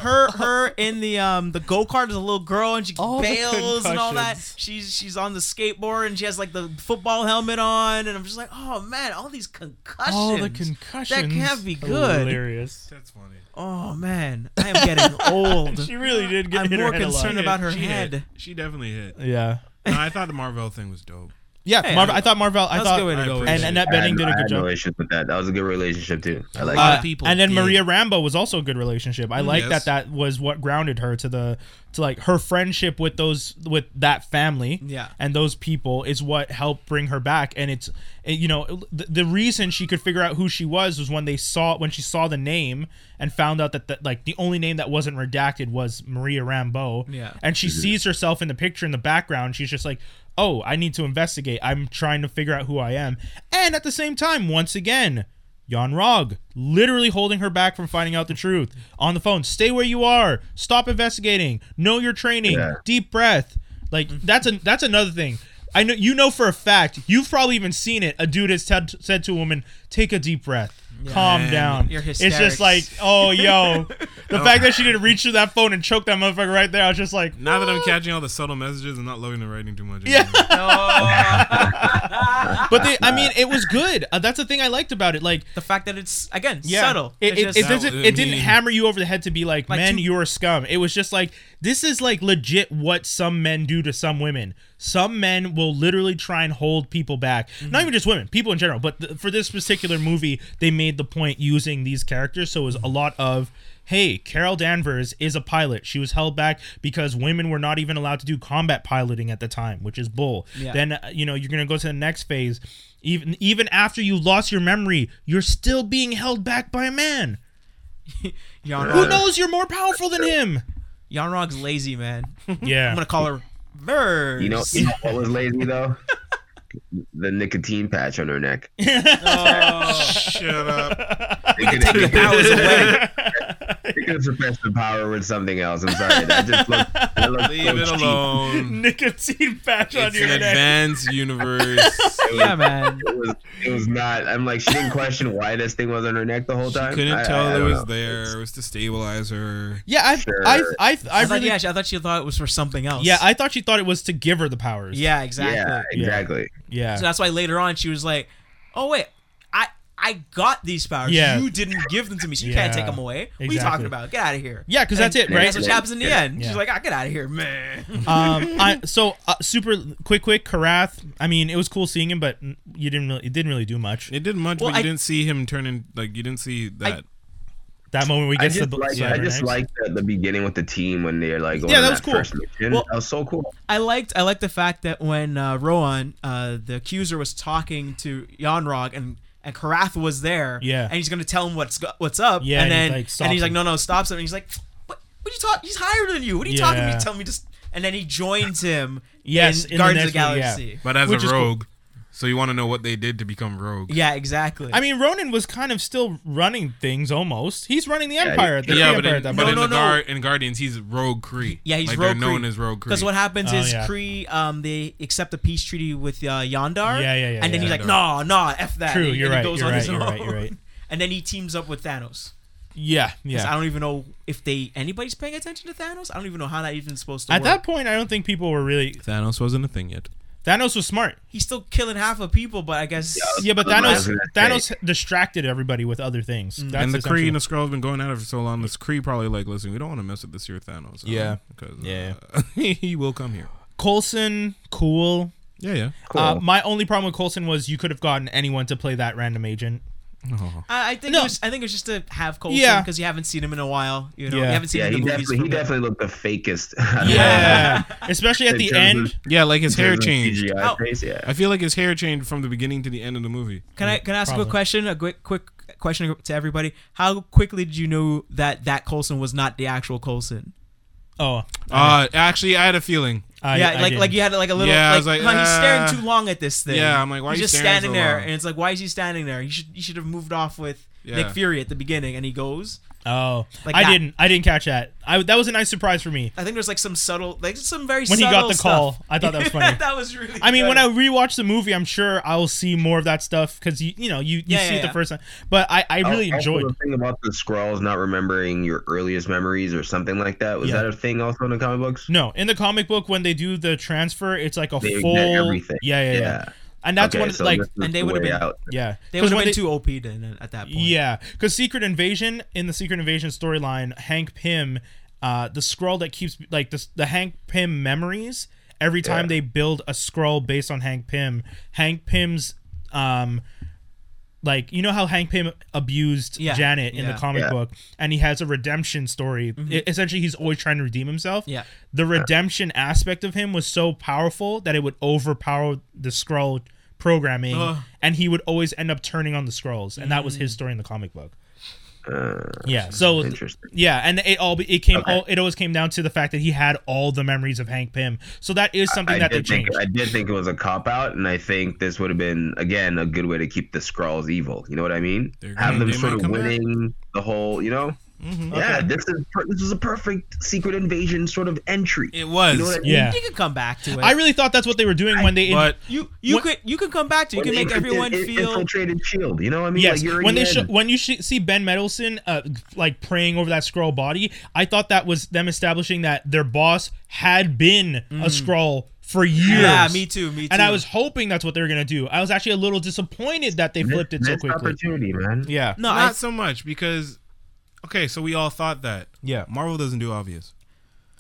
Speaker 4: her, her in the um the go kart is a little girl and she
Speaker 3: All the
Speaker 4: bails and all that.
Speaker 3: concussions.
Speaker 4: She's she's on the skateboard and she has like the football helmet on and I'm just like, oh man, all these concussions.
Speaker 3: all the concussions.
Speaker 4: That can't be good.
Speaker 3: Hilarious.
Speaker 8: That's funny.
Speaker 4: Oh man, I am getting old.
Speaker 3: She really did get
Speaker 4: I'm
Speaker 3: hit her
Speaker 4: more
Speaker 3: head a lot.
Speaker 4: concerned about her
Speaker 8: She hit.
Speaker 4: head.
Speaker 8: She definitely hit.
Speaker 3: Yeah.
Speaker 8: I thought the Marvel thing was dope.
Speaker 3: Yeah,
Speaker 4: Hey,
Speaker 3: Marvel.
Speaker 4: I-
Speaker 3: I thought Marvel. I
Speaker 4: That's
Speaker 3: thought
Speaker 4: a good way to go.
Speaker 3: and Annette
Speaker 2: I had,
Speaker 3: Benning did
Speaker 2: I
Speaker 3: a good
Speaker 2: had no
Speaker 3: job.
Speaker 2: issues with that. That was a good relationship too. I like.
Speaker 3: Uh,
Speaker 8: of people
Speaker 3: and then
Speaker 8: did. Mm-hmm.
Speaker 3: Maria Rambo was also a good relationship. I like
Speaker 8: yes.
Speaker 3: that. That was what grounded her to the to like her friendship with those with that family.
Speaker 4: Yeah.
Speaker 3: and those people is what helped bring her back. And it's it- you know the, the reason she could figure out who she was was when they saw when she saw the name and found out that the, like the only name that wasn't redacted was Maria Rambo.
Speaker 4: Yeah.
Speaker 3: and she sees herself in the picture in the background. She's just like. Oh, I need to investigate. I'm trying to figure out who I am. And at the same time, once again, Jan Rog literally holding her back from finding out the truth on the phone. Stay where you are. Stop investigating. Know your training.
Speaker 2: Yeah.
Speaker 3: Deep breath. Like
Speaker 4: Mm-hmm.
Speaker 3: that's a that's another thing. I know you know for a fact. You've probably even seen it. A dude has said said to a woman, "Take a deep breath." Calm down.
Speaker 4: Your
Speaker 3: it's just
Speaker 4: hysterics. Oh.
Speaker 3: like, oh, yo, the fact that she didn't reach through that phone and choke that motherfucker right there. I was just like,
Speaker 8: Now that I'm catching all the subtle messages, I'm not loving the writing too much.
Speaker 3: Yeah.
Speaker 8: anymore.
Speaker 3: but they, I mean, it was good. Uh, that's the thing I liked about it. Like,
Speaker 4: The fact that it's again
Speaker 3: Yeah.
Speaker 4: subtle.
Speaker 3: It,
Speaker 4: It's
Speaker 3: it,
Speaker 4: just-
Speaker 3: it doesn't.
Speaker 8: That
Speaker 3: It didn't
Speaker 8: mean-
Speaker 3: hammer you over the head to be like,
Speaker 4: Like
Speaker 3: men,
Speaker 4: two-
Speaker 3: you're a scum. It was just like this is like legit what some men do to some women. Some men will literally try and hold people back.
Speaker 4: Mm-hmm.
Speaker 3: Not even just women, people in general. But th- for this particular movie, they made the point using these characters, so it was a lot of. Hey, Carol Danvers is a pilot. She was held back because women were not even allowed to do combat piloting at the time, which is bull.
Speaker 4: Yeah.
Speaker 3: Then uh, you know you're gonna go to the next phase. Even even after you lost your memory, you're still being held back by a man.
Speaker 4: Jan
Speaker 3: Who
Speaker 4: Rog,
Speaker 3: knows you're more powerful than him?
Speaker 4: Jan Rog's lazy man.
Speaker 3: Yeah.
Speaker 4: I'm gonna call her Verse.
Speaker 2: You know, you know what was lazy though? the nicotine patch on her neck.
Speaker 8: Shut up.
Speaker 2: They could have powers away. They could have suppressed the power with something else. I'm sorry. That just looked. That looked
Speaker 8: Leave
Speaker 2: so
Speaker 8: it
Speaker 2: cheap.
Speaker 8: alone.
Speaker 3: Nicotine patch on
Speaker 8: It's
Speaker 3: your
Speaker 8: an
Speaker 3: neck.
Speaker 8: advanced universe.
Speaker 2: It was,
Speaker 4: yeah, man.
Speaker 2: it was. It was not. I'm like, she didn't question why this thing was on her neck the whole time.
Speaker 8: Couldn't
Speaker 2: I- I- I
Speaker 8: tell it
Speaker 2: don't
Speaker 8: was
Speaker 2: know.
Speaker 8: there. It was to stabilize her.
Speaker 3: Yeah, I,
Speaker 2: Sure.
Speaker 3: I, I, I,
Speaker 4: I, thought,
Speaker 3: really,
Speaker 4: yeah,
Speaker 3: yeah,
Speaker 4: I thought she thought it was for something else.
Speaker 3: I thought she thought it was to give her the powers.
Speaker 4: yeah, exactly.
Speaker 2: Yeah, exactly.
Speaker 3: yeah.
Speaker 4: So that's why later on she was like, "Oh wait, I I got these powers.
Speaker 3: Yeah.
Speaker 4: You didn't give them to me. So you
Speaker 3: Yeah.
Speaker 4: can't take them away. What are you
Speaker 3: Exactly.
Speaker 4: talking about? Get out of here."
Speaker 3: Yeah, 'cause that's it,
Speaker 4: And
Speaker 3: right?
Speaker 4: That's what happens in the
Speaker 2: Yeah.
Speaker 4: end.
Speaker 3: Yeah.
Speaker 4: She's like, "I get out of here, man."
Speaker 3: um, I, so uh, super quick, quick, Karath. I mean, it was cool seeing him, but you didn't really, it didn't really do much.
Speaker 8: It didn't much,
Speaker 4: Well,
Speaker 8: but you
Speaker 4: I-
Speaker 8: didn't see him turning. Like you didn't see that.
Speaker 3: That moment we
Speaker 2: I
Speaker 3: get to
Speaker 2: just
Speaker 3: the
Speaker 2: like I just
Speaker 3: cybernetics.
Speaker 2: like the, the beginning with the team when they're like going
Speaker 3: Yeah,
Speaker 2: on
Speaker 3: that was cool. uh,
Speaker 2: first mission.
Speaker 4: Well-
Speaker 2: that was so cool.
Speaker 4: I liked I liked the fact that when uh, Rowan, uh, the accuser, was talking to Yanrog and. And Karath was there,
Speaker 3: Yeah.
Speaker 4: And he's gonna tell him what's go- what's up,
Speaker 3: Yeah,
Speaker 4: And
Speaker 3: and he's
Speaker 4: then
Speaker 3: like,
Speaker 4: and
Speaker 3: stops
Speaker 4: he's like,
Speaker 3: him.
Speaker 4: no, no, stops him. And he's like, what? What are you talking? He's higher than you. What are you talking
Speaker 3: Yeah.
Speaker 4: about? Tell me just. And then he joins him.
Speaker 3: Yes, in
Speaker 4: in
Speaker 3: the
Speaker 4: Guardians of the
Speaker 3: next one, yeah.
Speaker 4: Galaxy.
Speaker 8: But as
Speaker 3: Which
Speaker 8: a
Speaker 3: is cool.
Speaker 8: rogue, so you want to know what they did to become rogue.
Speaker 4: Yeah, exactly.
Speaker 3: I mean, Ronan was kind of still running things almost. He's running the
Speaker 2: he-
Speaker 3: empire at the
Speaker 8: Yeah,
Speaker 3: the
Speaker 8: but
Speaker 3: empire
Speaker 8: in,
Speaker 3: at that
Speaker 8: but
Speaker 3: point.
Speaker 8: in
Speaker 4: No,
Speaker 8: the
Speaker 4: no, no.
Speaker 8: Guard, in Guardians, he's Rogue Cree.
Speaker 4: yeah, he's
Speaker 8: like
Speaker 4: Rogue
Speaker 8: they're known
Speaker 4: Kree.
Speaker 8: as Rogue Cree.
Speaker 4: Because what happens
Speaker 3: Oh,
Speaker 4: is
Speaker 3: yeah.
Speaker 4: Kree, um, they accept the peace treaty with uh, Yondar.
Speaker 3: Yeah, yeah, yeah,
Speaker 4: And
Speaker 3: yeah.
Speaker 4: then he's like,
Speaker 8: Yondar.
Speaker 4: nah, nah, f that.
Speaker 3: True,
Speaker 4: and he,
Speaker 3: you're
Speaker 4: and he
Speaker 3: right,
Speaker 4: goes
Speaker 3: you're
Speaker 4: on
Speaker 3: right,
Speaker 4: his
Speaker 3: you're right,
Speaker 4: own.
Speaker 3: you're right.
Speaker 4: And then he teams up with Thanos.
Speaker 3: yeah, yeah.
Speaker 4: 'Cause I don't even know if they anybody's paying attention to Thanos. I don't even know how that even's supposed to
Speaker 3: At
Speaker 4: work.
Speaker 3: that point, I don't think people were really.
Speaker 8: Thanos wasn't a thing yet.
Speaker 3: Thanos was smart.
Speaker 4: he's still killing half of people, but I guess
Speaker 3: Yeah, but
Speaker 2: That's what I was
Speaker 3: Thanos
Speaker 2: gonna
Speaker 3: Thanos distracted everybody with other things.
Speaker 4: Mm.
Speaker 3: That's
Speaker 8: and the
Speaker 3: essentially-
Speaker 8: Kree and the Skrull have been going at it for so long. This Kree probably like, listen, we don't want to mess with this here Thanos. huh?
Speaker 3: Yeah.
Speaker 8: because
Speaker 3: Yeah.
Speaker 8: uh, he will come here.
Speaker 3: Coulson, cool.
Speaker 8: Yeah, yeah.
Speaker 2: Cool.
Speaker 3: Uh, my only problem with Coulson was you could have gotten anyone to play that random agent.
Speaker 4: I, I think
Speaker 3: No.
Speaker 4: it was, I think it's just to have Coulson
Speaker 3: Yeah.
Speaker 4: because you haven't seen him in a while. You know,
Speaker 3: Yeah.
Speaker 4: you haven't seen
Speaker 2: yeah,
Speaker 4: him
Speaker 2: he
Speaker 4: in the movies.
Speaker 2: definitely he
Speaker 4: for-
Speaker 2: definitely looked the fakest.
Speaker 3: Yeah, especially at
Speaker 2: In
Speaker 3: the
Speaker 2: terms
Speaker 3: end.
Speaker 2: of-
Speaker 8: Yeah, like his
Speaker 2: in
Speaker 8: hair
Speaker 2: terms of
Speaker 8: changed.
Speaker 2: CGI
Speaker 4: Oh.
Speaker 2: face, yeah.
Speaker 8: I feel like his hair changed from the beginning to the end of the movie.
Speaker 4: Can I can I ask a
Speaker 3: Probably.
Speaker 4: quick question? A quick quick question to everybody. How quickly did you know that that Colson was not the actual Colson?
Speaker 3: oh,
Speaker 8: Uh, actually, I had a feeling.
Speaker 3: I,
Speaker 4: yeah,
Speaker 3: I
Speaker 4: like
Speaker 3: didn't.
Speaker 4: like you had like a little.
Speaker 8: Yeah, I
Speaker 4: like,
Speaker 8: was like,
Speaker 4: "Huh, he's
Speaker 8: uh,
Speaker 3: "Ah."
Speaker 4: staring too long at this thing.
Speaker 8: yeah, I'm like, why are
Speaker 4: he's
Speaker 8: you
Speaker 4: just
Speaker 8: staring
Speaker 4: standing
Speaker 8: so
Speaker 4: there?
Speaker 8: long?
Speaker 4: And it's like, why is he standing there? You should you should have moved off with Nick
Speaker 8: Yeah.
Speaker 4: Fury at the beginning, and he goes.
Speaker 3: Oh,
Speaker 4: like
Speaker 3: I
Speaker 4: that.
Speaker 3: didn't. I didn't catch that. I that was a nice surprise for me.
Speaker 4: I think there's like some subtle, like some very
Speaker 3: When he got
Speaker 4: subtle
Speaker 3: the call,
Speaker 4: stuff.
Speaker 3: I thought that was funny.
Speaker 4: that was really.
Speaker 3: I mean,
Speaker 4: good.
Speaker 3: when I rewatch the movie, I'm sure I'll see more of that stuff because you you know you, you
Speaker 4: Yeah,
Speaker 3: see
Speaker 4: yeah,
Speaker 3: it the
Speaker 4: yeah.
Speaker 3: first time. But I I really
Speaker 2: Al- also
Speaker 3: enjoyed.
Speaker 2: the thing about the scrolls not remembering your earliest memories or something like that. Was
Speaker 3: Yeah.
Speaker 2: that a thing also in the comic books?
Speaker 3: No, in the comic book when they do the transfer, it's like a
Speaker 2: They ignite
Speaker 3: full
Speaker 2: everything.
Speaker 3: Yeah, yeah, yeah,
Speaker 2: Yeah.
Speaker 3: And that's
Speaker 2: Okay,
Speaker 3: one of the
Speaker 2: so
Speaker 3: like
Speaker 2: this is
Speaker 4: and they
Speaker 2: the
Speaker 4: would've
Speaker 2: way
Speaker 4: been-
Speaker 2: out.
Speaker 3: yeah.
Speaker 4: they
Speaker 3: 'Cause
Speaker 4: would have been
Speaker 3: when
Speaker 4: too OP then at that point.
Speaker 3: Yeah, because Secret Invasion in the Secret Invasion storyline, Hank Pym, uh, the scroll that keeps like the the Hank Pym memories Every time they build a scroll based on Hank Pym, Hank Pym's um like you know how Hank Pym abused
Speaker 4: Yeah.
Speaker 3: Janet in
Speaker 4: Yeah.
Speaker 3: the comic
Speaker 2: Yeah.
Speaker 3: book and he has a redemption story. E- essentially he's always trying to redeem himself.
Speaker 4: Yeah.
Speaker 3: The redemption aspect of him was so powerful that it would overpower the scroll programming and he would always end up turning on the scrolls and that was his story in the comic book. yeah. So
Speaker 2: Uh, interesting.
Speaker 3: yeah, and it all it came
Speaker 2: Okay.
Speaker 3: all it always came down to the fact that he had all the memories of Hank Pym. So that is something
Speaker 2: I
Speaker 3: that they
Speaker 2: did think
Speaker 3: changed.
Speaker 2: I did think it was a cop out, and I think this would have been again a good way to keep the Skrulls evil. You know what I mean? Have
Speaker 1: gonna-
Speaker 2: them
Speaker 1: they
Speaker 2: sort
Speaker 1: might
Speaker 2: of
Speaker 1: come back.
Speaker 2: winning the whole. You know? Yeah, this is per- this is a perfect secret invasion sort of entry.
Speaker 8: It was.
Speaker 2: You know what I mean?
Speaker 3: yeah.
Speaker 4: You can come back to it.
Speaker 3: I really thought that's what they were doing when they
Speaker 8: But
Speaker 4: you you
Speaker 3: What-
Speaker 4: could you can come back to. You
Speaker 2: When
Speaker 4: can
Speaker 2: they
Speaker 4: make
Speaker 2: infil-
Speaker 4: everyone
Speaker 2: in-
Speaker 4: feel.
Speaker 2: infiltrated shield. You know what I mean?
Speaker 3: Yes,
Speaker 2: Like, you're
Speaker 3: when they
Speaker 2: in.
Speaker 3: sh- when you sh- see Ben Mendelsohn uh, like praying over that scroll body, I thought that was them establishing that their boss had been a scroll for years.
Speaker 4: Mm. Yeah, me too. Me too.
Speaker 3: And I was hoping that's what they were gonna do. I was actually a little disappointed that they flipped it so
Speaker 2: Missed
Speaker 3: quickly.
Speaker 2: Opportunity, man.
Speaker 3: Yeah,
Speaker 4: no.
Speaker 8: not
Speaker 4: I,
Speaker 8: so much because okay, so we all thought that.
Speaker 3: Yeah.
Speaker 8: Marvel doesn't do obvious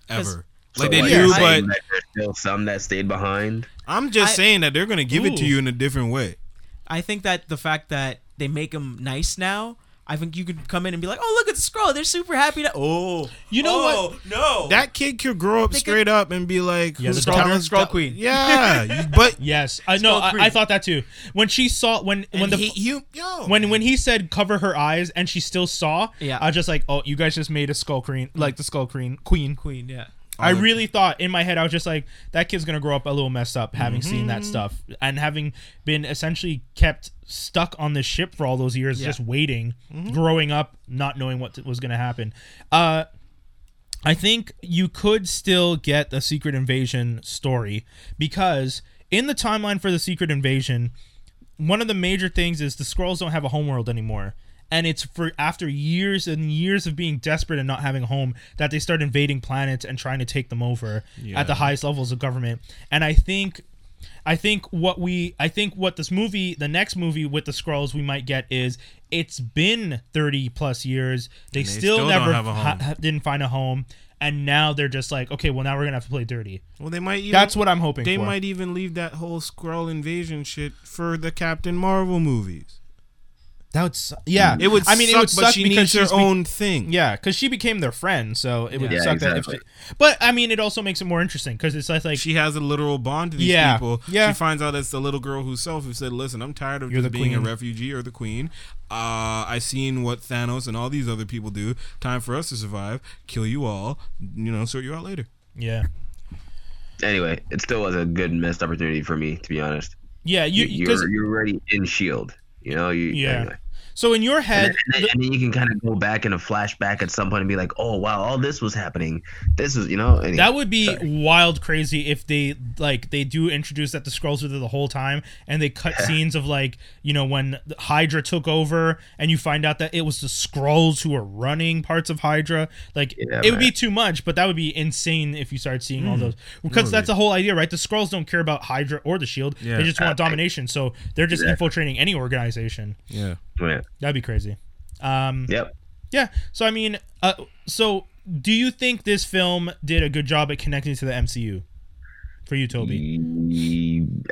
Speaker 8: ever.
Speaker 2: So,
Speaker 8: Like they
Speaker 2: like,
Speaker 8: do,
Speaker 2: you're
Speaker 8: but
Speaker 2: saying that there's still some that stayed behind.
Speaker 8: I'm just
Speaker 4: I-
Speaker 8: saying that they're gonna give it to
Speaker 3: Ooh.
Speaker 8: you in a different way.
Speaker 4: I think that the fact that they make him nice now. I think you could come in and be like, "Oh, look at the scroll. They're super happy." To- oh,
Speaker 3: You know
Speaker 4: oh, No,
Speaker 8: That kid could grow up
Speaker 4: They could-
Speaker 8: straight up and be like,
Speaker 3: Yeah,
Speaker 8: who's
Speaker 3: the Scroll-
Speaker 8: Talon's
Speaker 4: Scroll
Speaker 8: da-
Speaker 4: Queen.
Speaker 8: Yeah, you- but
Speaker 3: Yes, I know. I, I thought that too. When she saw when when
Speaker 8: when
Speaker 3: the
Speaker 8: you yo,
Speaker 3: when when he said cover her eyes and she still saw,
Speaker 4: Yeah.
Speaker 3: I was just like, oh, you guys just made a skull queen, like the skull queen queen.
Speaker 4: queen. Yeah.
Speaker 3: I really thought in my head, I was just like, that kid's gonna grow up a little messed up, having seen that stuff and having been essentially kept stuck on this ship for all those years,
Speaker 4: Yeah.
Speaker 3: just waiting, growing up, not knowing what was gonna happen. Uh, I think you could still get the secret invasion story because in the timeline for the secret invasion, one of the major things is the scrolls don't have a homeworld anymore. And it's for after years and years of being desperate and not having a home that they start invading planets and trying to take them over at the highest levels of government. And I think I think what we I think what this movie the next movie with the scrolls we might get is it's been 30 plus years they, still,
Speaker 8: still don't
Speaker 3: never
Speaker 8: have a
Speaker 3: ha-
Speaker 8: home.
Speaker 3: ha- didn't find a home and now they're just like okay well now we're going to have to play dirty.
Speaker 8: well they might even,
Speaker 3: That's what I'm hoping
Speaker 8: they
Speaker 3: for.
Speaker 8: might even leave that whole scroll invasion shit for the Captain Marvel movies.
Speaker 3: that would su- yeah.
Speaker 8: It would
Speaker 3: I mean
Speaker 8: suck,
Speaker 3: it would
Speaker 8: but
Speaker 3: suck
Speaker 8: she
Speaker 3: because
Speaker 8: needs her
Speaker 3: she's be-
Speaker 8: own thing.
Speaker 3: Yeah, because she became their friend, so it would
Speaker 2: Yeah,
Speaker 3: suck that if
Speaker 2: exactly.
Speaker 3: she. But I mean, it also makes it more interesting because it's like, like
Speaker 8: She has a literal bond to these
Speaker 3: Yeah,
Speaker 8: people.
Speaker 3: yeah.
Speaker 8: She finds out it's the little girl herself who said, "Listen, I'm tired of
Speaker 3: You're
Speaker 8: just
Speaker 3: the
Speaker 8: being a
Speaker 3: queen."
Speaker 8: refugee or the queen. Uh, I seen what Thanos and all these other people do. Time for us to survive. Kill you all. You know, sort you out later."
Speaker 3: yeah,
Speaker 2: Anyway, it still was a good missed opportunity for me, to be honest.
Speaker 3: yeah, you because
Speaker 2: you're you're already in shield. E You know, you
Speaker 3: yeah.
Speaker 2: anyway.
Speaker 3: So in your head,
Speaker 2: And, then, and then you can kind of go back in a flashback at some point and be like, "Oh wow, all this was happening. This was, you know." Anyway.
Speaker 3: that would be wild, crazy if they like they do introduce that the scrolls are there the whole time, and they cut scenes of like you know when the Hydra took over, and you find out that it was the scrolls who were running parts of Hydra. Like
Speaker 2: Yeah,
Speaker 3: it would be
Speaker 2: man.
Speaker 3: too much, but that would be insane if you started seeing all those because that's the whole idea, right? The scrolls don't care about Hydra or the Shield; they just want domination, so they're just
Speaker 2: Exactly.
Speaker 3: infiltrating any organization.
Speaker 8: Yeah.
Speaker 2: Yeah.
Speaker 3: That'd be crazy. Um,
Speaker 2: Yep.
Speaker 3: yeah. So I mean, uh, so do you think this film did a good job at connecting to the MCU for you, Toby?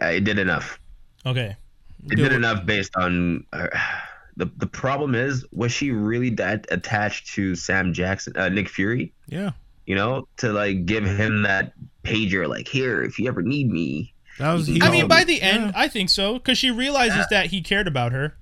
Speaker 2: I did enough.
Speaker 3: Okay.
Speaker 2: It did enough based on uh, the the problem is was she really that attached to Sam Jackson, uh, Nick Fury?
Speaker 8: Yeah.
Speaker 2: You know, to like give him that pager, like here if you ever need me.
Speaker 8: That was.
Speaker 2: I
Speaker 3: I mean,
Speaker 2: No.
Speaker 3: by the end, I think so because she realizes that he cared about her.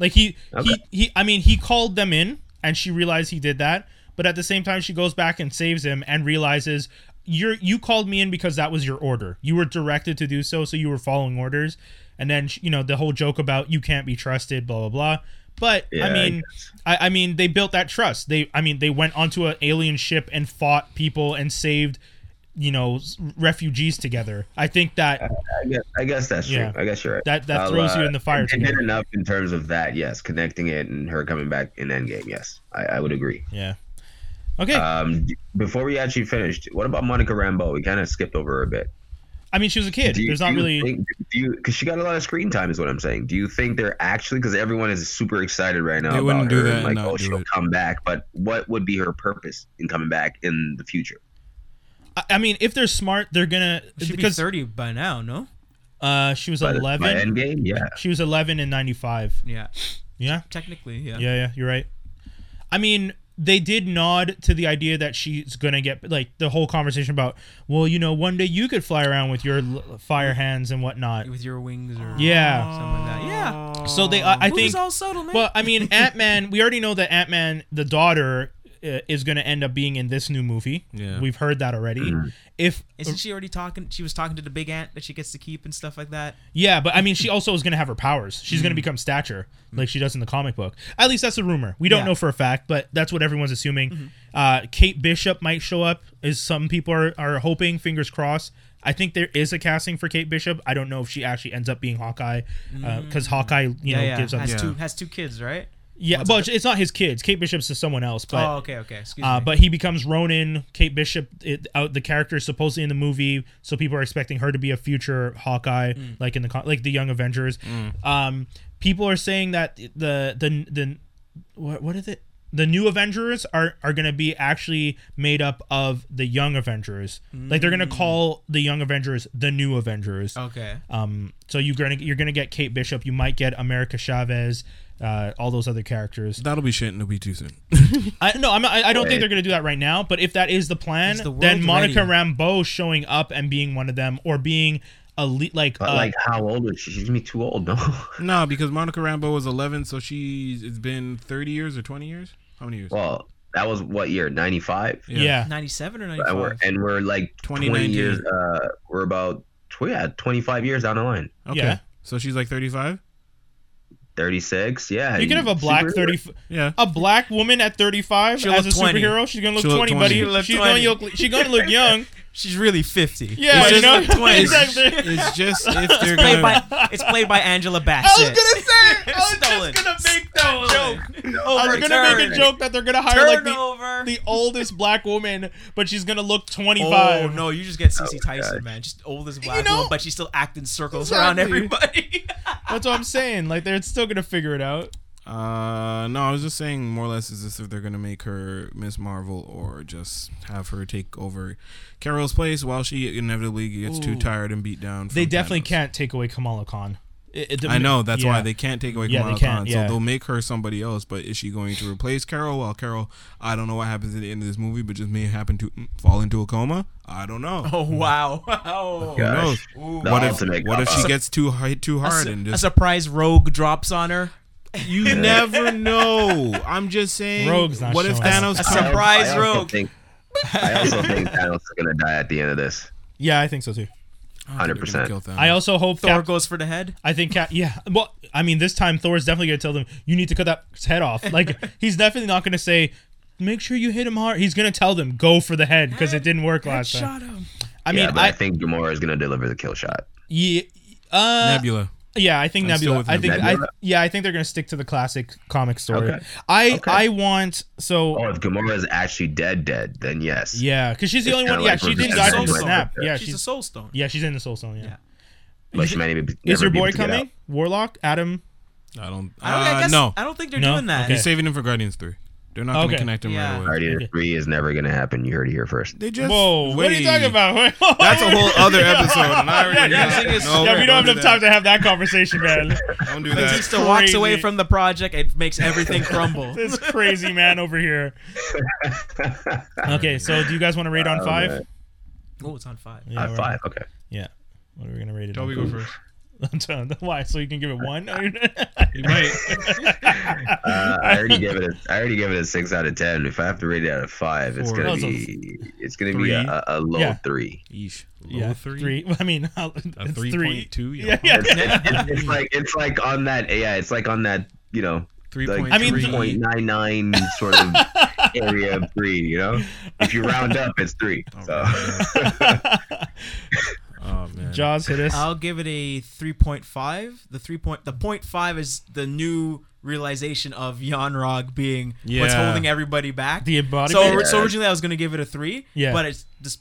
Speaker 3: Like he,
Speaker 2: Okay.
Speaker 3: he, he. I mean, he called them in, and she realized he did that. But at the same time, she goes back and saves him, and realizes you're you called me in because that was your order. You were directed to do so, so you were following orders. And then you know the whole joke about you can't be trusted, blah blah blah. But I
Speaker 2: Yeah, I
Speaker 3: mean, I, I mean, they built that trust. They, I mean, they went onto an alien ship and fought people and saved, you know, s- refugees together. I think that
Speaker 2: I guess, I guess that's
Speaker 3: Yeah.
Speaker 2: true. I guess you're right.
Speaker 3: That- that
Speaker 2: I'll,
Speaker 3: throws you in the fire
Speaker 2: It, it did
Speaker 3: together.
Speaker 2: enough in terms of that, yes, connecting it and her coming back in Endgame. Yes, I, I would agree.
Speaker 3: Yeah. Okay.
Speaker 2: Um, before we actually finished, what about Monica Rambeau? We kind of skipped over her a bit.
Speaker 3: I mean, she was a kid.
Speaker 2: Do you-
Speaker 3: There's not
Speaker 2: do you
Speaker 3: really.
Speaker 2: think- do you because she got a lot of screen time is what I'm saying. Do you think they're actually because everyone is super excited right now
Speaker 8: They
Speaker 2: about
Speaker 8: wouldn't do
Speaker 2: her
Speaker 8: that
Speaker 2: and
Speaker 8: and
Speaker 2: like
Speaker 8: not
Speaker 2: oh
Speaker 8: do
Speaker 2: she'll
Speaker 8: it.
Speaker 2: come back, but what would be her purpose in coming back in the future?
Speaker 3: I- I mean, if they're smart, they're gonna
Speaker 4: Should be
Speaker 3: because
Speaker 4: thirty by now, no?
Speaker 3: uh, she was
Speaker 2: By the- by
Speaker 3: eleven.
Speaker 2: Endgame, yeah.
Speaker 3: She was eleven in ninety five.
Speaker 4: Yeah,
Speaker 3: Yeah,
Speaker 4: technically, yeah.
Speaker 3: yeah, yeah. You're right. I mean, they did nod to the idea that she's gonna get like the whole conversation about, well, you know, one day you could fly around with your l- fire hands and whatnot.
Speaker 4: With your wings or
Speaker 3: Yeah.
Speaker 4: something like that. Yeah,
Speaker 3: So they, I, I
Speaker 4: Movies
Speaker 3: think.
Speaker 4: all subtle, man.
Speaker 3: Well, uh, I mean, Ant Man. We already know that Ant Man, the daughter, uh, is going to end up being in this new movie.
Speaker 8: Yeah.
Speaker 3: We've heard that already.
Speaker 2: Mm.
Speaker 3: If
Speaker 4: Isn't she already talking? She was talking to the big ant that she gets to keep and stuff like that.
Speaker 3: yeah, but I mean, she also is going to have her powers. She's
Speaker 4: Mm-hmm.
Speaker 3: going to become stature, like she does in the comic book. At least that's a rumor. We don't
Speaker 4: Yeah. Mm-hmm.
Speaker 3: know for a fact, but that's what everyone's assuming. Uh, Kate Bishop might show up. Is some people are are hoping. Fingers crossed. I think there is a casting for Kate Bishop. I don't know if she actually ends up being Hawkeye, because Hawkeye, you
Speaker 4: Mm. Yeah,
Speaker 3: know,
Speaker 4: yeah.
Speaker 3: gives up.
Speaker 4: has
Speaker 3: Yeah,
Speaker 4: two has two kids, right?
Speaker 3: well, it's not his kids. Kate Bishop's is someone else, but
Speaker 4: oh, okay, okay. Excuse
Speaker 3: Uh,
Speaker 4: me.
Speaker 3: but he becomes Ronin. Kate Bishop, it, out the character is supposedly in the movie, so people are expecting her to be a future Hawkeye, like in the con- like the Young Avengers. Um, people are saying that the the the what what is it? The new Avengers are are going to be actually made up of the Young Avengers. Like they're going to call the Young Avengers the new Avengers.
Speaker 4: okay.
Speaker 3: Um, so you're gonna you're gonna get Kate Bishop. You might get America Chavez. Uh, all those other characters.
Speaker 8: That'll be shit and it'll be too soon.
Speaker 3: I, no, I'm not, I, I don't think
Speaker 2: Right.
Speaker 3: they're going to do that right now. But if that is the plan,
Speaker 4: Is the world
Speaker 3: then Monica
Speaker 4: ready?
Speaker 3: Rambeau showing up and being one of them, or being a le- like,
Speaker 2: But
Speaker 3: uh,
Speaker 2: like, how old was she? She's gonna be too old, no?
Speaker 8: no, because Monica Rambo was 11, so she's it's been 30 years or 20 years. How many years?
Speaker 2: well, that was what year? Ninety five.
Speaker 3: yeah.
Speaker 4: Ninety seven or ninety
Speaker 2: And we're
Speaker 4: five?
Speaker 2: and we're like twenty
Speaker 8: 2019.
Speaker 2: years. Uh, we're about tw- yeah, twenty five years down the line.
Speaker 8: Okay.
Speaker 3: yeah.
Speaker 8: So she's like 35?
Speaker 2: Thirty six. Yeah.
Speaker 3: you can have a black thirty, f-
Speaker 8: Yeah.
Speaker 3: a black woman at thirty five
Speaker 4: She'll
Speaker 3: as a
Speaker 4: look 20.
Speaker 3: superhero. She's gonna look
Speaker 8: She'll look
Speaker 3: twenty,
Speaker 8: 20.
Speaker 3: buddy.
Speaker 8: She'll
Speaker 4: look
Speaker 3: she's gonna
Speaker 4: 20.
Speaker 3: look, she's gonna look young.
Speaker 4: She's really fifty.
Speaker 3: Yeah,
Speaker 8: It's
Speaker 3: you
Speaker 8: just
Speaker 3: know,
Speaker 8: like 20.
Speaker 3: exactly.
Speaker 8: It's just if they're
Speaker 4: It's played
Speaker 8: going to.
Speaker 4: by it's played by Angela Bassett.
Speaker 3: I was gonna say, I was
Speaker 4: Stolen.
Speaker 3: just gonna make that joke. I was gonna
Speaker 4: Overturned.
Speaker 3: make a joke that they're gonna hire like the,
Speaker 4: Turnover.
Speaker 3: the oldest black woman, but she's gonna look twenty
Speaker 4: Oh
Speaker 3: five.
Speaker 4: no! You just get Cece Tyson,
Speaker 2: God.
Speaker 4: man. Just oldest black
Speaker 3: know-
Speaker 4: woman, but she's still acting circles around
Speaker 3: Exactly.
Speaker 4: everybody.
Speaker 3: That's what I'm saying. Like they're still gonna figure it out.
Speaker 8: Uh, no, I was just saying more or less is this if they're gonna make her Miss Marvel or just have her take over Carol's place while she inevitably gets too tired and beat down.
Speaker 3: They
Speaker 8: from
Speaker 3: definitely
Speaker 8: Thanos.
Speaker 3: can't take away Kamala Khan. It- it-
Speaker 8: I know that's why
Speaker 3: yeah.
Speaker 8: they can't take away
Speaker 3: Yeah, they
Speaker 8: Kamala
Speaker 3: can't,
Speaker 8: Khan,
Speaker 3: yeah.
Speaker 8: so they'll make her somebody else. But is she going to replace Carol? Well, Carol, I don't know what happens at the end of this movie, but just may happen to mm, fall into a coma. I don't know.
Speaker 4: Oh wow! Oh.
Speaker 8: Who
Speaker 2: gosh.
Speaker 8: knows?
Speaker 2: The
Speaker 8: what if
Speaker 2: ultimate
Speaker 8: what if she
Speaker 2: cop-out.
Speaker 8: gets too hard, too
Speaker 4: A,
Speaker 8: hard
Speaker 4: su-
Speaker 8: and
Speaker 4: a
Speaker 8: just
Speaker 4: surprise rogue drops on her.
Speaker 8: you never know. I'm just saying.
Speaker 3: Rogue's not
Speaker 8: what if
Speaker 3: showing up.
Speaker 8: Thanos
Speaker 4: A
Speaker 8: comes?
Speaker 2: I-
Speaker 4: Surprise
Speaker 2: I also
Speaker 4: rogue.
Speaker 2: think- I also think Thanos is gonna die at the end of
Speaker 3: Oh,
Speaker 2: this.
Speaker 3: Yeah, I think so too.
Speaker 2: Hundred percent.
Speaker 3: I also hope
Speaker 4: Thor
Speaker 3: Cap-
Speaker 4: goes for the head.
Speaker 3: I think Cap- yeah. Well, I mean, this time Thor's definitely gonna tell them you need to cut that head off. Like he's definitely not gonna say. Make sure you hit him hard. He's gonna tell them go for the head because it didn't work last time.
Speaker 4: Shot him.
Speaker 3: I mean,
Speaker 2: Yeah, but I,
Speaker 3: I,
Speaker 2: think Gamora is gonna deliver the kill shot.
Speaker 3: yeah, uh,
Speaker 8: Nebula.
Speaker 3: yeah, I think
Speaker 8: I'm still
Speaker 3: Nebula.
Speaker 8: with
Speaker 3: I think I,
Speaker 2: Nebula.
Speaker 3: yeah, I think they're gonna stick to the classic comic story.
Speaker 2: Okay.
Speaker 3: I
Speaker 2: Okay.
Speaker 3: I want so
Speaker 2: Oh, if Gamora is actually dead, dead, then yes.
Speaker 3: yeah because she's the
Speaker 2: It's
Speaker 3: only one.
Speaker 2: kinda
Speaker 3: Yeah,
Speaker 2: like
Speaker 3: she
Speaker 2: we're
Speaker 3: didn't
Speaker 2: just
Speaker 3: die from
Speaker 4: gonna
Speaker 3: the
Speaker 4: go
Speaker 3: snap.
Speaker 2: with it.
Speaker 3: Yeah,
Speaker 4: she's, a
Speaker 3: she's Uh,
Speaker 4: soul stone.
Speaker 3: yeah she's in the soul stone. Yeah.
Speaker 4: Yeah.
Speaker 2: But she might even
Speaker 3: Is
Speaker 2: never
Speaker 3: your
Speaker 2: be
Speaker 3: boy
Speaker 2: able to get
Speaker 3: coming? Warlock, Adam.
Speaker 8: I don't. Uh,
Speaker 4: I don't, I guess,
Speaker 8: no,
Speaker 4: I don't think they're
Speaker 3: No?
Speaker 4: doing that.
Speaker 3: Okay.
Speaker 8: He's saving him for Guardians Three. They're not
Speaker 3: Okay.
Speaker 8: gonna connect him
Speaker 4: Yeah.
Speaker 8: right
Speaker 2: out.
Speaker 8: away.
Speaker 2: Guardian Three is never gonna happen. You heard it here first.
Speaker 8: They just.
Speaker 3: Whoa, what are you
Speaker 8: wait.
Speaker 3: talking about?
Speaker 8: That's a whole other episode, and I already.
Speaker 3: Yeah,
Speaker 8: know.
Speaker 4: yeah. Yeah,
Speaker 8: No,
Speaker 3: yeah, we don't have
Speaker 8: do
Speaker 3: enough time to have that conversation, man.
Speaker 8: that. Don't do
Speaker 4: Batista
Speaker 8: that.
Speaker 4: walks
Speaker 3: crazy.
Speaker 4: away from the project. It makes everything crumble.
Speaker 3: this crazy man over here. Okay, so do you guys want to rate on five?
Speaker 4: oh, it's on five.
Speaker 3: Yeah,
Speaker 2: High
Speaker 3: we're-
Speaker 2: five. Okay.
Speaker 3: Yeah. What are we gonna rate it?
Speaker 8: Toby, go first.
Speaker 3: on? Why? So you can give it
Speaker 8: Oh,
Speaker 3: one?
Speaker 2: Uh, I already gave it. A, I already gave it a six out of ten. If I have to rate it out of five, it's
Speaker 8: Four.
Speaker 2: gonna
Speaker 3: Oh, so
Speaker 2: be. It's gonna
Speaker 8: three.
Speaker 2: be a, a- a low
Speaker 3: Yeah.
Speaker 2: three.
Speaker 8: Yeesh. Low
Speaker 3: yeah,
Speaker 8: Oh, three.
Speaker 3: I mean, I'll-
Speaker 8: A
Speaker 3: it's
Speaker 8: three
Speaker 3: three.
Speaker 8: point two. you know?
Speaker 3: Yeah, yeah.
Speaker 2: It's, it's, it's like it's like on that. Yeah, it's like on that. You know,
Speaker 8: Three
Speaker 2: like
Speaker 8: point
Speaker 3: I mean,
Speaker 8: three.
Speaker 2: point nine nine sort of area of three. You know, if you round up, it's three. So
Speaker 8: Oh man.
Speaker 3: Jaws hit us.
Speaker 4: I'll give it a three point five. The three point the point five is the new realization of Yanrog being what's
Speaker 8: Yeah.
Speaker 4: holding everybody back.
Speaker 3: the
Speaker 4: so,
Speaker 3: embodiment.
Speaker 4: so originally I was gonna give it a three.
Speaker 3: Yeah.
Speaker 4: But it's just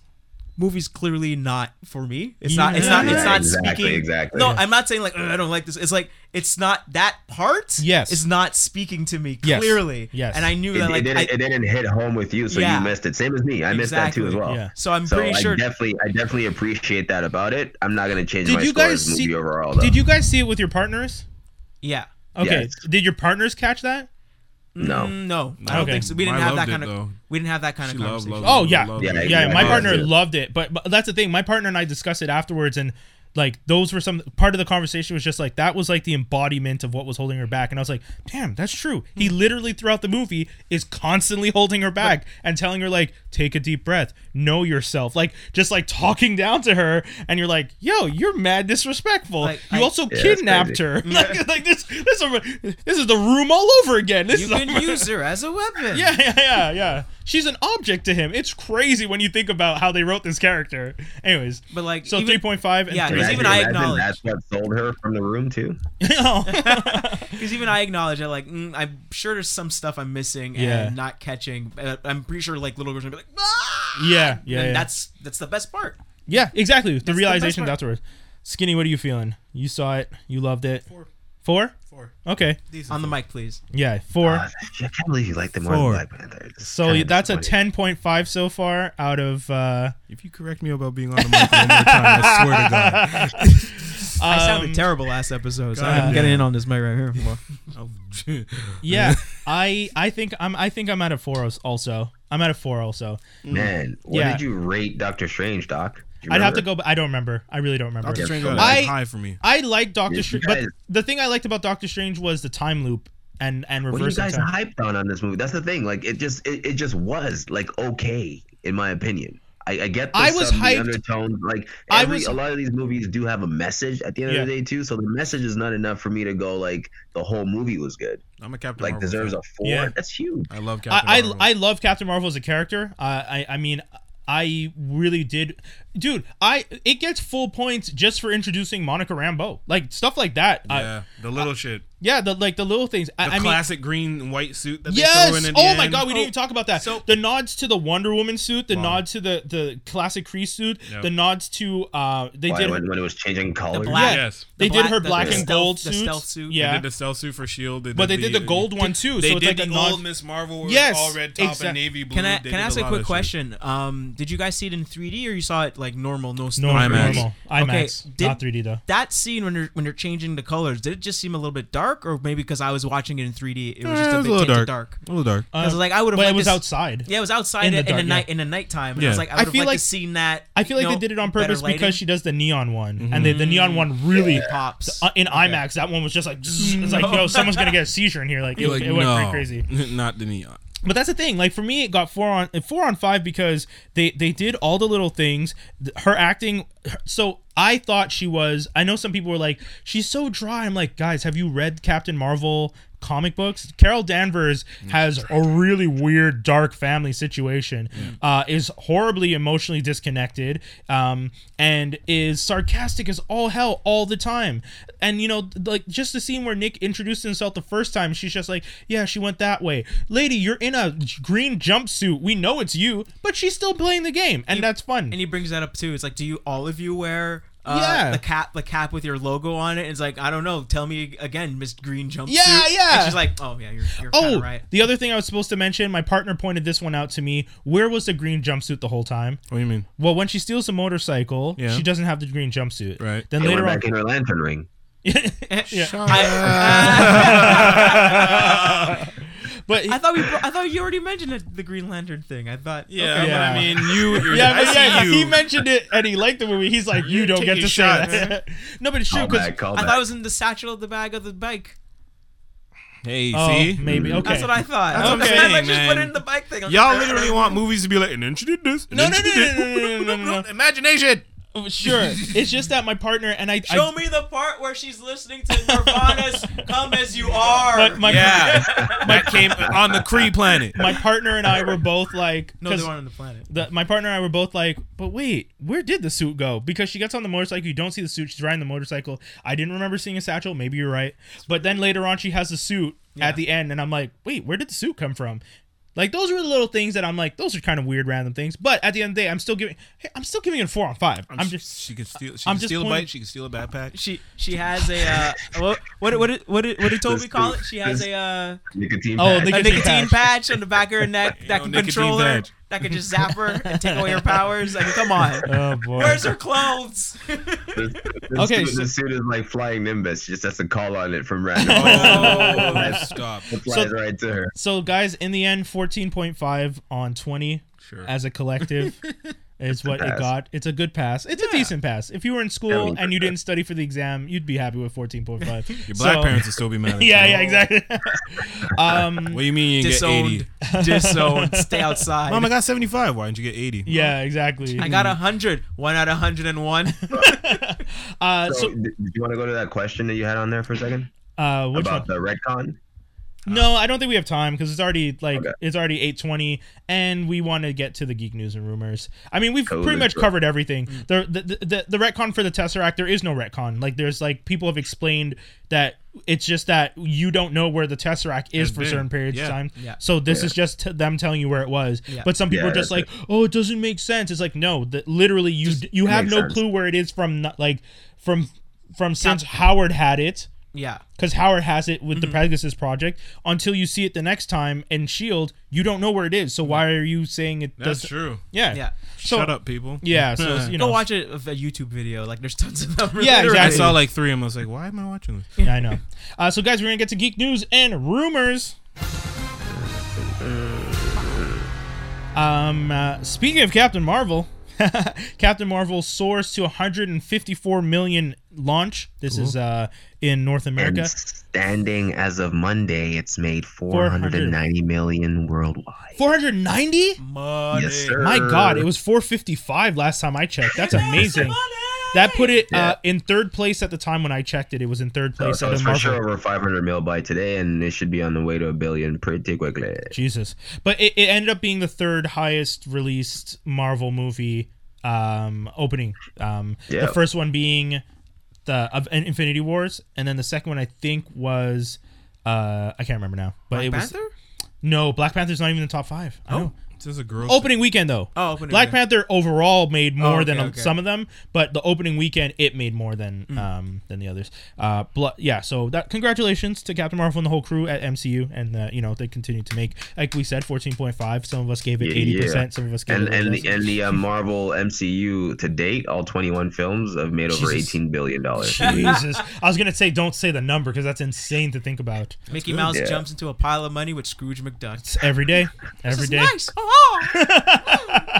Speaker 4: movie's clearly not for me. It's
Speaker 3: Yeah.
Speaker 4: not. It's not. It's
Speaker 2: Yeah,
Speaker 4: not
Speaker 2: exactly,
Speaker 4: speaking.
Speaker 2: exactly.
Speaker 4: No, I'm not saying like "Ugh, I don't like this. It's like it's not that part.
Speaker 3: Yes.
Speaker 4: is not speaking to me
Speaker 3: Yes.
Speaker 4: clearly.
Speaker 3: Yes.
Speaker 4: and I knew
Speaker 2: It,
Speaker 4: that.
Speaker 2: it
Speaker 4: Like,
Speaker 2: didn't,
Speaker 4: I,
Speaker 2: it didn't hit home with you, so
Speaker 4: Yeah.
Speaker 2: you missed it. Same as me. I missed that too as
Speaker 4: Exactly,
Speaker 2: well.
Speaker 3: yeah.
Speaker 4: so I'm
Speaker 2: so
Speaker 4: pretty
Speaker 2: I
Speaker 4: sure.
Speaker 2: definitely, I definitely appreciate that about it. I'm not gonna change my
Speaker 3: Did you
Speaker 2: score
Speaker 3: guys
Speaker 2: as a movie
Speaker 3: see?
Speaker 2: overall. Though.
Speaker 3: Did you guys see it with your partners?
Speaker 4: yeah.
Speaker 3: Okay.
Speaker 2: Yes.
Speaker 3: Did your partners catch that?
Speaker 2: No.
Speaker 4: Mm, No, I don't
Speaker 3: Okay.
Speaker 4: think so. We didn't
Speaker 8: I
Speaker 4: have that
Speaker 8: loved
Speaker 4: kind
Speaker 8: it,
Speaker 4: of.
Speaker 8: though.
Speaker 4: We didn't have that kind
Speaker 8: She
Speaker 4: of
Speaker 8: loved,
Speaker 4: conversation.
Speaker 8: loved,
Speaker 3: Oh
Speaker 8: loved,
Speaker 3: yeah,
Speaker 8: loved
Speaker 2: Yeah,
Speaker 8: it.
Speaker 2: I-
Speaker 3: yeah.
Speaker 2: I
Speaker 3: my
Speaker 2: loved
Speaker 3: partner
Speaker 2: it.
Speaker 3: loved it, but, but that's the thing. My partner and I discussed it afterwards, and like those were some part of the conversation was just like that was like the embodiment of what was holding her back, and I was like, damn, that's true. He
Speaker 4: Hmm.
Speaker 3: literally throughout the movie is constantly holding her back and telling her like, take a deep breath, know yourself, like just like talking down to her, and you're like, yo, you're mad disrespectful.
Speaker 4: Like,
Speaker 3: you
Speaker 4: I-
Speaker 3: also
Speaker 2: that's
Speaker 3: kidnapped
Speaker 2: crazy.
Speaker 3: her. like, like this, this, is- this is the room all over again. This
Speaker 4: You
Speaker 3: is
Speaker 4: can use her as a weapon.
Speaker 3: yeah, yeah, yeah, yeah. She's an object to him. It's crazy when you think about how they wrote this character. Anyways,
Speaker 4: But, like,
Speaker 3: so
Speaker 4: even-
Speaker 3: three point five.
Speaker 4: yeah,
Speaker 2: Imagine-
Speaker 4: even I
Speaker 2: imagine
Speaker 4: acknowledge-
Speaker 2: That's what sold her from the room too.
Speaker 4: Because even I acknowledge that, like, mm, I'm sure there's some stuff I'm missing
Speaker 3: Yeah.
Speaker 4: and not catching. but uh, I'm pretty sure, like, little girls are gonna be like, ah!
Speaker 3: yeah, yeah,
Speaker 4: and
Speaker 3: yeah.
Speaker 4: that's that's the best part.
Speaker 3: yeah, exactly. The realization
Speaker 4: part.
Speaker 3: afterwards. Skinny, what are you feeling? You saw it. You loved it. Four. Four.
Speaker 5: Four.
Speaker 3: Okay.
Speaker 4: On the mic, please.
Speaker 3: Yeah, four.
Speaker 2: I can't believe you liked it more
Speaker 3: Four.
Speaker 2: than Black Panther. It's
Speaker 3: so
Speaker 2: Ah, kinda
Speaker 3: that's a
Speaker 2: disappointing.
Speaker 3: ten point five so far out of. uh
Speaker 8: If you correct me about being on the mic one more time, I swear to God,
Speaker 4: I
Speaker 3: um,
Speaker 4: sounded terrible last episode, so
Speaker 3: God
Speaker 4: I'm getting in on this mic right here.
Speaker 3: Yeah, I I think I'm I think I'm at a four als- also. I'm at a four also.
Speaker 2: Man, what
Speaker 3: Yeah.
Speaker 2: did you rate Doctor Strange, Doc? Do you
Speaker 3: I'd have to
Speaker 2: remember?
Speaker 3: go. b- I don't remember. I really don't remember.
Speaker 8: Doctor Strange got
Speaker 3: I-
Speaker 8: Oh, high for me.
Speaker 3: I like Doctor
Speaker 2: You
Speaker 3: Strange, but
Speaker 2: guys-
Speaker 3: the thing I liked about Doctor Strange was the time loop and and
Speaker 2: What are you
Speaker 3: reversing
Speaker 2: guys
Speaker 3: time.
Speaker 2: hyped on on this movie? That's the thing. Like it just, it, it just was like okay, in my opinion. I, I get the
Speaker 3: I was
Speaker 2: sub, the
Speaker 3: hyped-
Speaker 2: undertone. Like
Speaker 3: I
Speaker 2: every,
Speaker 3: was-
Speaker 2: a lot of these movies do have a message at the end
Speaker 3: Yeah.
Speaker 2: of the day too. So the message is not enough for me to go like the whole movie was good.
Speaker 8: I'm a Captain
Speaker 2: Like
Speaker 8: Marvel.
Speaker 2: deserves
Speaker 8: fan.
Speaker 2: a four.
Speaker 3: Yeah.
Speaker 2: That's huge.
Speaker 8: I love Captain
Speaker 3: I,
Speaker 8: Marvel.
Speaker 3: I I love Captain Marvel as a character. Uh, I I mean, I really did, dude. I it gets full points just for introducing Monica Rambeau, like stuff like that. Yeah, uh,
Speaker 8: yeah, the little shit,
Speaker 3: yeah, the like the little things. I, I
Speaker 8: the
Speaker 3: mean,
Speaker 8: classic green and white suit that they throw in.
Speaker 3: Yes.
Speaker 8: At the
Speaker 3: Oh my
Speaker 8: end.
Speaker 3: God, we didn't even talk about that.
Speaker 8: so-
Speaker 3: the nods to the Wonder Woman suit, the nods to the the classic Kree suit,
Speaker 8: Yep.
Speaker 3: the nods to uh they
Speaker 2: Why,
Speaker 3: did
Speaker 2: when, when it was changing colors.
Speaker 4: black-
Speaker 8: Yes.
Speaker 3: they
Speaker 4: The
Speaker 3: did
Speaker 4: black-
Speaker 3: her
Speaker 4: the
Speaker 3: black and
Speaker 4: stealth-
Speaker 3: gold
Speaker 4: the
Speaker 3: suits.
Speaker 4: stealth suit.
Speaker 3: Yeah,
Speaker 8: They did the cell suit for Shield. They
Speaker 3: but they did the gold one too.
Speaker 8: They
Speaker 3: so it's
Speaker 8: did
Speaker 3: like a
Speaker 8: the
Speaker 3: nod.
Speaker 8: old Miss Marvel. where
Speaker 3: Yes,
Speaker 8: it's all red top
Speaker 3: exact-
Speaker 8: and navy blue.
Speaker 4: Can I
Speaker 8: They
Speaker 4: can I
Speaker 8: did
Speaker 4: ask a
Speaker 8: lot of
Speaker 4: quick
Speaker 8: shit.
Speaker 4: question? Um, did you guys see it in 3D or you saw it like normal, no
Speaker 3: No,
Speaker 4: snow?
Speaker 8: IMAX.
Speaker 3: normal. IMAX,
Speaker 4: did-
Speaker 3: not 3D though.
Speaker 4: That scene when you're when you're changing the colors, did it just seem a little bit dark, or maybe because I was watching it in 3D, it was
Speaker 8: Eh,
Speaker 4: just
Speaker 8: it
Speaker 4: a
Speaker 8: was
Speaker 4: bit
Speaker 8: a little
Speaker 4: tinted
Speaker 8: dark.
Speaker 4: dark.
Speaker 8: A little dark.
Speaker 4: I was like, I would have.
Speaker 3: But it
Speaker 4: liked
Speaker 3: was
Speaker 4: to s-
Speaker 3: outside.
Speaker 4: Yeah, it was outside in
Speaker 3: the
Speaker 4: the,
Speaker 3: dark,
Speaker 4: night in the nighttime. And I was
Speaker 8: Yeah.
Speaker 4: like, I
Speaker 3: I
Speaker 4: would have
Speaker 3: feel
Speaker 4: liked
Speaker 3: like-
Speaker 4: to seen that.
Speaker 3: I feel like
Speaker 4: you know,
Speaker 3: they did it on
Speaker 4: better
Speaker 3: purpose
Speaker 4: lighting. Mm.
Speaker 3: because she does the neon one, and the, the neon one really
Speaker 4: pops.
Speaker 3: uh, in IMAX. That one was just like it's like yo, someone's gonna get a seizure in here. Like it,
Speaker 8: Like,
Speaker 3: it went
Speaker 8: no,
Speaker 3: pretty crazy.
Speaker 8: Not the neon.
Speaker 3: But that's the thing. Like for me, it got four on four on five because they they did all the little things. Th- Her acting. her- So I thought she was. I know some people were like, she's so dry. I'm like, guys, have you read Captain Marvel comic books? Carol Danvers has a really weird, dark family situation. Uh, is horribly emotionally disconnected. Um, and is sarcastic as all hell all the time. And you know, th- like just the scene where Nick introduced himself the first time, she's just like, "Yeah, she went that way, lady. You're in a j- green jumpsuit. We know it's you, but she's still playing the game, and that's fun."
Speaker 4: and he brings that up too. It's like, do you all of you wear uh,
Speaker 3: Yeah.
Speaker 4: the cap the cap with your logo on it? And it's like, I don't know. Tell me again, Miss Green jumpsuit.
Speaker 3: Yeah, yeah.
Speaker 4: And she's like, oh yeah, you're, you're
Speaker 3: Oh,
Speaker 4: kinda right.
Speaker 3: the other thing I was supposed to mention, my partner pointed this one out to me. Where was the green jumpsuit the whole time?
Speaker 8: What do you mean?
Speaker 3: Well, when she steals the motorcycle,
Speaker 8: Yeah.
Speaker 3: she doesn't have the green jumpsuit.
Speaker 8: Right.
Speaker 3: Then
Speaker 2: It went
Speaker 3: later on,
Speaker 2: back in her lantern ring.
Speaker 3: but
Speaker 4: I thought we bro- I thought you already mentioned it, the Green Lantern thing. I thought
Speaker 8: Yeah,
Speaker 4: okay.
Speaker 3: Yeah.
Speaker 8: but I mean, you.
Speaker 3: Yeah, but yeah,
Speaker 8: I see
Speaker 3: he
Speaker 8: you.
Speaker 3: mentioned it and he liked the movie. He's like, you don't get to
Speaker 8: taking
Speaker 3: say
Speaker 8: shots.
Speaker 3: that. no, but it's
Speaker 4: Oh,
Speaker 3: true
Speaker 2: Call
Speaker 3: because
Speaker 2: back, call
Speaker 4: I thought it
Speaker 2: back.
Speaker 4: was in the satchel of the bag of the bike.
Speaker 8: Hey,
Speaker 3: oh,
Speaker 8: see,
Speaker 3: maybe okay.
Speaker 4: That's what I thought.
Speaker 8: That's what
Speaker 3: I'm
Speaker 4: I
Speaker 8: saying,
Speaker 4: just put it
Speaker 8: man.
Speaker 4: in the bike thing. I'm
Speaker 8: y'all
Speaker 4: like,
Speaker 8: literally want movies to be like, and then she did this. and
Speaker 3: no,
Speaker 8: then
Speaker 3: no, no,
Speaker 8: she
Speaker 3: no,
Speaker 8: did this."
Speaker 3: no, no, no, no, no,
Speaker 8: Imagination.
Speaker 3: no. Sure, it's just that my partner and I.
Speaker 4: Show
Speaker 3: I
Speaker 4: me the part where she's listening to Nirvana's "Come as You Are."
Speaker 3: but my,
Speaker 8: Yeah, that came on the Cree planet.
Speaker 3: my partner and I were both like,
Speaker 4: no,
Speaker 3: 'cause
Speaker 4: they weren't on the planet.
Speaker 3: the- my partner and I were both like, but wait, where did the suit go? Because she gets on the motorcycle, you don't see the suit. She's riding the motorcycle. I didn't remember seeing a satchel. Maybe you're right. But then later on, she has the suit at the end, and I'm like, wait, where did the suit come from? Like those are the little things that I'm like, those are kind of weird, random things. But at the end of the day, I'm still giving, hey, I'm still giving it a four on five. I'm, just,
Speaker 8: She can steal. She
Speaker 3: I'm
Speaker 8: can
Speaker 3: just
Speaker 8: steal a
Speaker 3: pointing-
Speaker 8: bike. She can steal a backpack.
Speaker 4: She she has a uh, what what what what did, what did Toby
Speaker 2: This-
Speaker 4: call it? She has
Speaker 2: this-
Speaker 4: a uh,
Speaker 2: Nicotine.
Speaker 3: Oh,
Speaker 2: patch.
Speaker 4: a
Speaker 3: Nicotine
Speaker 4: nicotine
Speaker 3: patch.
Speaker 4: patch on the back of her neck that
Speaker 8: know,
Speaker 4: can
Speaker 8: nicotine
Speaker 4: control her,
Speaker 8: patch.
Speaker 4: that can just zap her and take away her powers. I mean, come on,
Speaker 3: oh boy.
Speaker 4: where's her clothes?
Speaker 2: This, this
Speaker 3: Okay,
Speaker 2: Suit,
Speaker 3: so-
Speaker 2: this suit is like flying Nimbus. She just has to call on it from random.
Speaker 8: Oh, stop.
Speaker 2: It flies
Speaker 3: So-
Speaker 2: right to her.
Speaker 3: So guys, in the end, fourteen point five on twenty
Speaker 8: Sure.
Speaker 3: as a collective is what it
Speaker 2: pass.
Speaker 3: got. It's a good pass. It's a decent pass. If you were in school
Speaker 2: Yeah.
Speaker 3: and you didn't study for the exam, you'd be happy with fourteen point five.
Speaker 8: Your black parents will still be mad. At
Speaker 3: Yeah,
Speaker 8: you.
Speaker 3: yeah, exactly. um,
Speaker 8: What do you mean you didn't get
Speaker 4: Disowned,
Speaker 8: eighty?
Speaker 4: disowned. Stay outside.
Speaker 8: Mom, I got seventy-five. Why didn't you get eighty?
Speaker 3: yeah, exactly.
Speaker 4: I got a hundred. One out of hundred and one.
Speaker 3: Uh,
Speaker 2: So,
Speaker 3: so,
Speaker 2: d- do you want to go to that question that you had on there for a second
Speaker 3: uh, which one?
Speaker 2: about the retcon?
Speaker 3: No, I don't think we have time because it's already like
Speaker 2: Okay.
Speaker 3: it's already eight twenty, and we want to get to the geek news and rumors. I mean, we've
Speaker 2: Cool,
Speaker 3: pretty much
Speaker 2: let's go.
Speaker 3: covered everything. The, the the the retcon for the Tesseract, there is no retcon. Like, there's like people have explained that it's just that you don't know where the Tesseract is for
Speaker 8: been.
Speaker 3: certain periods
Speaker 8: Yeah.
Speaker 3: of time.
Speaker 4: Yeah.
Speaker 3: So this is just t- them telling you where it was.
Speaker 4: Yeah.
Speaker 3: But some people
Speaker 2: Yeah,
Speaker 3: are just
Speaker 2: that's
Speaker 3: like, oh, it doesn't make sense. It's like no, that literally you d you have
Speaker 2: makes
Speaker 3: no
Speaker 2: sense.
Speaker 3: clue where it is from n- like from from since Howard had it
Speaker 4: Yeah.
Speaker 3: because Howard has it with the
Speaker 8: Mm-hmm.
Speaker 3: Pegasus Project. Until you see it the next time in Shield, E you don't know where it is. So why are you saying it?
Speaker 8: That's
Speaker 3: does-
Speaker 8: true.
Speaker 3: Yeah.
Speaker 4: Yeah.
Speaker 3: So,
Speaker 8: Shut up, people.
Speaker 3: Yeah. So you know.
Speaker 4: Go watch a, a YouTube video. Like there's tons of them.
Speaker 3: Yeah,
Speaker 4: literally.
Speaker 8: I
Speaker 3: exactly.
Speaker 8: saw like three of them. I was like, why am I watching this?
Speaker 3: Yeah, I know. Uh, so guys, we're gonna get to geek news and rumors. Um, uh, speaking of Captain Marvel, Captain Marvel soars to 154 million launch. This is uh in North America.
Speaker 2: And standing as of Monday, it's made
Speaker 3: 400.
Speaker 2: 490 million worldwide.
Speaker 3: 490.
Speaker 4: Money.
Speaker 2: Yes, sir.
Speaker 3: My God, it was 455 last time I checked. That's amazing. That put it uh, in third place at the time when I checked it. It was in third
Speaker 2: So,
Speaker 3: place
Speaker 2: so
Speaker 3: at
Speaker 2: it's
Speaker 3: the
Speaker 2: for
Speaker 3: Marvel.
Speaker 2: sure over 500 mil by today, and it should be on the way to a billion pretty quickly.
Speaker 3: Jesus, but it, it ended up being the third highest released Marvel movie um, opening. Um,
Speaker 2: Yeah.
Speaker 3: The first one being the of In- Infinity Wars, and then the second one I think was uh, I can't remember now, but it was
Speaker 4: Panther?
Speaker 3: no Black Panther's not even in the top five.
Speaker 2: Oh.
Speaker 3: I know.
Speaker 8: This is a girl.
Speaker 3: opening weekend though.
Speaker 4: Oh, opening
Speaker 3: Black
Speaker 4: weekend. Oh,
Speaker 3: Panther overall made more
Speaker 4: okay,
Speaker 3: than
Speaker 4: okay. Hmm.
Speaker 3: some of them, but the opening weekend it made more than um than the others. Uh, blo- yeah. So that congratulations to Captain Marvel and the whole crew at MCU, and uh, you know they continue to make like we said, fourteen point five. Some of us gave it
Speaker 2: Yeah,
Speaker 3: eighty
Speaker 2: yeah.
Speaker 3: percent. Some of us gave
Speaker 2: And
Speaker 3: it.
Speaker 2: and
Speaker 3: less.
Speaker 2: the, and the uh, Marvel MCU to date, all 21 films have made over 18 billion dollars.
Speaker 3: Jesus, I was gonna say don't say the number because that's insane to think about.
Speaker 4: Mickey Mouse
Speaker 2: Yeah.
Speaker 4: jumps into a pile of money with Scrooge McDuck.
Speaker 3: It's every day,
Speaker 4: This
Speaker 3: every
Speaker 4: is
Speaker 3: day.
Speaker 4: nice. Oh, oh.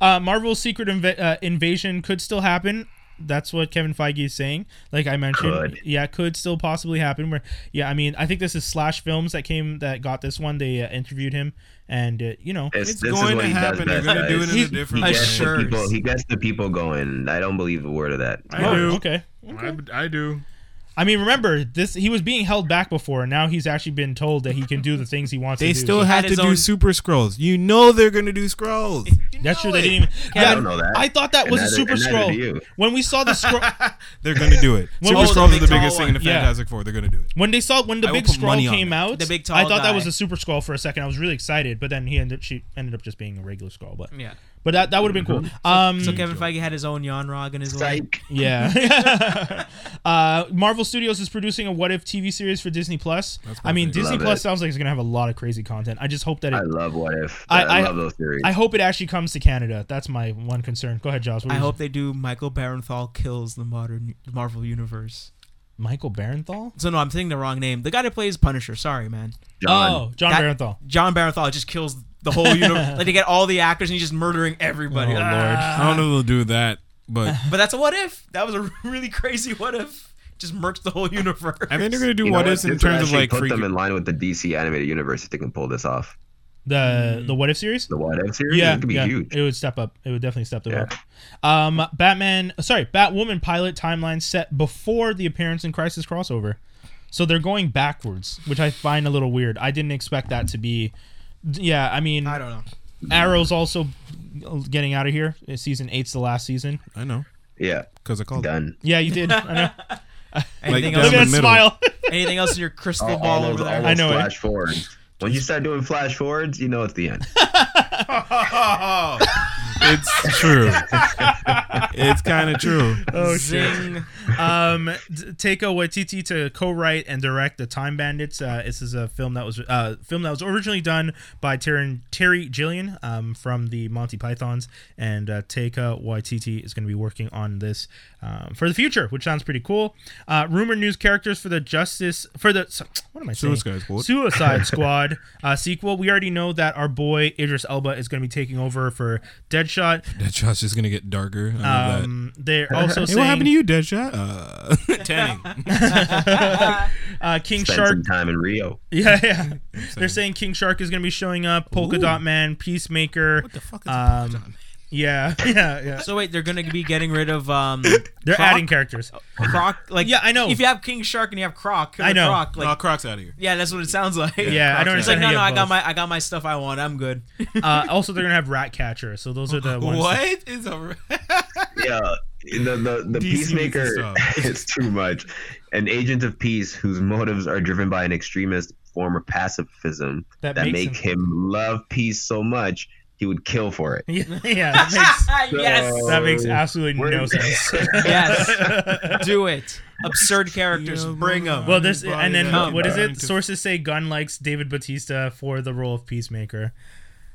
Speaker 3: Uh, Marvel's secret inv- uh, invasion could still happen. That's what Kevin Feige is saying. Like I mentioned,
Speaker 2: Could.
Speaker 3: yeah, it could still possibly happen. Where, yeah, I mean, I think this is Slash Films that came that got this one. They uh, interviewed him, and uh, you know,
Speaker 2: It's, this is
Speaker 8: going
Speaker 2: what
Speaker 8: to
Speaker 2: he
Speaker 8: happen. They're
Speaker 2: Does
Speaker 8: going to
Speaker 2: best,
Speaker 8: do
Speaker 2: guys.
Speaker 8: it in a different
Speaker 2: he
Speaker 8: way.
Speaker 2: gets the
Speaker 4: Assured.
Speaker 2: people. He gets the people going. I don't believe a word of that.
Speaker 8: I do.
Speaker 3: Oh, okay.
Speaker 8: I, I do.
Speaker 3: I mean, remember this? He was being held back before, and now he's actually been told that he can do the things he wants
Speaker 8: They
Speaker 3: to do.
Speaker 8: still
Speaker 3: So-
Speaker 4: had
Speaker 8: have to
Speaker 4: his
Speaker 8: do
Speaker 4: own-
Speaker 8: super scrolls. You know they're going to do scrolls.
Speaker 3: That's true. They didn't even.
Speaker 2: I don't know that.
Speaker 3: I thought that
Speaker 2: And
Speaker 3: was a
Speaker 2: neither-
Speaker 3: super
Speaker 2: and neither
Speaker 3: scroll.
Speaker 2: do you.
Speaker 3: When we saw the scroll,
Speaker 8: They're going to do it.
Speaker 3: Oh,
Speaker 8: Super
Speaker 3: the
Speaker 8: scrolls are
Speaker 4: big
Speaker 8: the
Speaker 4: tall
Speaker 8: biggest thing in the
Speaker 3: one. Yeah.
Speaker 8: Fantastic Four. They're going to do it.
Speaker 3: When they saw when the
Speaker 8: I will
Speaker 3: big
Speaker 8: put
Speaker 3: scroll
Speaker 8: money on
Speaker 3: came
Speaker 8: that.
Speaker 3: out,
Speaker 4: The big
Speaker 3: I
Speaker 4: tall
Speaker 3: thought that
Speaker 4: guy.
Speaker 3: was a super scroll for a second. I was really excited, but then he ended she ended up just being a regular scroll. But
Speaker 4: Yeah.
Speaker 3: but that, that would have been
Speaker 2: Mm-hmm.
Speaker 3: cool. Um,
Speaker 4: So Kevin Feige had his own Yonrog in his way.
Speaker 2: Psych.
Speaker 3: yeah. uh, Marvel Studios is producing a What If TV series for Disney Plus. I mean,
Speaker 8: perfect.
Speaker 3: Disney
Speaker 2: Love
Speaker 3: Plus
Speaker 2: it.
Speaker 3: sounds like it's gonna have a lot of crazy content. I just hope that it.
Speaker 2: I love What If.
Speaker 3: I-
Speaker 2: I,
Speaker 3: I-
Speaker 2: love those series.
Speaker 3: I oh, hope it actually comes to Canada. That's my one concern. Go ahead, Josh. What
Speaker 4: I
Speaker 3: was-
Speaker 4: hope they do Michael Barenthal kills the modern Marvel universe.
Speaker 3: Michael Barenthal.
Speaker 4: So no, I'm saying the wrong name. The guy that plays Punisher. Sorry, man.
Speaker 2: John.
Speaker 3: Oh, John
Speaker 4: That-
Speaker 3: Barenthal.
Speaker 4: John Barenthal just kills the whole universe. like they get all the actors and he's just murdering everybody.
Speaker 3: Oh,
Speaker 4: Ah.
Speaker 8: I don't know if they'll do that, but
Speaker 4: But that's a what if. That was a really crazy what if. Just murks the whole universe.
Speaker 8: I think they're going to do
Speaker 2: You know
Speaker 8: what
Speaker 2: what?
Speaker 8: is in
Speaker 2: This would
Speaker 8: terms of
Speaker 2: actually
Speaker 8: like
Speaker 2: put
Speaker 8: freaking.
Speaker 2: them in line with the DC animated universe if they can pull this off.
Speaker 3: The
Speaker 4: Mm.
Speaker 3: the What If series.
Speaker 2: The What If series.
Speaker 3: Yeah,
Speaker 2: it could be
Speaker 3: yeah.
Speaker 2: huge.
Speaker 3: It would step up. It would definitely step them
Speaker 2: Yeah.
Speaker 3: up. Um, Batman, sorry, Batwoman pilot timeline set before the appearance in Crisis crossover, so they're going backwards, which I find a little weird. I didn't expect that to be. Yeah, I mean,
Speaker 4: I don't know.
Speaker 3: Arrow's also getting out of here. Season eight's the last season.
Speaker 8: I know
Speaker 2: yeah,
Speaker 8: because I called it.
Speaker 2: done.
Speaker 3: Yeah, you did. I know.
Speaker 4: Anything
Speaker 8: down
Speaker 3: Look
Speaker 8: the
Speaker 3: at that
Speaker 4: else?
Speaker 8: middle.
Speaker 3: smile.
Speaker 4: Anything else in your crystal
Speaker 2: All, all
Speaker 4: ball over
Speaker 2: those,
Speaker 4: there?
Speaker 2: all those
Speaker 3: I know it.
Speaker 2: flash forwards. When you start doing flash forwards, you know it's the end.
Speaker 8: It's true. it's kind of true.
Speaker 3: Oh, Zing. um, d- Taika Waititi to co-write and direct The Time Bandits. Uh, this is a film that was uh, film that was originally done by Terry, Terry Gillian um, from the Monty Pythons, and uh, Taika Waititi is going to be working on this um, for the future, which sounds pretty cool. Uh, rumored news characters for the Justice for the so- what am I saying?
Speaker 8: Suicide Squad.
Speaker 3: Suicide Squad uh, sequel. We already know that our boy Idris Elba is going to be taking over for Deadshot.
Speaker 8: Deadshot's just gonna get darker. I love that.
Speaker 3: Um, they're also
Speaker 8: Hey,
Speaker 3: saying
Speaker 8: what happened to you, Deadshot? Uh, tanning.
Speaker 3: Uh, King
Speaker 2: Spend
Speaker 3: Shark.
Speaker 2: some time in Rio.
Speaker 3: Yeah, yeah. They're saying King Shark is going to be showing up. Polka Dot Man, Peacemaker. What the
Speaker 8: fuck is a
Speaker 3: um, Yeah, yeah, yeah.
Speaker 4: So wait, they're gonna be getting rid of um.
Speaker 3: They're
Speaker 4: Croc?
Speaker 3: adding characters.
Speaker 4: Croc. Like
Speaker 3: Yeah, I know.
Speaker 4: If you have King Shark and you have Croc,
Speaker 3: I know.
Speaker 4: Croc,
Speaker 8: Nah,
Speaker 4: like,
Speaker 8: Croc's out of here.
Speaker 4: yeah, that's what it sounds like.
Speaker 3: Yeah, I don't
Speaker 4: It's like
Speaker 3: understand.
Speaker 4: no, no,
Speaker 3: how
Speaker 4: I
Speaker 3: you
Speaker 4: got
Speaker 3: have both.
Speaker 4: my, I got my stuff. I want. I'm good.
Speaker 3: Uh, also, they're gonna have Ratcatcher. So those are the ones.
Speaker 8: What is a
Speaker 2: Yeah, the the, the
Speaker 8: needs to
Speaker 2: peacemaker
Speaker 8: stop.
Speaker 2: is too much. An agent of peace whose motives are driven by an extremist form of pacifism
Speaker 3: That
Speaker 2: that,
Speaker 3: makes
Speaker 2: make him. love peace so much he would kill for it.
Speaker 3: Yeah, yeah, that makes
Speaker 4: yes,
Speaker 2: So-
Speaker 3: that makes absolutely
Speaker 2: We're-
Speaker 3: no sense.
Speaker 4: yes, do it. Absurd characters, bring them.
Speaker 3: Well, there's and then
Speaker 8: Everybody
Speaker 3: what is
Speaker 8: that's
Speaker 3: it?
Speaker 8: into-
Speaker 3: Sources say Gunn likes David Batista for the role of Peacemaker.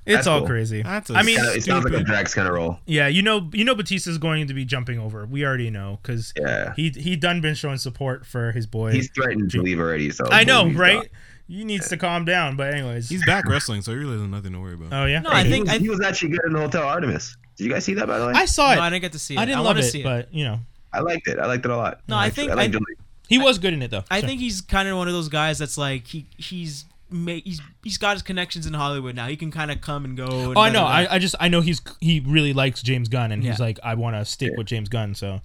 Speaker 3: It's
Speaker 2: That's
Speaker 3: all
Speaker 2: cool.
Speaker 3: crazy.
Speaker 8: That's a
Speaker 3: I mean,
Speaker 2: Kinda- it sounds like a
Speaker 8: Stupid.
Speaker 2: Drax kind of role.
Speaker 3: Yeah, you know, you know, Batista's going to be jumping over. We already know because
Speaker 2: Yeah.
Speaker 3: he he done been showing support for his boy.
Speaker 2: He's threatened to leave already, so
Speaker 3: I know,
Speaker 2: he's
Speaker 3: right?
Speaker 2: gone.
Speaker 3: He needs to calm down. But anyways,
Speaker 8: He's back wrestling, so he really has nothing to worry about.
Speaker 3: oh yeah,
Speaker 4: no, I
Speaker 2: He
Speaker 4: think
Speaker 2: was-
Speaker 4: I,
Speaker 2: he was actually good in Hotel Artemis. Did you guys see that by the way?
Speaker 3: I
Speaker 2: I,
Speaker 3: saw it.
Speaker 4: no, I
Speaker 3: I,
Speaker 4: didn't get to see it.
Speaker 3: didn't
Speaker 4: I
Speaker 3: love
Speaker 4: wanna
Speaker 3: it,
Speaker 4: see it.
Speaker 3: but you know,
Speaker 2: liked it. I liked it a lot.
Speaker 4: No, I
Speaker 2: Actually,
Speaker 4: think-
Speaker 2: I liked
Speaker 4: I-
Speaker 2: Julie.
Speaker 3: he was good in it though.
Speaker 4: I
Speaker 3: So-
Speaker 4: think he's kind of one of those guys that's like he he's ma- he's he's got his connections in Hollywood now. He can kind of come and go. And
Speaker 3: Oh, I
Speaker 4: da-
Speaker 3: know.
Speaker 4: da- da.
Speaker 3: I, I just I know he's he really likes James Gunn, and he's
Speaker 4: Yeah.
Speaker 3: like, I want to stick with James Gunn. So,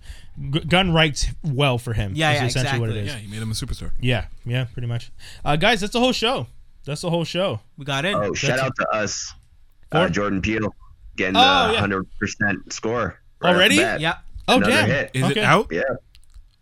Speaker 3: G- Gunn writes well for him.
Speaker 4: Yeah,
Speaker 3: is
Speaker 4: yeah,
Speaker 3: essentially what it
Speaker 4: exactly.
Speaker 3: is.
Speaker 8: Yeah, he made him a superstar.
Speaker 3: Yeah, yeah, pretty much. Uh, guys, that's the whole show. That's the whole show.
Speaker 4: we got in.
Speaker 2: Oh, shout out to us, uh,
Speaker 3: Four?
Speaker 2: Jordan Peele, getting
Speaker 3: Oh,
Speaker 2: the
Speaker 3: yeah.
Speaker 2: hundred percent score right off the
Speaker 3: Already?
Speaker 2: bat.
Speaker 4: yeah.
Speaker 3: Oh
Speaker 2: Another
Speaker 3: damn!
Speaker 2: hit.
Speaker 8: Is it
Speaker 3: Okay.
Speaker 8: out?
Speaker 2: Yeah,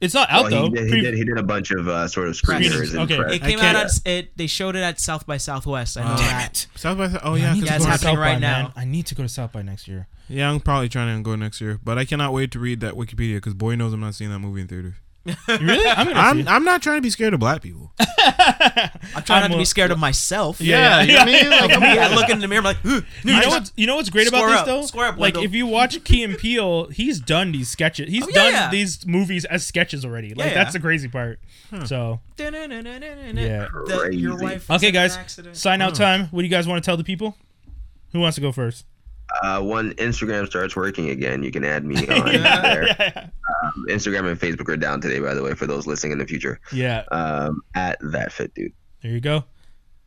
Speaker 3: It's not
Speaker 2: well,
Speaker 3: out
Speaker 2: he,
Speaker 3: though.
Speaker 2: did, he
Speaker 3: Pre-
Speaker 2: did. He did a bunch of uh, sort of screeners.
Speaker 3: Screenings,
Speaker 2: and
Speaker 3: okay.
Speaker 2: press.
Speaker 4: It
Speaker 8: I
Speaker 4: came out on
Speaker 8: can't-
Speaker 4: s- it. They showed it at South by Southwest. I
Speaker 3: Oh,
Speaker 4: know that.
Speaker 8: South by South. Oh yeah, 'cause
Speaker 4: Yeah, it's
Speaker 8: we're-
Speaker 3: Go to
Speaker 4: happening
Speaker 3: South
Speaker 4: right
Speaker 3: by,
Speaker 4: now.
Speaker 3: man. I need to go to South by next year.
Speaker 8: yeah. I'm probably trying to go next year, but I cannot wait to read that Wikipedia because boy knows I'm not seeing that movie in theaters.
Speaker 3: Really? I'm gonna see.
Speaker 8: I'm I'm not trying to be scared of black people.
Speaker 4: I'm trying not
Speaker 3: I'm
Speaker 4: to
Speaker 3: a-
Speaker 4: be scared of myself.
Speaker 3: Yeah,
Speaker 8: you know what I mean?
Speaker 4: Like, me, I look in the mirror, I'm like, "Ugh,
Speaker 3: You
Speaker 4: I
Speaker 3: know
Speaker 4: just-
Speaker 3: what's you know what's great about
Speaker 4: Square
Speaker 3: this
Speaker 4: up.
Speaker 3: though?
Speaker 4: Square up,
Speaker 3: like
Speaker 4: Wendell.
Speaker 3: if you watch Key and Peele, he's done these sketches. He's
Speaker 4: Oh, yeah,
Speaker 3: done
Speaker 4: yeah.
Speaker 3: these movies as sketches already. Like
Speaker 4: Yeah,
Speaker 3: that's
Speaker 4: yeah. Hmm.
Speaker 3: the crazy part. So Yeah.
Speaker 4: Yeah. your
Speaker 2: Crazy.
Speaker 4: wife. was
Speaker 3: okay,
Speaker 4: in an
Speaker 3: guys,
Speaker 4: accident. Hmm.
Speaker 3: sign out time. What do you guys want to tell the people? Who wants to go first?
Speaker 2: uh, when Instagram starts working again, you can add me on there. Um, Instagram and Facebook are down today, by the way, for those listening in the future.
Speaker 3: Yeah,
Speaker 2: Um, at that fit dude.
Speaker 3: there you go,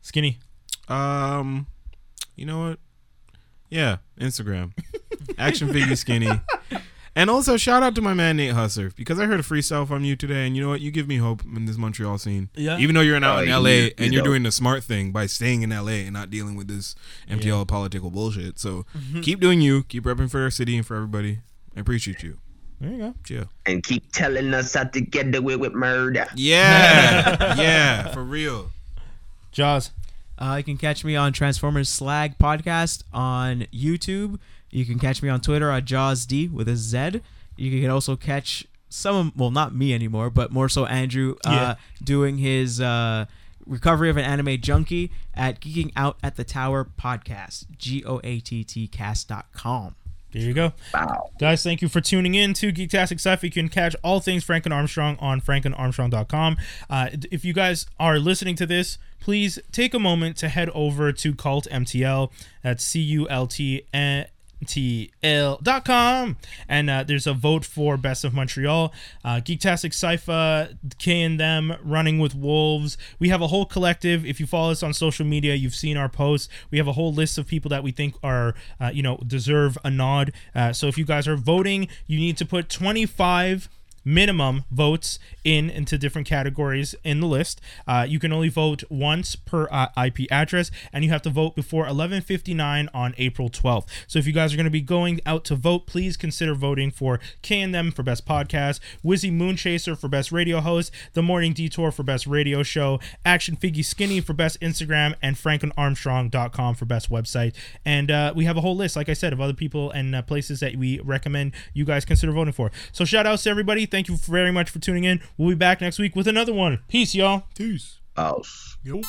Speaker 3: skinny.
Speaker 8: Um, you know what? Yeah, Instagram, action figure skinny, and also shout out to my man Nate Husser because I heard a freestyle from you today, and you know what? You give me hope in this Montreal scene.
Speaker 3: Yeah.
Speaker 8: Even though you're
Speaker 2: Oh,
Speaker 8: not in
Speaker 2: you-
Speaker 8: LA
Speaker 2: you
Speaker 8: and you're
Speaker 2: dope.
Speaker 8: doing the smart thing by staying in LA and not dealing with this MTL political bullshit, so keep doing you. Keep repping for our city and for everybody. I appreciate you.
Speaker 3: There you go.
Speaker 8: Chill.
Speaker 2: And keep telling us how to get away with murder.
Speaker 8: Yeah, yeah, for real.
Speaker 3: Jaws.
Speaker 4: Uh, you can catch me on Transformers Slag Podcast on YouTube. You can catch me on Twitter at JawsD with a Z. You can also catch some, of, well, not me anymore, but more so Andrew uh, doing his uh, Recovery of an Anime Junkie at Geeking Out at the Tower Podcast, G O A T T cast.com.
Speaker 3: There you go.
Speaker 2: Wow.
Speaker 3: Guys, thank you for tuning in to Geektastic Stuff. You can catch all things Franklin Armstrong on franklinarmstrong.com. Uh, d- if you guys are listening to this, please take a moment to head over to Cult MTL. That's C U L T M T L dot com. And uh, there's a vote for Best of Montreal. Uh, Geektastic Cypher, K and Them, Running with Wolves. We have a whole collective. If you follow us on social media, you've seen our posts. We have a whole list of people that we think are, uh, you know, deserve a nod. Uh, so if you guys are voting, you need to put 25 minimum votes in into different categories in the list. Uh, you can only vote once per uh, IP address, and you have to vote before 11:59 on April 12th. So if you guys are going to be going out to vote, please consider voting for K&M for best podcast, Wizzy Moonchaser for best radio host, The Morning Detour for best radio show, Action Figgy Skinny for best Instagram, and FranklinArmstrong.com for best website. And uh, we have a whole list, like I said, of other people and uh, places that we recommend you guys consider voting for. So shout outs to everybody. Thank you very much for tuning in. We'll be back next week with another one. Peace, y'all.
Speaker 2: House.
Speaker 8: Yo.